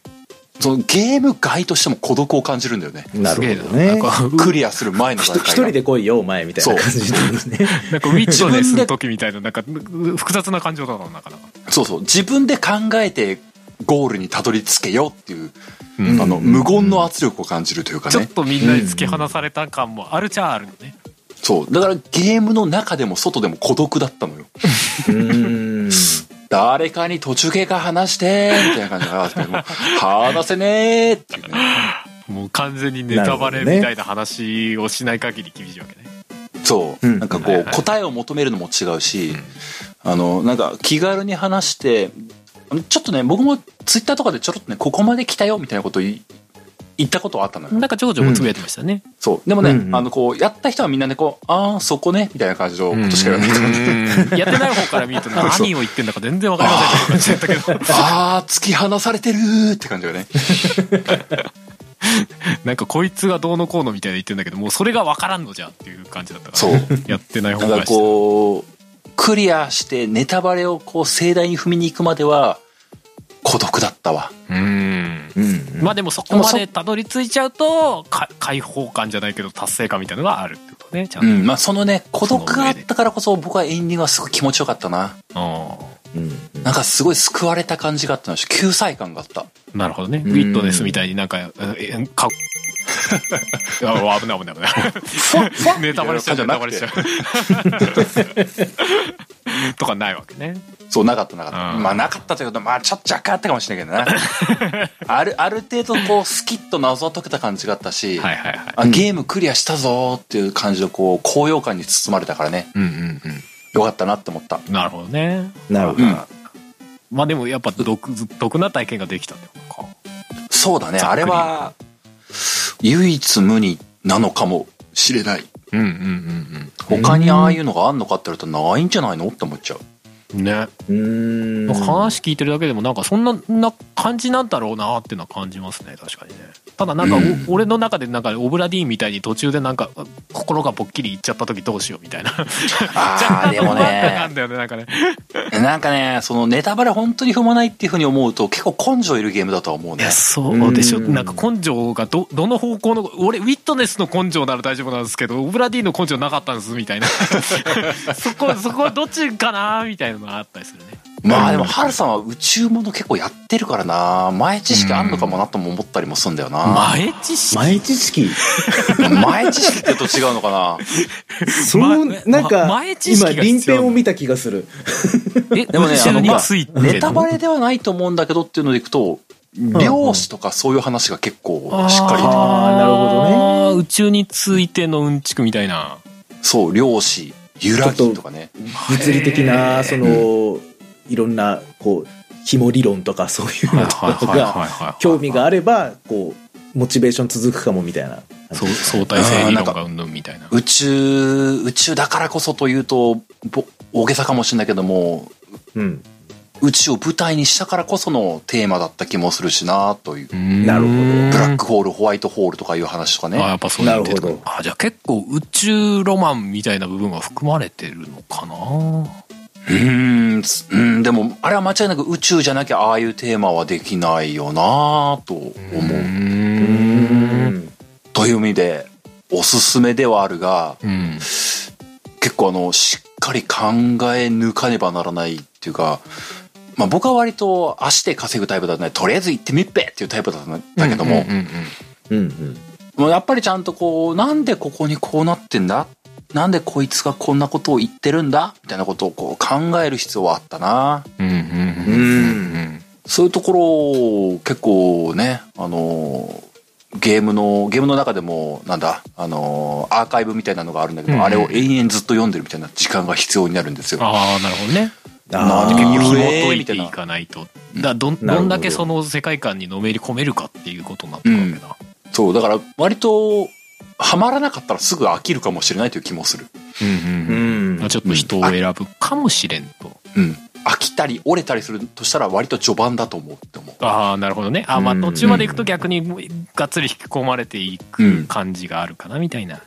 Speaker 1: そのゲーム外としても孤独を感じるんだよね
Speaker 3: な
Speaker 2: すげえ
Speaker 3: る
Speaker 2: な
Speaker 3: ほど
Speaker 2: なん
Speaker 3: ね
Speaker 2: か
Speaker 1: クリアする前の段階が
Speaker 3: 一人で来いよお前みたいな感じでね
Speaker 2: なんかウィットネスの時みたいななんか複雑な感情だったのなかなか
Speaker 1: そうそう自分で考えてゴールにたどり着けよっていう、
Speaker 2: うん
Speaker 1: あの無言の圧力を感じるというか
Speaker 2: ちょ
Speaker 1: ね
Speaker 2: っとみんなに突き放された感もあるっちゃあるのね
Speaker 1: そうだからゲームの中でも外でも孤独だったのよ
Speaker 3: うん
Speaker 1: 誰かに途中経過話してみたいな感じがあってもう話せねーっていうね
Speaker 2: もう完全にネタバレみたいな話をしない限り厳しいわけね
Speaker 1: そう、
Speaker 3: うん
Speaker 1: なんかこう、
Speaker 2: はいはい
Speaker 1: 答えを求めるのも違うし、あのなんか気軽に話してあのちょっとね僕もツイッターとかでちょろっとねここまで来たよみたいなこと言い言ったことはあったのよ、
Speaker 2: なんかちょこちょこつぶやいてましたね、
Speaker 1: そうでもね、
Speaker 3: うんうん
Speaker 1: あのこうやった人はみんなねこうああそこねみたいな感じのことしか言わないから、
Speaker 2: うんやってない方から見ると何を言ってんだか全然わかりませんって感じだったけ
Speaker 1: ああ突き放されてるーって感じがね
Speaker 2: どなんかこいつがどうのこうのみたいな言ってんだけどもうそれがわからんのじゃっていう感じだったから
Speaker 1: そう
Speaker 2: やってない
Speaker 1: な
Speaker 2: 方
Speaker 1: ん
Speaker 2: が
Speaker 1: かこうクリアしてネタバレをこう盛大に踏みに行くまでは孤独だったわ
Speaker 2: うん
Speaker 3: うん
Speaker 2: まあでもそこまでたどり着いちゃうとか解放感じゃないけど達成感みたいなのがあるってことねちゃ
Speaker 1: うんんまあそのね孤独があったからこそ僕はエンディングはすごい気持ちよかったな
Speaker 2: と
Speaker 3: うん
Speaker 1: なんかすごい救われた感じがあったのし救済感があ った
Speaker 2: なるほどね
Speaker 3: う
Speaker 2: ウ
Speaker 3: ん
Speaker 2: ィットネスみたいになんかえか あ危ない危ない危ない ネタバレしちゃうネタバレしちゃう とかないわけね
Speaker 1: そうなかったなかった、
Speaker 2: うん
Speaker 1: まあなかったということはまあちょっと若干あったかもしれないけどな あるある程度こうスキッと謎を解けた感じがあったし、
Speaker 2: はいはいはい
Speaker 1: あゲームクリアしたぞーっていう感じのこう高揚感に包まれたからね
Speaker 2: うんうん
Speaker 1: よかったなって思った
Speaker 2: うんなるほどね
Speaker 3: なるほど
Speaker 1: うん
Speaker 2: まあでもやっぱ独独な体験ができたってことか
Speaker 1: そうだね。
Speaker 2: ざっ
Speaker 1: あ
Speaker 2: くり
Speaker 1: れは、唯一無二なのかもしれない。
Speaker 2: うんうんうん
Speaker 1: 他にああいうのがあんのかって言われたらないんじゃないのって思っちゃう。
Speaker 2: うん。ね。
Speaker 3: うーん。
Speaker 2: 話聞いてるだけでもなんかそんなな感じなんだろうなっていうのは感じますね確かにねただなんかお、
Speaker 1: うん
Speaker 2: 俺の中でなんかオブラディーンみたいに途中でなんかあ心がぽっきりいっちゃった時どうしようみたいな
Speaker 1: ああ、でも
Speaker 2: な
Speaker 1: ね
Speaker 2: ん、だよねなんかね
Speaker 1: なんかね、そのネタバレ本当に踏まないっていうふうに思うと結構根性いるゲームだとは思う
Speaker 2: い
Speaker 1: ね
Speaker 2: や。そうでしょ
Speaker 3: うん
Speaker 2: なんか根性がどどの方向の俺ウィットネスの根性なら大丈夫なんですけどオブラディーンの根性なかったんですみたいな そこそこどっちかなみたいなのがあったりするね
Speaker 1: まあでも、ハルさんは宇宙もの結構やってるからな、前知識あんのかもなとも思ったりもすんだよな。
Speaker 2: 前知識
Speaker 3: 前知識
Speaker 1: 前知識って言うと違うのかな。
Speaker 3: そう、
Speaker 2: ま
Speaker 3: なんか、
Speaker 2: ま前知識
Speaker 3: 今、
Speaker 2: が必要
Speaker 3: 臨片を見た気がする。
Speaker 2: え
Speaker 1: でもね、あの、ま
Speaker 2: 今
Speaker 1: あ
Speaker 2: ついて
Speaker 1: ネタバレではないと思うんだけどっていうのでいくと、漁師とかそういう話が結構しっか
Speaker 3: あーなる
Speaker 2: ほどね宇宙についてのうんちくみたいな
Speaker 1: り、そう、漁師、揺らぎとかね。
Speaker 3: 物理的な、その、いろんな、こう、紐理論とかそういうのとかが、
Speaker 2: が
Speaker 3: 興味があれば、こう、モチベーション続くかもみたいな。
Speaker 2: そう相対性理論がうんぬんみたいな
Speaker 1: 宇宙、宇宙だからこそというと、ぼ大げさかもしれないけども、
Speaker 3: うん。
Speaker 1: 宇宙を舞台にしたからこそのテーマだった気もするしなという。
Speaker 3: なるほど
Speaker 1: ブラックホール、ホワイトホールとかいう話とかね。
Speaker 2: あやっぱそういうの出てく
Speaker 3: な
Speaker 2: る
Speaker 3: るほ
Speaker 2: あじゃあ結構宇宙ロマンみたいな部分が含まれてるのかな
Speaker 1: うーんつうん、でも、あれは間違いなく宇宙じゃなきゃああいうテーマはできないよなと思う。
Speaker 3: うん。
Speaker 1: という意味で、おすすめではあるが、
Speaker 2: うん
Speaker 1: 結構あの、しっかり考え抜かねばならないっていうか、まあ僕は割と足で稼ぐタイプだったので、とりあえず行ってみっぺっていうタイプだったんだけども、
Speaker 2: うんうんうん
Speaker 3: うんうん。
Speaker 1: もうやっぱりちゃんとこう、なんでここにこうなってんだなんでこいつがこんなことを言ってるんだみたいなことをこう考える必要はあったな。
Speaker 2: うんうんうんうん
Speaker 1: そういうところを結構ね、あのーゲームの、ゲームの中でも、なんだ、あのーアーカイブみたいなのがあるんだけど、
Speaker 2: うんうん
Speaker 1: あれを永遠ずっと読んでるみたいな時間が必要になるんですよ。
Speaker 2: ああなるほどね
Speaker 1: あ
Speaker 3: あ
Speaker 1: ー
Speaker 2: 結構
Speaker 1: なる
Speaker 2: 紐
Speaker 1: ほど
Speaker 2: 解いていかないとだどん
Speaker 3: な
Speaker 2: ど
Speaker 3: るほど
Speaker 2: んだけその世界観にのめり込めるかっていうことになったわけだ
Speaker 1: そう、だから割と、ハマらなかったらすぐ飽きるかもしれないという気もする。
Speaker 2: うんうん
Speaker 3: う
Speaker 2: うん
Speaker 3: ん
Speaker 2: まあ。ちょっと人を選ぶかもしれんと。
Speaker 1: うん。飽きたり折れたりするとしたら割と序盤だと思うって思う。
Speaker 2: ああ、なるほどね。あーまあ
Speaker 3: うん
Speaker 2: 途中まで行くと逆にもうがっつり引き込まれていく感じがあるかなみたいな。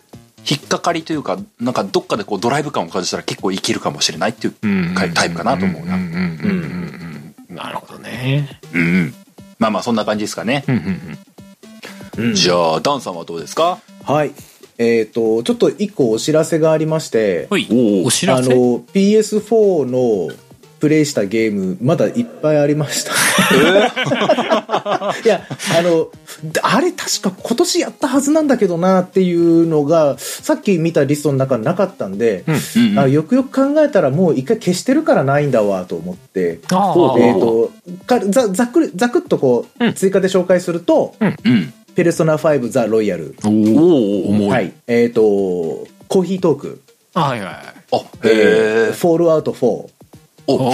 Speaker 1: 引っかかりというか、なんかどっかでこうドライブ感を感じたら結構生きるかもしれないっていう。
Speaker 2: うん
Speaker 1: かタイプかなと思うなん
Speaker 2: んうんなるほどね。
Speaker 1: うんうん。まあまあそんな感じですかね。
Speaker 2: うんうんうん
Speaker 3: うん
Speaker 1: じゃあ、ダンさんはどうですか
Speaker 3: はい。えっ、と、ちょっと一個お知らせがありまして、
Speaker 2: ほい
Speaker 1: お、ー
Speaker 2: お知らせ
Speaker 3: あの、PS4 のプレイしたゲーム、まだいっぱいありました。 いや、あの、あれ確か今年やったはずなんだけどなっていうのが、さっき見たリストの中になかったんで、
Speaker 1: うんうん
Speaker 3: あのよくよく考えたらもう一回消してるからないんだわと思って、
Speaker 2: あ
Speaker 1: そう
Speaker 3: えっ、
Speaker 1: ね
Speaker 3: とかざ、ざっくり、ざくっとこ
Speaker 2: う
Speaker 3: う、
Speaker 2: ん
Speaker 3: 追加で紹介すると、
Speaker 1: うん。
Speaker 3: ペルソナ5ザ・ロイヤル。
Speaker 2: おお重い。
Speaker 3: はい。えっ、と、コーヒートーク、
Speaker 2: はいはい。
Speaker 1: あ、へえ。
Speaker 3: フォールアウト4、
Speaker 1: お、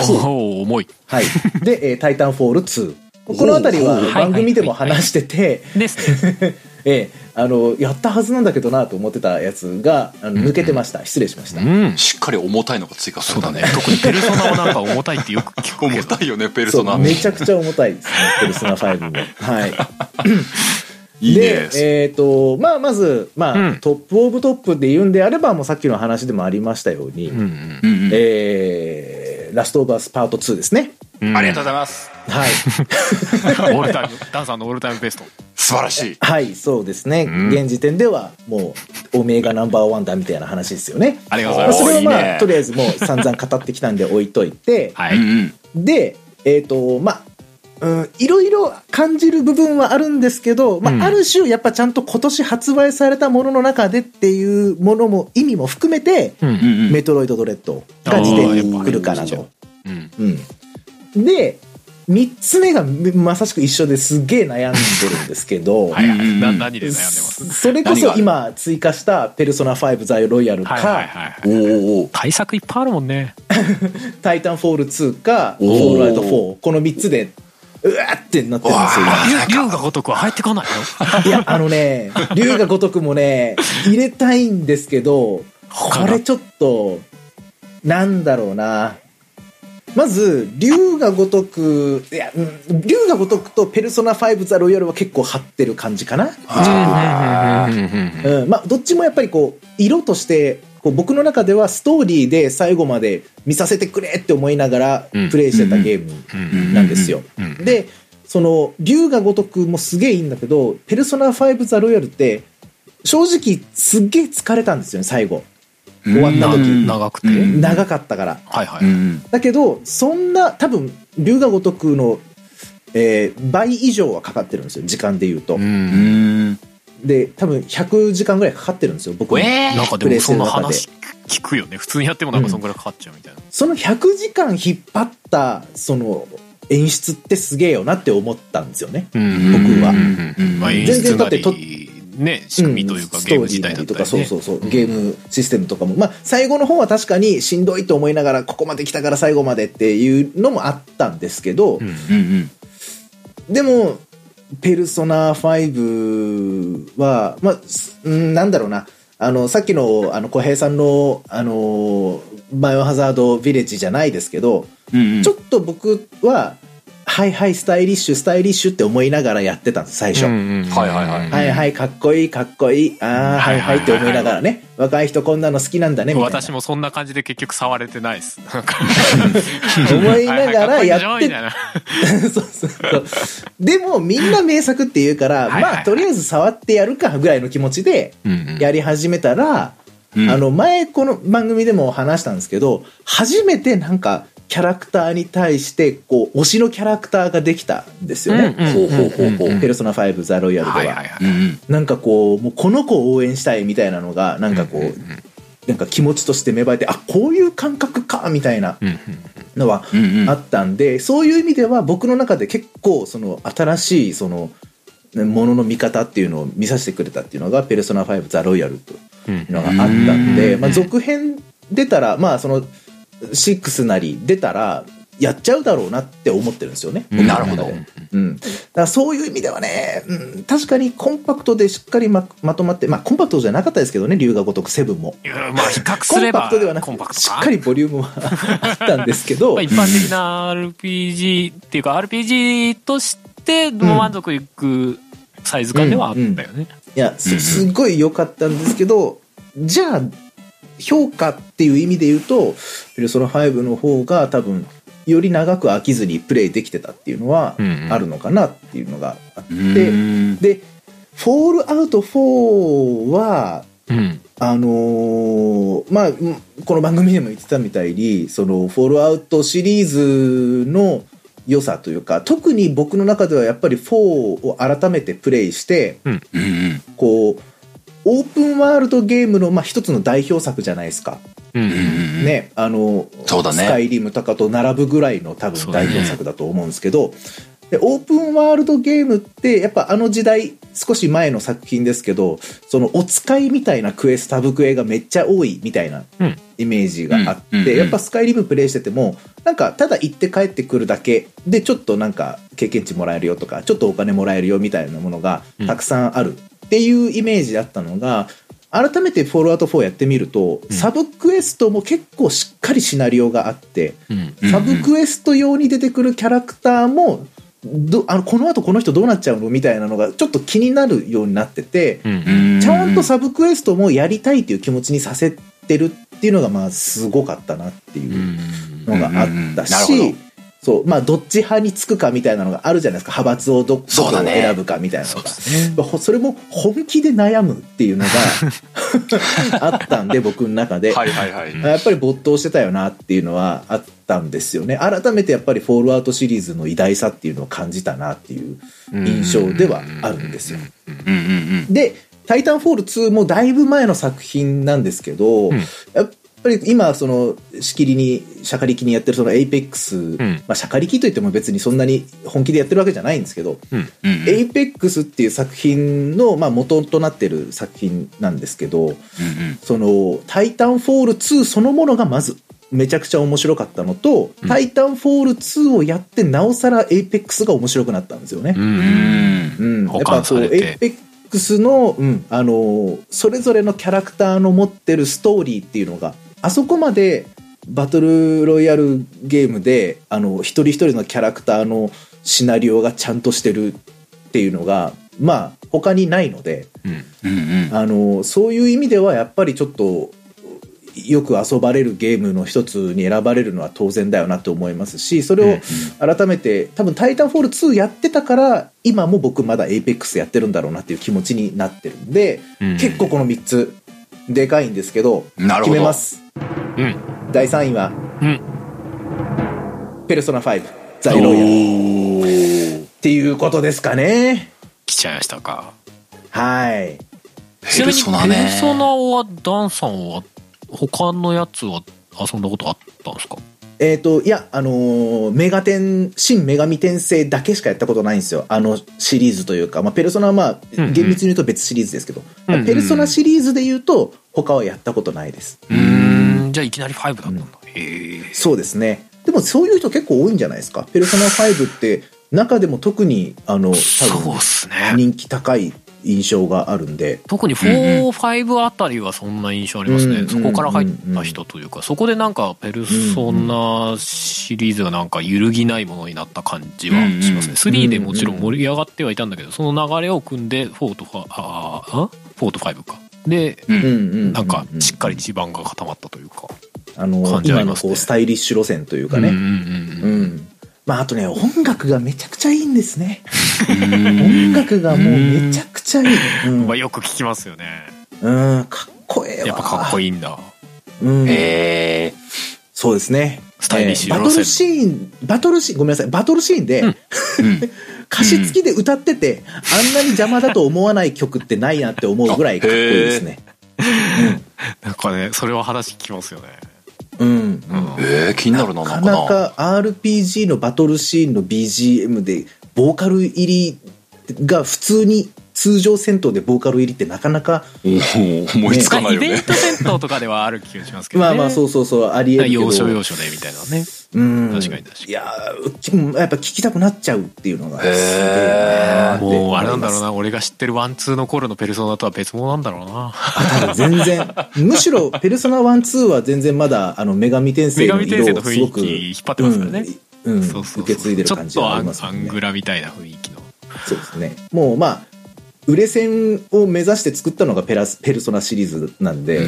Speaker 1: そう
Speaker 2: おお重い。
Speaker 3: はい。で、えータイタンフォール2。このあたり
Speaker 1: お
Speaker 3: は
Speaker 1: ー
Speaker 3: 番組でも話してて、
Speaker 2: ですね。
Speaker 3: えーあの、やったはずなんだけどなと思ってたやつが、あの抜けてました。失礼しました。
Speaker 2: うん。
Speaker 1: しっかり重たいのが追加されたね。
Speaker 2: 特にペルソナはなんか重たいってよく聞くけ
Speaker 1: 重
Speaker 2: ど。
Speaker 1: たいよね、ペル
Speaker 3: そ
Speaker 1: ソナ
Speaker 3: う、。めちゃくちゃ重たいですね。ペルソナ5も。はい。
Speaker 1: いいね
Speaker 3: で。、えっ、と、まあ、まず、まあ、
Speaker 2: うん
Speaker 3: トップオブトップで言うんであれば、もうさっきの話でもありましたように、
Speaker 2: うん
Speaker 1: うんうん
Speaker 3: えーラストオブアスパート2ですね。
Speaker 2: うん。
Speaker 1: ありがとうご
Speaker 2: う
Speaker 1: ざいます。
Speaker 3: はい。
Speaker 2: ございます。オールタイム、ダンさんのオールタイムベスト。
Speaker 1: 素晴らしい。
Speaker 3: はい、そうですね。
Speaker 2: うん
Speaker 3: 現時点では、もう、おめえがナンバーワンだみたいな話ですよね。
Speaker 2: ありがとうござい
Speaker 3: まあ
Speaker 2: ます。
Speaker 3: それはまあ
Speaker 1: おーいいね
Speaker 3: とりあえずもう散々語ってきたんで置いといて
Speaker 2: は
Speaker 1: う
Speaker 2: い。
Speaker 1: んうん
Speaker 3: でえっ、とまあうんいろいろ感じる部分はあるんですけど、まあ
Speaker 2: うん
Speaker 3: ある種やっぱちゃんと今年発売されたものの中でっていうものも意味も含めて、
Speaker 2: うん
Speaker 1: うんうん。
Speaker 3: メトロイドドレッドが時点に来るか
Speaker 1: あ
Speaker 3: な
Speaker 1: ーやっ
Speaker 3: と。
Speaker 2: うん。
Speaker 3: うん、で3つ目がまさしく一緒ですげえ悩んでるんですけど、
Speaker 2: はいはい。
Speaker 1: うん
Speaker 2: な何で悩んでます
Speaker 3: それこそ今追加した「ペルソナ5ザ・ロイヤル」か、
Speaker 2: はい
Speaker 1: おーおーおー
Speaker 2: 対策いっぱいあるもんね
Speaker 3: タイタンフォール2か、フ
Speaker 1: おー
Speaker 3: ォールアウト4、この3つでうわーってなってるんですよ、今
Speaker 2: 竜竜が如くは入ってこないの
Speaker 3: いや、あのね、龍が如くもね、入れたいんですけど、これちょっと、なんだろうな。まず、龍が如く、いや、うん龍が如くとペルソナ5ザロイヤルは結構張ってる感じかな。
Speaker 1: あー
Speaker 3: うん、まあ、どっちもやっぱりこう、色として、こう僕の中ではストーリーで最後まで見させてくれって思いながら
Speaker 2: うん
Speaker 3: プレイしてたゲーム
Speaker 2: うん
Speaker 3: なんですよ。
Speaker 2: うんうん
Speaker 3: で、その、竜が如くもすげえいいんだけど、ペルソナ5ザロイヤルって、正直すっげえ疲れたんですよね、最後。終わった
Speaker 1: うん
Speaker 3: 時。
Speaker 2: 長くて、
Speaker 1: うん
Speaker 3: 長かったから。
Speaker 2: はいは
Speaker 1: う
Speaker 2: い、
Speaker 1: ん
Speaker 3: だけど、そんな、多分、竜が如くの、えー倍以上はかかってるんですよ、時間で言うと。
Speaker 1: うんうん
Speaker 3: で、多分100時間ぐらいかかってるんですよ、僕も
Speaker 2: なんかで
Speaker 3: プレ
Speaker 2: も
Speaker 3: イして
Speaker 2: そ
Speaker 3: る
Speaker 2: の
Speaker 3: 中で
Speaker 2: 話聞くよね普通にやってもなんかそんぐらいかかっちゃうみたいな、
Speaker 3: その100時間引っ張った、その、演出ってすげえよなって思ったんですよね。
Speaker 2: うん
Speaker 3: 僕は
Speaker 2: うんまあ、演
Speaker 3: 全
Speaker 2: 出
Speaker 3: 然だ
Speaker 2: な
Speaker 3: ってと
Speaker 2: りね仕組みというか、
Speaker 3: ん
Speaker 2: ゲーム自体だったり、ね、
Speaker 3: ストーリーなりとか、そうそうそう、ゲームシステムとかも。まあ、最後の方は確かにしんどいと思いながら、ここまで来たから最後までっていうのもあったんですけど、
Speaker 2: うん
Speaker 1: うんうん
Speaker 3: でも、ペルソナ5は、まあ、すうんなんだろうな。あの、さっきの、あの、小平さんの、あの、バイオハザードヴィレッジじゃないですけど、
Speaker 1: うんうん
Speaker 3: ちょっと僕は、はいはい、スタイリッシュ、スタイリッシュって思いながらやってたんです、最初。
Speaker 1: はいはいはい
Speaker 3: はいはい、かっこいい、かっこいい、ああ、はいはいって思いながらね、若い人こんなの好きなんだね、みたいな。
Speaker 2: 私もそんな感じで結局触れてない です。なんか
Speaker 3: 思いながらやって
Speaker 2: はいはいかこいいでしょみたいな
Speaker 3: そうそうそう。でも、みんな名作って言うか
Speaker 2: は
Speaker 3: ら、
Speaker 2: いはい
Speaker 3: まあ、とりあえず触ってやるか、ぐらいの気持ちで、やり始めたら、
Speaker 1: うん
Speaker 3: あの、前、この番組でも話したんですけど、初めてなんか、キャラクターに対して、こう、推しのキャラクターができたんですよね。
Speaker 2: うんうん
Speaker 3: ほうほうほうほ
Speaker 2: うんう
Speaker 3: う。
Speaker 2: ん
Speaker 3: ペルソナ5ザロイヤルでは。
Speaker 2: はいはいは
Speaker 1: う
Speaker 2: い。
Speaker 1: んうん
Speaker 3: なんかこう、もうこの子を応援したいみたいなのが、なんかこう、なんか気持ちとして芽生えて、あ、こういう感覚か、みたいな
Speaker 2: うんうん
Speaker 3: のは
Speaker 1: うんうん
Speaker 3: あったんで、そういう意味では僕の中で結構、その新しい、その、ねものの見方っていうのを見させてくれたっていうのが、ペルソナ5ザロイヤルというのがあったんで、
Speaker 1: うん
Speaker 3: まあ続編出たら、まあその、6なり出たら、やっちゃうだろうなって思ってるんですよね。僕の中で
Speaker 1: なるほど
Speaker 3: うん、だからそういう意味ではね、うん、確かにコンパクトでしっかりままとまって、まあ、コンパクトじゃなかったですけどね、龍が如くセブンも。
Speaker 2: いやまあ比較
Speaker 3: コ
Speaker 2: す
Speaker 3: ン
Speaker 2: れ
Speaker 3: パ
Speaker 2: ば
Speaker 3: クトではな
Speaker 2: コンパ
Speaker 3: く
Speaker 2: ク
Speaker 3: て、
Speaker 2: ト
Speaker 3: し
Speaker 2: か
Speaker 3: っかりボリュームは あったんですけど、
Speaker 2: まあ、一般的な RPG っていうか RPG として満足いくサイズ感ではあったよね。
Speaker 3: いや、
Speaker 1: うんう
Speaker 3: す
Speaker 1: ん
Speaker 3: すごい良かったんですけど、じゃあ、評価っていう意味で言うと、ペルソナ5の方が多分、より長く飽きずにプレイできてたっていうのは
Speaker 2: うんうん
Speaker 3: あるのかなっていうのがあって、
Speaker 1: うん
Speaker 3: で、フォールアウト4は、
Speaker 2: うん
Speaker 3: あのーまあ、うんこの番組でも言ってたみたいに、その、フォールアウトシリーズの良さというか、特に僕の中ではやっぱり4を改めてプレイして、
Speaker 1: うんうん
Speaker 3: こう、オープンワールドゲームの、まあ、一つの代表作じゃないですか。
Speaker 2: うん
Speaker 1: うんうん
Speaker 3: ね、あの、
Speaker 1: そうだね
Speaker 3: スカイリムとかと並ぶぐらいの多
Speaker 2: そ
Speaker 3: 分
Speaker 2: うだね
Speaker 3: 代表作だと思うんですけど、でオープンワールドゲームって、やっぱあの時代、少し前の作品ですけど、そのお使いみたいなクエスト、タブクエがめっちゃ多いみたいな
Speaker 2: うん
Speaker 3: イメージがあっ
Speaker 1: うんうんう
Speaker 3: て、
Speaker 1: ん
Speaker 3: やっぱスカイリムプレイしてても、なんかただ行って帰ってくるだけで、ちょっとなんか経験値もらえるよとか、ちょっとお金もらえるよみたいなものが
Speaker 2: うん
Speaker 3: たくさんあるっていうイメージだったのが、改めてフォールアウト4やってみると、
Speaker 2: うん
Speaker 3: サブクエストも結構しっかりシナリオがあって、
Speaker 2: うん
Speaker 1: うん
Speaker 3: サブクエスト用に出てくるキャラクターも、どあのこの後この人どうなっちゃうのみたいなのがちょっと気になるようになってて、
Speaker 2: うん
Speaker 1: うん
Speaker 3: ちゃんとサブクエストもやりたいっていう気持ちにさせてるっていうのが、まあ、すごかったなっていううんのがあった
Speaker 1: うんうんうんなる
Speaker 3: し
Speaker 1: ほ、
Speaker 3: そう、まあ、どっち派につくかみたいなのがあるじゃないですか。派閥をど、どこ
Speaker 1: そ
Speaker 3: を
Speaker 1: うだね
Speaker 3: 選ぶかみたいなのが。
Speaker 2: ね
Speaker 3: ほそれも本気で悩むっていうの があったんで、僕の中で。
Speaker 1: はいはいはい
Speaker 3: やっぱり没頭してたよなっていうのはあったんですよね。改めてやっぱりフォールアウトシリーズの偉大さっていうのを感じたなっていう印象ではあるんですよ。
Speaker 1: うんうん
Speaker 3: で、タイタンフォール2もだいぶ前の作品なんですけど、
Speaker 2: うん
Speaker 3: やっぱり今、その、しきりに、しゃかりきにやってるそのエイペックス、まあ、しゃかりきといっても別にそんなに本気でやってるわけじゃないんですけど、
Speaker 1: うんうん
Speaker 3: エイペックスっていう作品の、まあ、元となってる作品なんですけど、
Speaker 1: うん
Speaker 3: その、タイタンフォール2そのものがまずめちゃくちゃ面白かったのと、
Speaker 2: うん
Speaker 3: タイタンフォール2をやって、なおさらエイペックスが面白くなったんですよね
Speaker 2: う。ん
Speaker 1: うん
Speaker 3: うん、やっ
Speaker 2: 保
Speaker 3: ぱ
Speaker 2: 管さ
Speaker 3: そう、
Speaker 2: れて
Speaker 3: エイペックスの、うん、あのーそれぞれのキャラクターの持ってるストーリーっていうのが、あそこまでバトルロイヤルゲームで、あの、一人一人のキャラクターのシナリオがちゃんとしてるっていうのが、まあ、他にないので、
Speaker 2: うん
Speaker 1: うん
Speaker 3: あのそういう意味ではやっぱりちょっとよく遊ばれるゲームの一つに選ばれるのは当然だよなと思いますしそれを改めて多分「タイタンフォール2」やってたから今も僕まだ「エイペックス」やってるんだろうなっていう気持ちになってるんで、
Speaker 2: うん
Speaker 3: 結構この3つでかいんですけど
Speaker 1: なるほど
Speaker 3: 決めます
Speaker 2: うん
Speaker 3: 第3位は
Speaker 2: うん
Speaker 3: 「ペルソナ5ザイロイヤル」っていうことですかね
Speaker 2: 来ちゃいましたか
Speaker 3: はい
Speaker 1: ペルソナ
Speaker 2: ペル
Speaker 1: ね
Speaker 2: ソナはダンさんは他のやつは遊んだことあったんですか
Speaker 3: えっ、と、いや、あのーメガテン、新女神転生だけしかやったことないんですよ。あのシリーズというか、まあ、ペルソナはまあ、
Speaker 2: うんうん
Speaker 3: 厳密に言うと別シリーズですけど、
Speaker 2: うんうん
Speaker 3: ペルソナシリーズで言うと、他はやったことないです。
Speaker 2: うんじゃあいきなり5だったんだ、へえ
Speaker 3: そうですね。でもそういう人結構多いんじゃないですか。ペルソナ5って、中でも特に、あの、
Speaker 2: そうっ
Speaker 3: 多
Speaker 2: す
Speaker 3: 分、
Speaker 2: ね
Speaker 3: 人気高い印象があるんで、
Speaker 2: 特に
Speaker 1: うん
Speaker 2: 45あたりはそんな印象ありますね、
Speaker 3: うん
Speaker 2: そこから入った人というか、そこでなんか「ペルソナ」シリーズがなんか揺るぎないものになった感じはしますね、
Speaker 1: うん
Speaker 2: 3でもちろん盛り上がってはいたんだけどその流れを組んで4と5ああ4と5かで
Speaker 1: うん
Speaker 3: うんう
Speaker 2: なんかしっかり
Speaker 3: うん
Speaker 2: 地盤が固まったというか、
Speaker 3: あの
Speaker 2: 感じあ
Speaker 3: 今
Speaker 2: り
Speaker 3: の
Speaker 2: ますね
Speaker 3: こうスタイリッシュ路線というか
Speaker 2: うんう
Speaker 3: ね、
Speaker 2: ん
Speaker 3: う
Speaker 2: うん
Speaker 3: ん、まああとね音楽がめちゃくちゃいいんですね音楽がもうめちゃくちゃいい。うん、
Speaker 2: まあ、よく聞きますよね
Speaker 3: うんかっこええわ。
Speaker 2: やっぱかっこ
Speaker 3: いい。
Speaker 2: いいんだ
Speaker 3: うん、
Speaker 1: え
Speaker 3: そうですね。
Speaker 2: スタイリッシュ
Speaker 3: えー
Speaker 2: 路線
Speaker 3: バトルシーン、バトルシーン、ごめんなさい、バトルシーンで、
Speaker 2: うん
Speaker 1: ーうん
Speaker 3: 歌詞付きで歌ってて、あんなに邪魔だと思わない曲ってないなって思うぐらいかっこいいですね。
Speaker 2: なんかねそれは話聞きますよね
Speaker 3: うん。
Speaker 1: えー気になるな
Speaker 3: な
Speaker 1: な
Speaker 3: か
Speaker 1: んか
Speaker 3: な
Speaker 1: な
Speaker 3: か RPG のバトルシーンの BGM で、ボーカル入りが普通に、通常戦闘でボーカル入りってなかなか、
Speaker 1: おー思いつかない
Speaker 2: イ
Speaker 1: よ
Speaker 2: ベ
Speaker 1: ね
Speaker 2: ント戦闘とかではある気がしますけど、ね、
Speaker 3: まあまあそうそうそう、ありえるけど。
Speaker 2: 要所要所でみたいなね
Speaker 3: うん。
Speaker 2: 確かに確かに
Speaker 3: いやーきうんやっぱ聞きたくなっちゃうっていうのがすげえなーって
Speaker 2: もうあれなんだろう
Speaker 3: 思います
Speaker 2: な俺が知ってるワンツーの頃のペルソナとは別物なんだろうな
Speaker 3: あ多分全然むしろ「ペルソナ1-2」は全然まだあの女神転生
Speaker 2: 女
Speaker 3: の
Speaker 2: 神転生
Speaker 3: 色
Speaker 2: の
Speaker 3: をす
Speaker 2: 雰
Speaker 3: ご
Speaker 2: 囲
Speaker 3: く
Speaker 2: 気引っ張ってますからね、
Speaker 3: うん、うん
Speaker 2: そうそうそう
Speaker 3: 受け継いでる感じ
Speaker 2: ちょっと
Speaker 3: が
Speaker 2: ア
Speaker 3: あり
Speaker 2: ン
Speaker 3: ますも
Speaker 2: ア
Speaker 3: ん
Speaker 2: ン
Speaker 3: ね
Speaker 2: グラみたいな雰囲気の
Speaker 3: そうですねもうまあ売れ線を目指して作ったのがペラス「ペルソナ」シリーズなんで、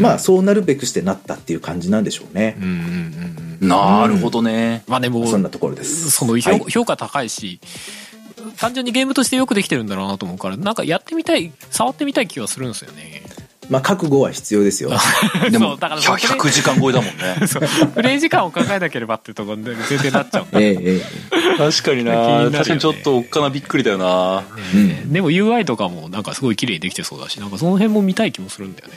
Speaker 3: まあそうなるべくしてなったっていう感じなんでしょうね
Speaker 2: う、んうんうんうん
Speaker 1: なるほどね
Speaker 2: まあでも
Speaker 3: そんなところです
Speaker 2: その評,、
Speaker 3: はい
Speaker 2: 評価高いし単純にゲームとしてよくできてるんだろうなと思うからなんかやってみたい触ってみたい気はするんですよね
Speaker 3: まあ覚悟は必 要ですよ
Speaker 1: で
Speaker 2: そ
Speaker 1: も
Speaker 2: うだからそこで
Speaker 1: 100 100時間超えだもんね
Speaker 2: そうプレイ時間を考えなければっていうところで全然なっちゃうんだよね
Speaker 3: えええ
Speaker 1: 確
Speaker 3: え
Speaker 1: かに
Speaker 2: 気になるよ
Speaker 1: な
Speaker 2: ね
Speaker 1: 確かにちょっとおっかなびっくりだよな
Speaker 2: でも UI とかもなんかすごい綺麗にできてそうだしなんかその辺も見たい気もするんだよね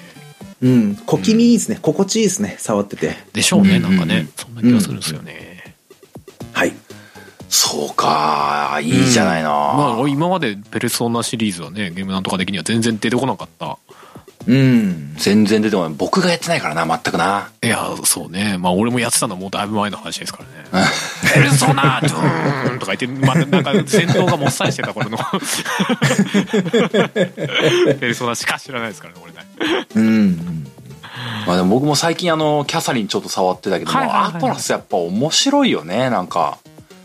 Speaker 3: うん、小気味いいですね、心地いいですね、触ってて。
Speaker 2: でしょうね
Speaker 1: うん
Speaker 2: なんかねそんな気がするんですよね
Speaker 3: はい。
Speaker 1: そうかいいじゃないな
Speaker 2: まあ今まで「ペルソナ」シリーズはねゲームなんとか的には全然出てこなかった
Speaker 3: うん。
Speaker 1: 全然出てこない僕がやってないからな全くない
Speaker 2: やそうねまあ俺もやってたのはもうだいぶ前の話ですからね「ペルソナドゥーン!」とか言って、まあ、なんか戦闘がもっさりしてた頃のペルソナしか知らないですからね俺ね
Speaker 3: うん。
Speaker 1: まあでも僕も最近あのキャサリンちょっと触ってたけども、
Speaker 2: はいはいはいはい
Speaker 1: アトラスやっぱ面白いよねなんか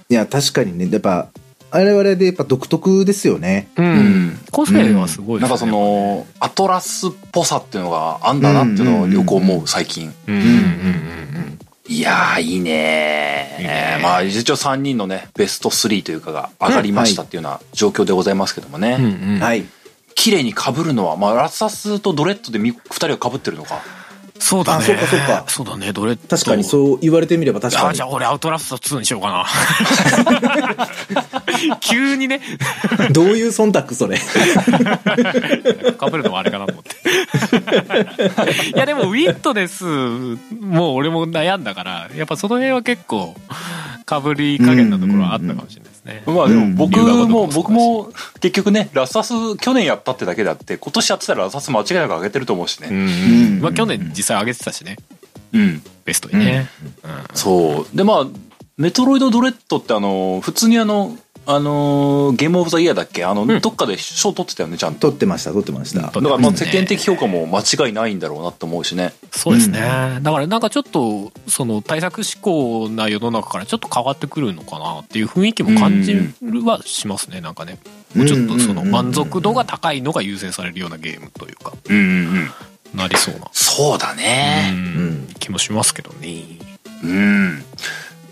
Speaker 3: いや、確かにね、やっぱ、あれはあれでやっぱ独特ですよね。
Speaker 2: う
Speaker 1: うん
Speaker 2: コスプレはすごい
Speaker 1: な
Speaker 2: で
Speaker 1: ん
Speaker 2: す
Speaker 1: かそ
Speaker 2: ね
Speaker 1: のアトラスっぽさっていうのがあんだなっていうのをよく思う最近
Speaker 2: うんうんうんうん
Speaker 1: いやーいいねー
Speaker 2: いいねー
Speaker 1: まあ一応3人のねベスト3というかが上がりましたっていうような状況でございますけどもね、
Speaker 2: うんうんうん
Speaker 3: はい。
Speaker 1: 綺麗に被るのは、まあ、ラサスとドレッドでみ2人が被ってるのか
Speaker 2: そうだね
Speaker 3: あそうかそうか
Speaker 2: そうだねどれ
Speaker 3: 確かにそう言われてみれば確か
Speaker 2: あ
Speaker 3: に
Speaker 2: じゃあ俺アウトラスト2にしようか な急にね
Speaker 3: どういう忖度それ
Speaker 2: かぶるのもあれかなと思っていやでもウィットネスもう俺も悩んだからやっぱその辺は結構かぶり加減なところはあったかもしれないですね、
Speaker 1: まあでも僕
Speaker 2: うんうん
Speaker 1: も、僕も結局ね、ラサス去年やったってだけであって、今年やってたらラサス間違いなく上げてると思うしね。
Speaker 2: うんまあ去年実際上げてたしね
Speaker 1: うん。
Speaker 2: ベストにね。うん
Speaker 1: そう。で、まあ、メトロイドドレッドってあの、普通にあの、あのーゲームオブザイヤーだっけあの、
Speaker 2: ん
Speaker 1: どっかで賞取ってたよね、ちゃんと。
Speaker 3: 撮ってました、撮ってました。
Speaker 1: だからまあ世間
Speaker 2: 的
Speaker 1: 的評価も間違いないんだろうなと思うしね。
Speaker 2: そうですね、だからなんかちょっとその対策志向な世の中からちょっと変わってくるのかなっていう雰囲気も感じるはしますねなんかねもうちょっとその満足度が高いのが優先されるようなゲームというか
Speaker 1: うんうんうん。
Speaker 2: なりそうな、
Speaker 1: そうだ
Speaker 2: う
Speaker 1: ね。
Speaker 3: うんん。
Speaker 2: 気もしますけどね
Speaker 1: うん。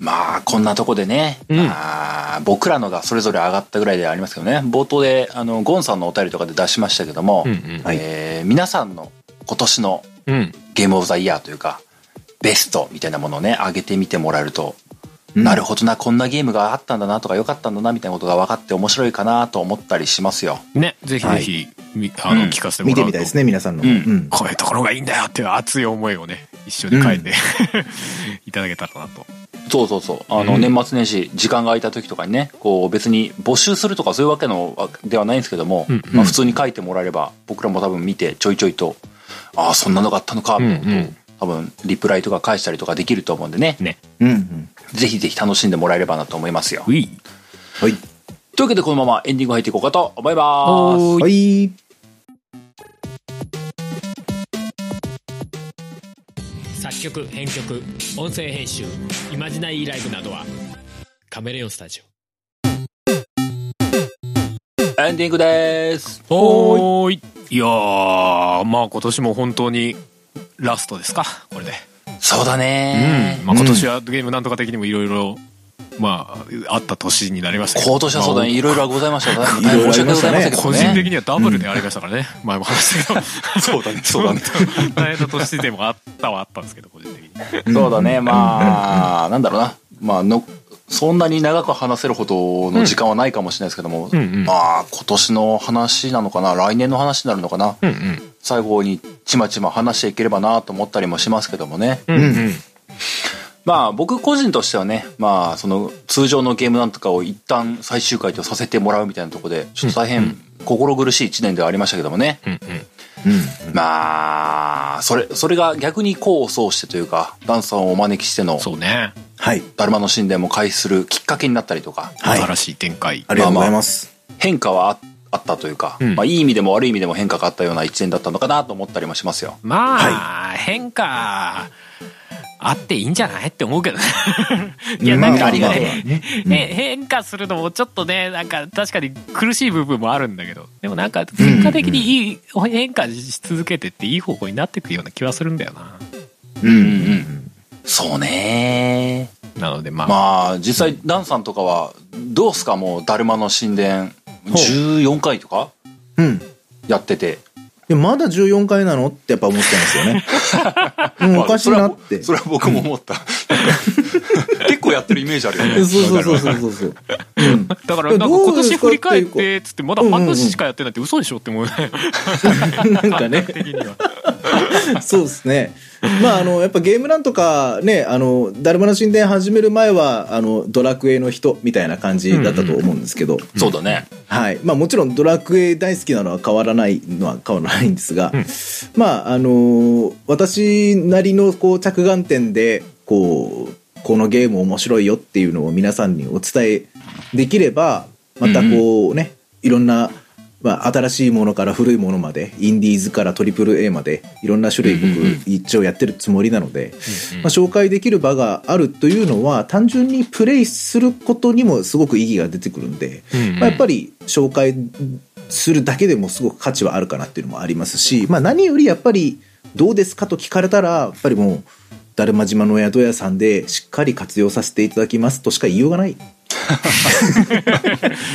Speaker 1: まあ、こんなとこでね、
Speaker 2: うん
Speaker 1: まあ、僕らのがそれぞれ上がったぐらいではありますけどね、冒頭で、あの、ゴンさんのお便りとかで出しましたけども、
Speaker 2: うんうん
Speaker 3: はい
Speaker 1: えー皆さんの今年の
Speaker 2: うん
Speaker 1: ゲームオブザイヤーというか、ベストみたいなものをね、上げてみてもらえると、
Speaker 3: うん
Speaker 1: なるほどな、こんなゲームがあったんだなとか、良かったんだな、みたいなことが分かって面白いかなと思ったりしますよ。
Speaker 2: ねぜひぜひ、みあの
Speaker 1: うん
Speaker 2: 聞かせてもらうと
Speaker 3: 見てみたいですね、皆さんの。
Speaker 1: うん
Speaker 3: うん
Speaker 2: こういうところがいいんだよっていう熱い思いをね一緒に書いて、 いただけたらなと
Speaker 1: そうそうそう。あの、
Speaker 2: うん
Speaker 1: 年末年始、時間が空いた時とかにね、こう、別に募集するとかそういうわけのわではないんですけども、
Speaker 2: うん
Speaker 1: まあ、普通に書いてもらえれば、僕らも多分見て、ちょいちょいと、ああ、そんなのがあったのか、
Speaker 2: うんう
Speaker 1: みたいなことを
Speaker 2: ん
Speaker 1: 多分、リプライとか返したりとかできると思うんでね、
Speaker 2: ね
Speaker 3: うんうん。
Speaker 1: ぜひぜひ楽しんでもらえればなと思いますよ。
Speaker 2: うい
Speaker 3: はい。
Speaker 1: というわけで、このままエンディング入っていこうかと思います。
Speaker 2: おーい
Speaker 3: はい。
Speaker 4: 作曲編曲音声編集イマジナイーライブなどはカメレオンスタジオ
Speaker 1: エンディングです。
Speaker 2: おーいいやーまあ今年も本当にラストですかこれで、
Speaker 1: そうだね
Speaker 2: うん、まあ、今年はゲームなんとか的にもいろいろまああった年になりましたけど
Speaker 1: 今年はそうだね、いろいろございました。大変
Speaker 3: いろいろ
Speaker 1: 申し訳ございませんけどね。
Speaker 2: 個人的にはダブルでありましたからね、前も話したけど そうだねそうだね大変な年でもあったはあったんですけど個人的に
Speaker 1: そうだね、まあ、なんだろうな。まあ、の、そんなに長く話せるほどの時間はないかもしれないですけども、
Speaker 2: うんうん
Speaker 1: まあ、今年の話なのかな、来年の話になるのかな、
Speaker 2: うんうん
Speaker 1: 最後にちまちま話していければなと思ったりもしますけどもね。
Speaker 2: うんうん
Speaker 1: まあ、僕個人としてはね、まあ、その、通常のゲームなんとかを一旦最終回とさせてもらうみたいなところで、ちょっと大変心苦しい一年ではありましたけどもね。
Speaker 2: うん
Speaker 1: まあ、それ、それが逆に功を奏してというか、ダンサーをお招きしての、
Speaker 2: そうね
Speaker 3: はい。
Speaker 1: だるまの神殿も開始するきっかけになったりとか、
Speaker 3: はい
Speaker 2: 新しい展開
Speaker 3: ありがとうございます。
Speaker 1: 変化はああったというか、
Speaker 2: うん
Speaker 1: まあ、いい意味でも悪い意味でも変化があったような一年だったのかなと思ったりもしますよ。
Speaker 2: まあ、変化あっていいんじゃないって思うけどねいやなん
Speaker 1: まあ
Speaker 2: か
Speaker 1: あり
Speaker 2: ね,、
Speaker 1: がたい
Speaker 2: ね変化するのもちょっとねなんか確かに苦しい部分もあるんだけどでもなんか結果的にいい、変化し続けてっていい方向になっていくような気はするんだよな
Speaker 1: うんうんうん。そうね。
Speaker 2: なのでまあ、
Speaker 1: まあ、実際、ダンさんとかは、どうすかもう、だるまの神殿、14回とか
Speaker 3: うん。
Speaker 1: やってて。
Speaker 3: でまだ14回なのってやっぱ思ってますよね。うん、おかしいなって。
Speaker 1: そ
Speaker 3: そう
Speaker 1: れは僕も思 った。結構やってるイメージあるよね。
Speaker 3: そうそうそうそう。うん。
Speaker 2: だからなんか
Speaker 3: ど
Speaker 2: 今
Speaker 3: うです
Speaker 2: 年
Speaker 3: か
Speaker 2: 振り返ってっつってまだ
Speaker 3: うんうんうん
Speaker 2: 半年しかやってないって嘘でしょって思うね
Speaker 3: なんか
Speaker 2: 感
Speaker 3: ね
Speaker 2: 覚。的には
Speaker 3: そうですね。まあ、あの、やっぱゲームなんとかね、あの、だるまの神殿始める前は、あの、ドラクエの人みたいな感じだったと思うんですけど、
Speaker 1: そうだね。
Speaker 3: はい。まあ、もちろんドラクエ大好きなのは変わらないのは変わらないんですが、
Speaker 2: うん
Speaker 3: まあ、あの、私なりの、こう、着眼点で、こう、このゲーム面白いよっていうのを皆さんにお伝えできれば、またこうね、いろんな、まあ、新しいものから古いものまで、インディーズから AAA まで、いろんな種類
Speaker 1: うんうんうん
Speaker 3: 僕一応やってるつもりなので、まあ、紹介できる場があるというのは、単純にプレイすることにもすごく意義が出てくるんで、
Speaker 2: うんうん
Speaker 3: まあ、やっぱり紹介するだけでもすごく価値はあるかなっていうのもありますし、まあ、何よりやっぱりどうですかと聞かれたらやっぱりもうだるま島の宿屋さんでしっかり活用させていただきますとしか言いようがない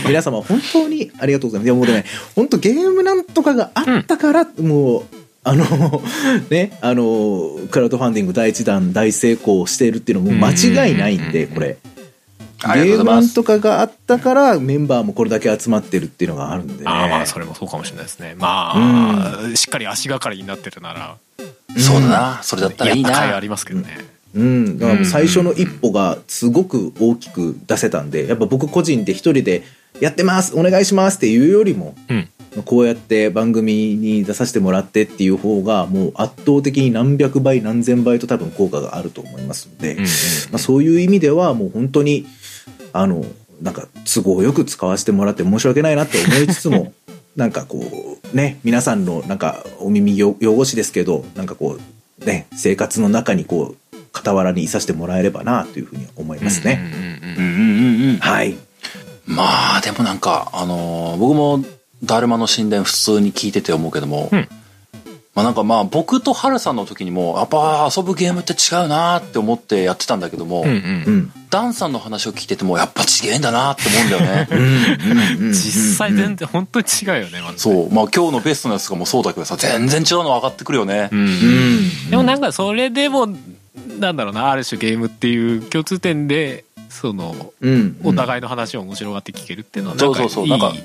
Speaker 3: 皆様本当にありがとうございますいやもうね本当ゲームなんとかがあったから、もうあの ねあのクラウドファンディング第1弾大成功しているっていうのも間違いないんでこれ。
Speaker 1: ありがとうござい
Speaker 3: ゲームな
Speaker 1: ま
Speaker 3: ん
Speaker 1: す。
Speaker 3: とかがあったからメンバーもこれだけ集まってるっていうのがあるんで、ね、
Speaker 2: ああまあそれもそうかもしれないですねまあ、しっかり足がかりになってるなら
Speaker 1: そうだな。それだったら
Speaker 2: や
Speaker 1: いい
Speaker 2: った
Speaker 1: な。
Speaker 2: 甲斐ありますけどね、
Speaker 3: うん、だからもう最初の一歩がすごく大きく出せたんでやっぱ僕個人で一人で「やってますお願いします」っていうよりも
Speaker 2: うん
Speaker 3: こうやって番組に出させてもらってっていう方が、もう圧倒的に何百倍何千倍と多分効果があると思いますので、
Speaker 2: うんうん
Speaker 3: まあ、そういう意味ではもう本当に、あの、なんか都合よく使わせてもらって申し訳ないなって思いつ つも、なんかこう、ね、皆さんのなんかお耳よ汚しですけど、なんかこう、ね、生活の中にこう、傍らにいさせてもらえればなというふうに思いますね。
Speaker 2: うんうん
Speaker 1: う
Speaker 2: うんん
Speaker 1: うんうんうん。
Speaker 3: はい。
Speaker 1: まあ、でもなんか、あのー僕も、だるまの神殿普通に聞いてて思うけども、
Speaker 2: うん
Speaker 1: まあなんかまあ僕とハルさんの時にも、やっぱ遊ぶゲームって違うなって思ってやってたんだけども、
Speaker 2: うんう
Speaker 3: うんん。
Speaker 1: ダンさんの話を聞いてても、やっぱ違えんだなって思うんだよね。
Speaker 2: 実際全然本当に違うよね、まずね
Speaker 1: そう。まあ今日のベストのやつとかもそうだけどさ、全然違うの分かってくるよね。
Speaker 2: うん
Speaker 3: うん
Speaker 2: でもなんかそれでもなんだろうなある種ゲームっていう共通点でその
Speaker 3: うん
Speaker 2: お互いの話を面白がって聞けるっていうのはな
Speaker 1: そ
Speaker 2: ん
Speaker 1: う
Speaker 2: か
Speaker 1: そうそうなんか
Speaker 2: いい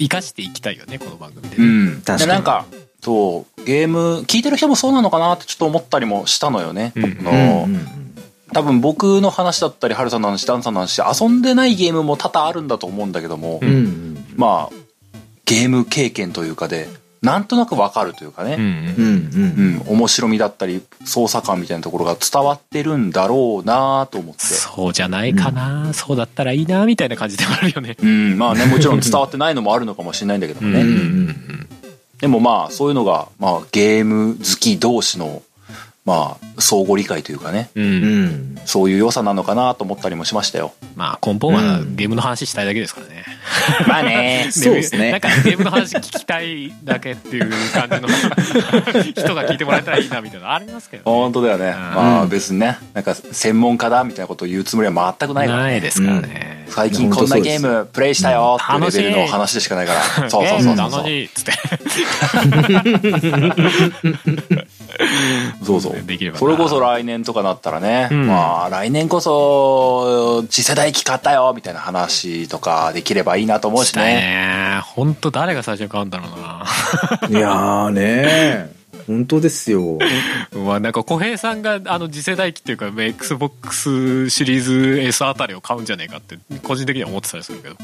Speaker 2: 生かしていきたいよねこの番組で
Speaker 1: う
Speaker 2: ね、
Speaker 1: ん。
Speaker 3: 確かに
Speaker 1: でなんか、そう、ゲーム、聞いてる人もそうなのかなってちょっと思ったりもしたのよね。
Speaker 2: うん
Speaker 1: あの多分僕の話だったり、ハルさんの話、ダンさんの話、遊んでないゲームも多々あるんだと思うんだけども、
Speaker 2: ん
Speaker 1: まあ、ゲーム経験というかで、なんとなくわかるというか
Speaker 2: うんう
Speaker 1: ね、
Speaker 2: ん
Speaker 1: うん、面白みだったり、操作感みたいなところが伝わってるんだろうなと思って。
Speaker 2: そうじゃないかな、そうだったらいいなみたいな感じでもあるよね
Speaker 1: うん、まあ ね、もちろん伝わってないのもあるのかもしれないんだけどもね。
Speaker 2: うん
Speaker 1: でもまあ、そういうのが、まあ、ゲーム好き同士の、まあ、相互理解というかね、
Speaker 2: うん、
Speaker 1: そういう良さなのかなと思ったりもしましたよ。
Speaker 2: まあ根本はゲームの話したいだけですからね、
Speaker 1: まあ ね。
Speaker 3: そうですね
Speaker 2: なんかゲームの話聞きたいだけっていう感じの人が聞いてもらえたらいいなみたいなのありますけどね
Speaker 1: 本当だよね。まあ別にね、なんか専門家だみたいなことを言うつもりは全くないから
Speaker 2: な
Speaker 1: ね。
Speaker 2: いですからね、
Speaker 1: 最近こんなゲームプレイしたよっていうレベルの
Speaker 2: うん
Speaker 1: 話でしかないから。そうそうそうそう
Speaker 2: 楽しいっつって
Speaker 1: そうそう。
Speaker 2: できればな
Speaker 1: それこそ来年とかなったらね、
Speaker 2: ん
Speaker 1: まあ来年こそ次世代機買ったよみたいな話とかできればいいなと思うしね。
Speaker 2: ね本当誰が最初に買うんだろうな
Speaker 3: いやーねー本当ですよ。
Speaker 2: うわなんか小平さんがあの次世代機っていうか XBOX シリーズ S あたりを買うんじゃねえかって個人的には思ってたりするけど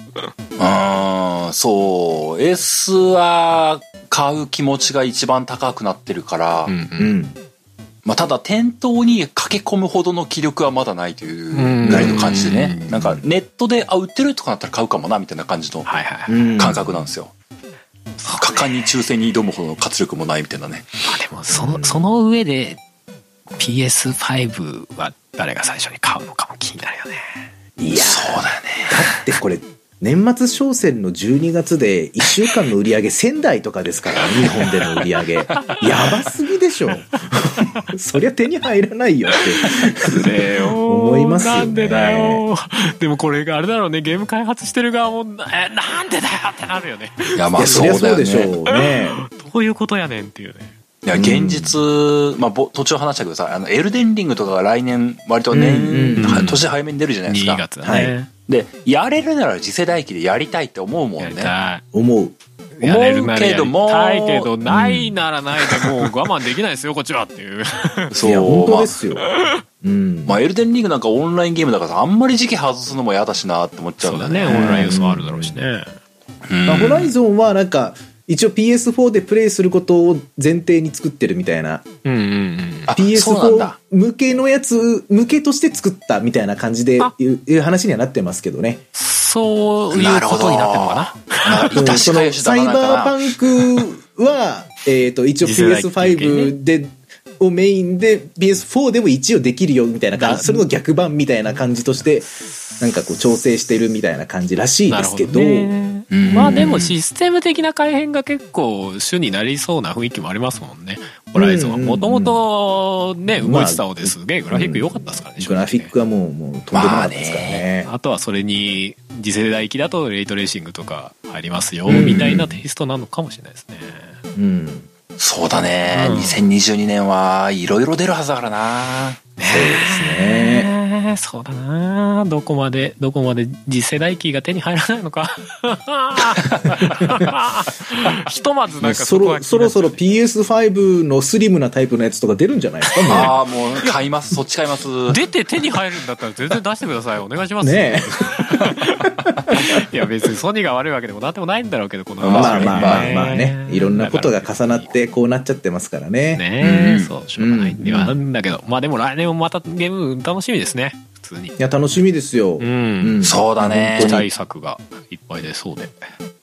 Speaker 1: うーん、そう。S は買う気持ちが一番高くなってるから、
Speaker 3: うん。
Speaker 1: まあただ店頭に駆け込むほどの気力はまだないというぐらいの感じでね
Speaker 2: う。ん
Speaker 1: なんかネットで、あ、売ってるとかなったら買うかもなみたいな感じの
Speaker 2: はいはい、
Speaker 3: うん
Speaker 1: 感覚なんですよ。果敢に抽選に挑むほどの活力もないみたいなね。
Speaker 2: まあでもそのその上で PS5 は誰が最初に買うのかも気になるよね
Speaker 3: いや
Speaker 1: そうだよね。
Speaker 3: でこれ、年末商戦の12月で1週間の売り上げ仙台とかですから、日本での売り上げ。やばすぎでしょ。そりゃ手に入らないよって。思いますよね
Speaker 2: なんでだよでもこれがあれだろうねゲーム開発してる側もえなんでだよってなるよね
Speaker 1: いや、
Speaker 3: い
Speaker 1: まあ
Speaker 3: や、そ
Speaker 1: そう
Speaker 3: り
Speaker 1: だ
Speaker 3: ゃ
Speaker 1: よ
Speaker 3: そう
Speaker 1: ね。
Speaker 3: でしょうね。
Speaker 2: どういうことやねんっていうね
Speaker 1: いや、現実、まあ、ぼ途中話したけどさ、あの、エルデンリングとかが来年、割と年、
Speaker 3: うんうん
Speaker 1: は年早めに出るじゃないですか。
Speaker 2: 2月だ
Speaker 3: はい
Speaker 2: ね、
Speaker 1: で、やれるなら次世代機でやりたいって思うもん
Speaker 2: やり
Speaker 1: ね。
Speaker 2: たい
Speaker 3: 思う。
Speaker 2: やれるならや
Speaker 1: 思うけ
Speaker 2: り
Speaker 1: ども
Speaker 2: たいけどないならないでもう我慢できないですよこっちはっていう
Speaker 1: そ
Speaker 3: いや、本
Speaker 1: う。
Speaker 3: 当
Speaker 1: まあ
Speaker 3: ですよ。うん。
Speaker 1: まあ、エルデンリングなんかオンラインゲームだからさ、あんまり時期外すのも嫌だしなって思っちゃう
Speaker 2: そ
Speaker 1: ん
Speaker 2: う
Speaker 1: だ
Speaker 2: だ
Speaker 1: よ
Speaker 2: ね
Speaker 1: ね。
Speaker 2: オンライン要素あるだろうしね
Speaker 1: うん
Speaker 3: まあ、ホライゾンはなんか、一応 PS4 でプレイすることを前提に作ってるみたいな
Speaker 2: うんうんうん
Speaker 1: あそうなん
Speaker 3: PS4
Speaker 1: だ。
Speaker 3: 向けのやつ、向けとして作ったみたいな感じで
Speaker 2: あ
Speaker 3: いういう話にはなってますけどね。
Speaker 2: そういうことになってるのかな
Speaker 1: なんか、いたしかよしだ
Speaker 3: サイ
Speaker 1: な、なん
Speaker 3: バー
Speaker 1: かな。
Speaker 3: パン クは、えっと、一応
Speaker 2: 次世代向けに
Speaker 3: PS5 で、をメインで PS4 でも一応できるよみたいな感
Speaker 2: だ
Speaker 3: じ、それの逆版みたいな感じとして、なんかこう調整してるみたいな感じらしい
Speaker 2: な
Speaker 3: で
Speaker 2: る
Speaker 3: す
Speaker 2: ほ
Speaker 3: けど、
Speaker 2: どね
Speaker 1: うん
Speaker 2: まあでもシステム的な改変が結構主になりそうな雰囲気もありますもんねホライゾンはもともとね
Speaker 3: んうん
Speaker 2: 動いてたのですげえグラフィック良かったですからね
Speaker 3: グラフィックはもう、もうとんでもなかったですからね。
Speaker 2: あとはそれに次世代機だとレイトレーシングとか入りますよ
Speaker 3: うんうん
Speaker 2: みたいなテイストなのかもしれないですね。
Speaker 3: うん。
Speaker 1: そうだね。
Speaker 2: うん
Speaker 1: 2022年はいろいろ出るはずだからな。
Speaker 3: そうですね。
Speaker 2: ねそうだなどこまでどこまで次世代機が手に入らないの かひとまずなんか
Speaker 3: そ
Speaker 2: そこは
Speaker 3: ろ
Speaker 2: 気
Speaker 3: そ
Speaker 2: にな
Speaker 3: ろ
Speaker 2: っちゃ
Speaker 3: そうろ PS5 のスリムなタイプのやつとか出るんじゃないですかもう
Speaker 1: ああ、もう、買います。そっち買います。
Speaker 2: 出て手に入るんだったら全然出してくださいお願いしますよ
Speaker 3: ね
Speaker 2: いや別にソニーが悪いわけでもなんでもないんだろうけどこの
Speaker 3: え。
Speaker 1: まあ
Speaker 3: まあ
Speaker 2: 話
Speaker 3: まあまあまあね。いろんなことが重なっ
Speaker 2: ね
Speaker 3: てこうなっちゃってますからね。
Speaker 2: え、
Speaker 3: うん
Speaker 2: そうしょうがないんではあるんだけど、まあでも来年もまたゲーム楽しみですね普通に
Speaker 3: いや、楽しみですよ。
Speaker 2: う
Speaker 3: うん
Speaker 2: ん
Speaker 1: そうだね
Speaker 2: 期
Speaker 3: 本当
Speaker 2: 待
Speaker 3: に
Speaker 2: 作がいっぱい出そうで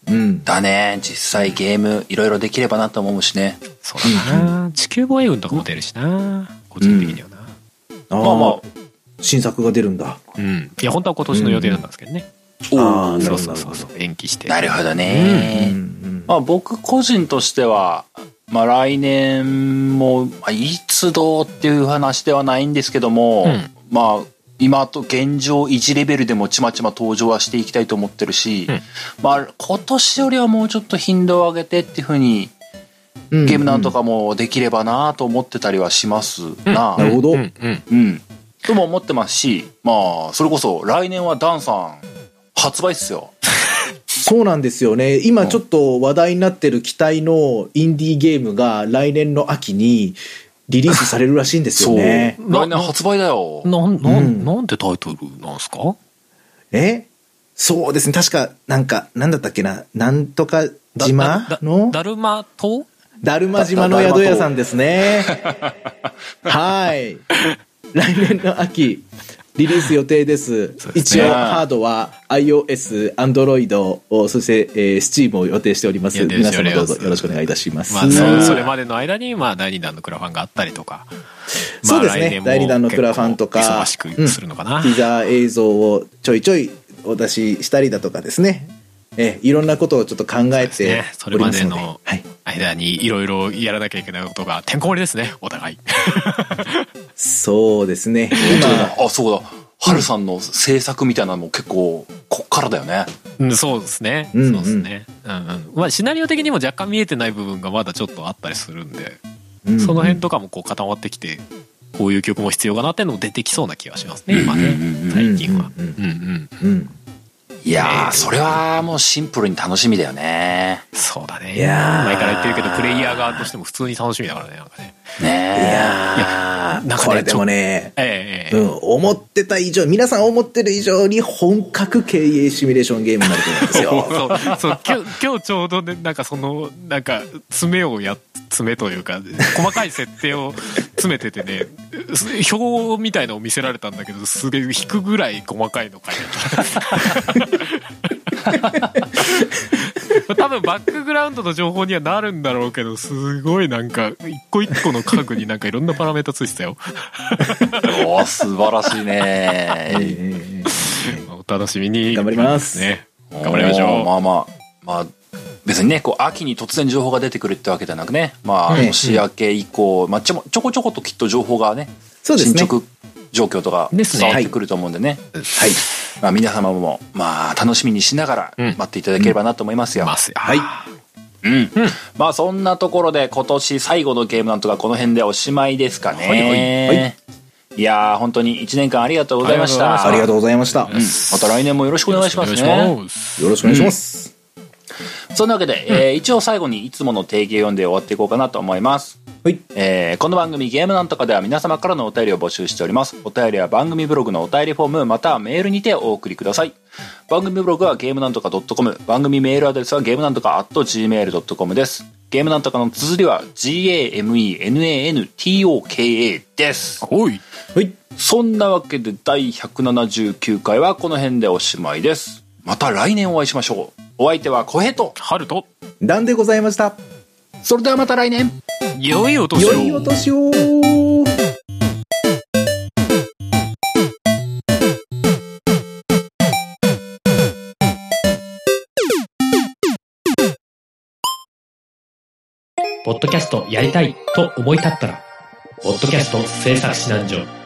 Speaker 3: うん。
Speaker 1: だね。実際ゲーム、いろいろできればなと思うしね。
Speaker 2: そうだな、地球防衛軍とかも出るしな個人的にはな
Speaker 3: あ
Speaker 1: まあま
Speaker 3: あ、新作が出るんだ。
Speaker 2: うん、いや本当は今年の予定だったんですけどね、
Speaker 3: ああ、な
Speaker 2: そ
Speaker 3: る
Speaker 2: う
Speaker 3: ほ
Speaker 2: そう
Speaker 3: どなる
Speaker 2: そ
Speaker 3: ほ
Speaker 2: うそ
Speaker 3: ど
Speaker 2: う。延期して
Speaker 1: あ。なるほど
Speaker 3: うんう
Speaker 1: ね。
Speaker 3: ん
Speaker 1: まあ僕個人としては、まあ来年も、まあいつどうっていう話ではないんですけども、
Speaker 2: うん
Speaker 1: まあ今と現状維持レベルでもちまちま登場はしていきたいと思ってるし、
Speaker 2: うん
Speaker 1: まあ今年よりはもうちょっと頻度を上げてっていうふうに
Speaker 3: うん
Speaker 1: ゲームなんとかもできればなと思ってたりはしますな、
Speaker 3: なるほど。
Speaker 2: うんうん。
Speaker 1: うん。とも思ってますし、まあ、それこそ来年はダンさん、発売っすよ。
Speaker 3: そうなんですよね。今ちょっと話題になってる期待のインディーゲームが来年の秋にリリースされるらしいんですよね。
Speaker 1: 来年発売だよ。
Speaker 2: なん、
Speaker 3: う
Speaker 2: なん、
Speaker 3: ん
Speaker 2: なんてタイトルなんですか
Speaker 3: えそうですね。確か、なんか、なんだったっけな。なんとか
Speaker 2: だ
Speaker 3: 島
Speaker 2: だだ
Speaker 3: の
Speaker 2: だるまと
Speaker 3: だるま島の宿屋さんで すね。はい。来年の秋、リリース予定です。
Speaker 2: そうです
Speaker 3: 一
Speaker 2: ね
Speaker 3: 応、ハードは iOS、Android、おそして、えー Steam を予定しております。
Speaker 2: 予定
Speaker 3: 皆
Speaker 2: しておりま
Speaker 3: 様どう
Speaker 2: す
Speaker 3: ぞよろしくお願いいたします。
Speaker 2: まあ、そう
Speaker 1: ね
Speaker 2: それまでの間に、まあ、第2弾のクラファンがあったりとか。まあ
Speaker 3: そうですね
Speaker 2: 来年も
Speaker 3: 第二弾のクラファンとか
Speaker 2: 結構忙しくするのかな。
Speaker 3: ティザー映像をちょいちょいお出ししたりだとかですね。えーいろんなことをちょっと考え
Speaker 2: そうで
Speaker 3: て
Speaker 2: すねそ
Speaker 3: お
Speaker 2: れ
Speaker 3: り
Speaker 2: ま
Speaker 3: ます
Speaker 2: で
Speaker 3: ので。
Speaker 2: の
Speaker 3: はい。
Speaker 2: 間にいろいろやらなきゃいけないことがてんこ盛りですね、お互い。
Speaker 3: そうですね。
Speaker 1: あ、そうだ。ハルさんの制作みたいなのも結構、こっからだよね。
Speaker 2: うん、 そうですね。
Speaker 3: うんうん
Speaker 2: そうですね。うんうん。まあ、シナリオ的にも若干見えてない部分がまだちょっとあったりするんで、
Speaker 3: 今、
Speaker 2: その
Speaker 3: うん
Speaker 2: 辺とかもこう固まってきて、こういう曲も必要かなっていうのも出てきそうな気がしますね、今ね。最近は。
Speaker 3: う
Speaker 2: う
Speaker 3: ん
Speaker 2: んうん。
Speaker 3: うん。
Speaker 1: いやー、それはもうシンプルに楽しみだよね。
Speaker 2: そうだね。
Speaker 3: いやー
Speaker 2: 前から言ってるけど、プレイヤー側としても普通に楽しみだからね、なんかね。
Speaker 1: ね
Speaker 3: い
Speaker 1: え。
Speaker 3: や
Speaker 2: いやなんかね
Speaker 3: ーこれでもね、
Speaker 2: ええ
Speaker 3: う
Speaker 2: ええ
Speaker 3: ん、思ってた以上、皆さん思ってる以上に本格経営シミュレーションゲームになると思うんです
Speaker 2: そう
Speaker 3: よ。
Speaker 2: そう今日今日ちょうどねなんかそのなんか爪をや爪というか細かい設定を詰めててね表みたいのを見せられたんだけどすげえ引くぐらい細かいの書いてた多分バックグラウンドの情報にはなるんだろうけどすごいなんか一個一個の家具になんかいろんなパラメータついてたよ
Speaker 1: おー素晴らしい ね。
Speaker 3: え
Speaker 2: お楽しみに
Speaker 3: 頑張ります
Speaker 2: ね頑張りましょう
Speaker 1: まあまあ、まあ、別にね、こう、秋に突然情報が出てくるってわけじゃなくね、まあ、
Speaker 3: うん
Speaker 1: 年明け以降、まあ、ちょもちょこちょこときっと情報がね、
Speaker 3: そうですね
Speaker 1: 進捗状況とか
Speaker 2: で
Speaker 1: 伝
Speaker 2: すね
Speaker 1: わってくると思うんでね、
Speaker 3: はい。
Speaker 1: まあ、皆様も、まあ、楽しみにしながら
Speaker 2: うん
Speaker 1: 待っていただければなと思いますよ。
Speaker 2: ますよ
Speaker 3: はい。
Speaker 1: うんまあ、そんなところで、今年最後のゲームなんとか、この辺でおしまいですかね。、
Speaker 2: はいはい
Speaker 3: はい
Speaker 1: やー、本当に1年間ありがとうございました。
Speaker 3: ありがと
Speaker 1: う。
Speaker 3: うございました。
Speaker 1: ん、また来年もよろしくお願いしますね。
Speaker 2: よろしくお願いします
Speaker 3: よろしくお願いします。
Speaker 1: そんなわけで、えー一応最後にいつもの定義を読んで終わっていこうかなと思います。
Speaker 3: はい。
Speaker 1: えーこの番組ゲームなんとかでは皆様からのお便りを募集しております。お便りは番組ブログのお便りフォームまたはメールにてお送りください。番組ブログはゲームなんとか .com、番組メールアドレスはゲームなんとか .gmail.com です。ゲームなんとかの綴りは gamenantoka です。
Speaker 2: おい
Speaker 3: はい。
Speaker 1: そんなわけで第179回はこの辺でおしまいです。また来年お会いしましょう。お相手は小平と。
Speaker 2: 春と
Speaker 3: なんでございました。
Speaker 1: それではまた来年
Speaker 2: 良いお年を
Speaker 3: 良いお年を。
Speaker 4: ポッドキャストやりたいと思い立ったら、ポッドキャスト制作指南所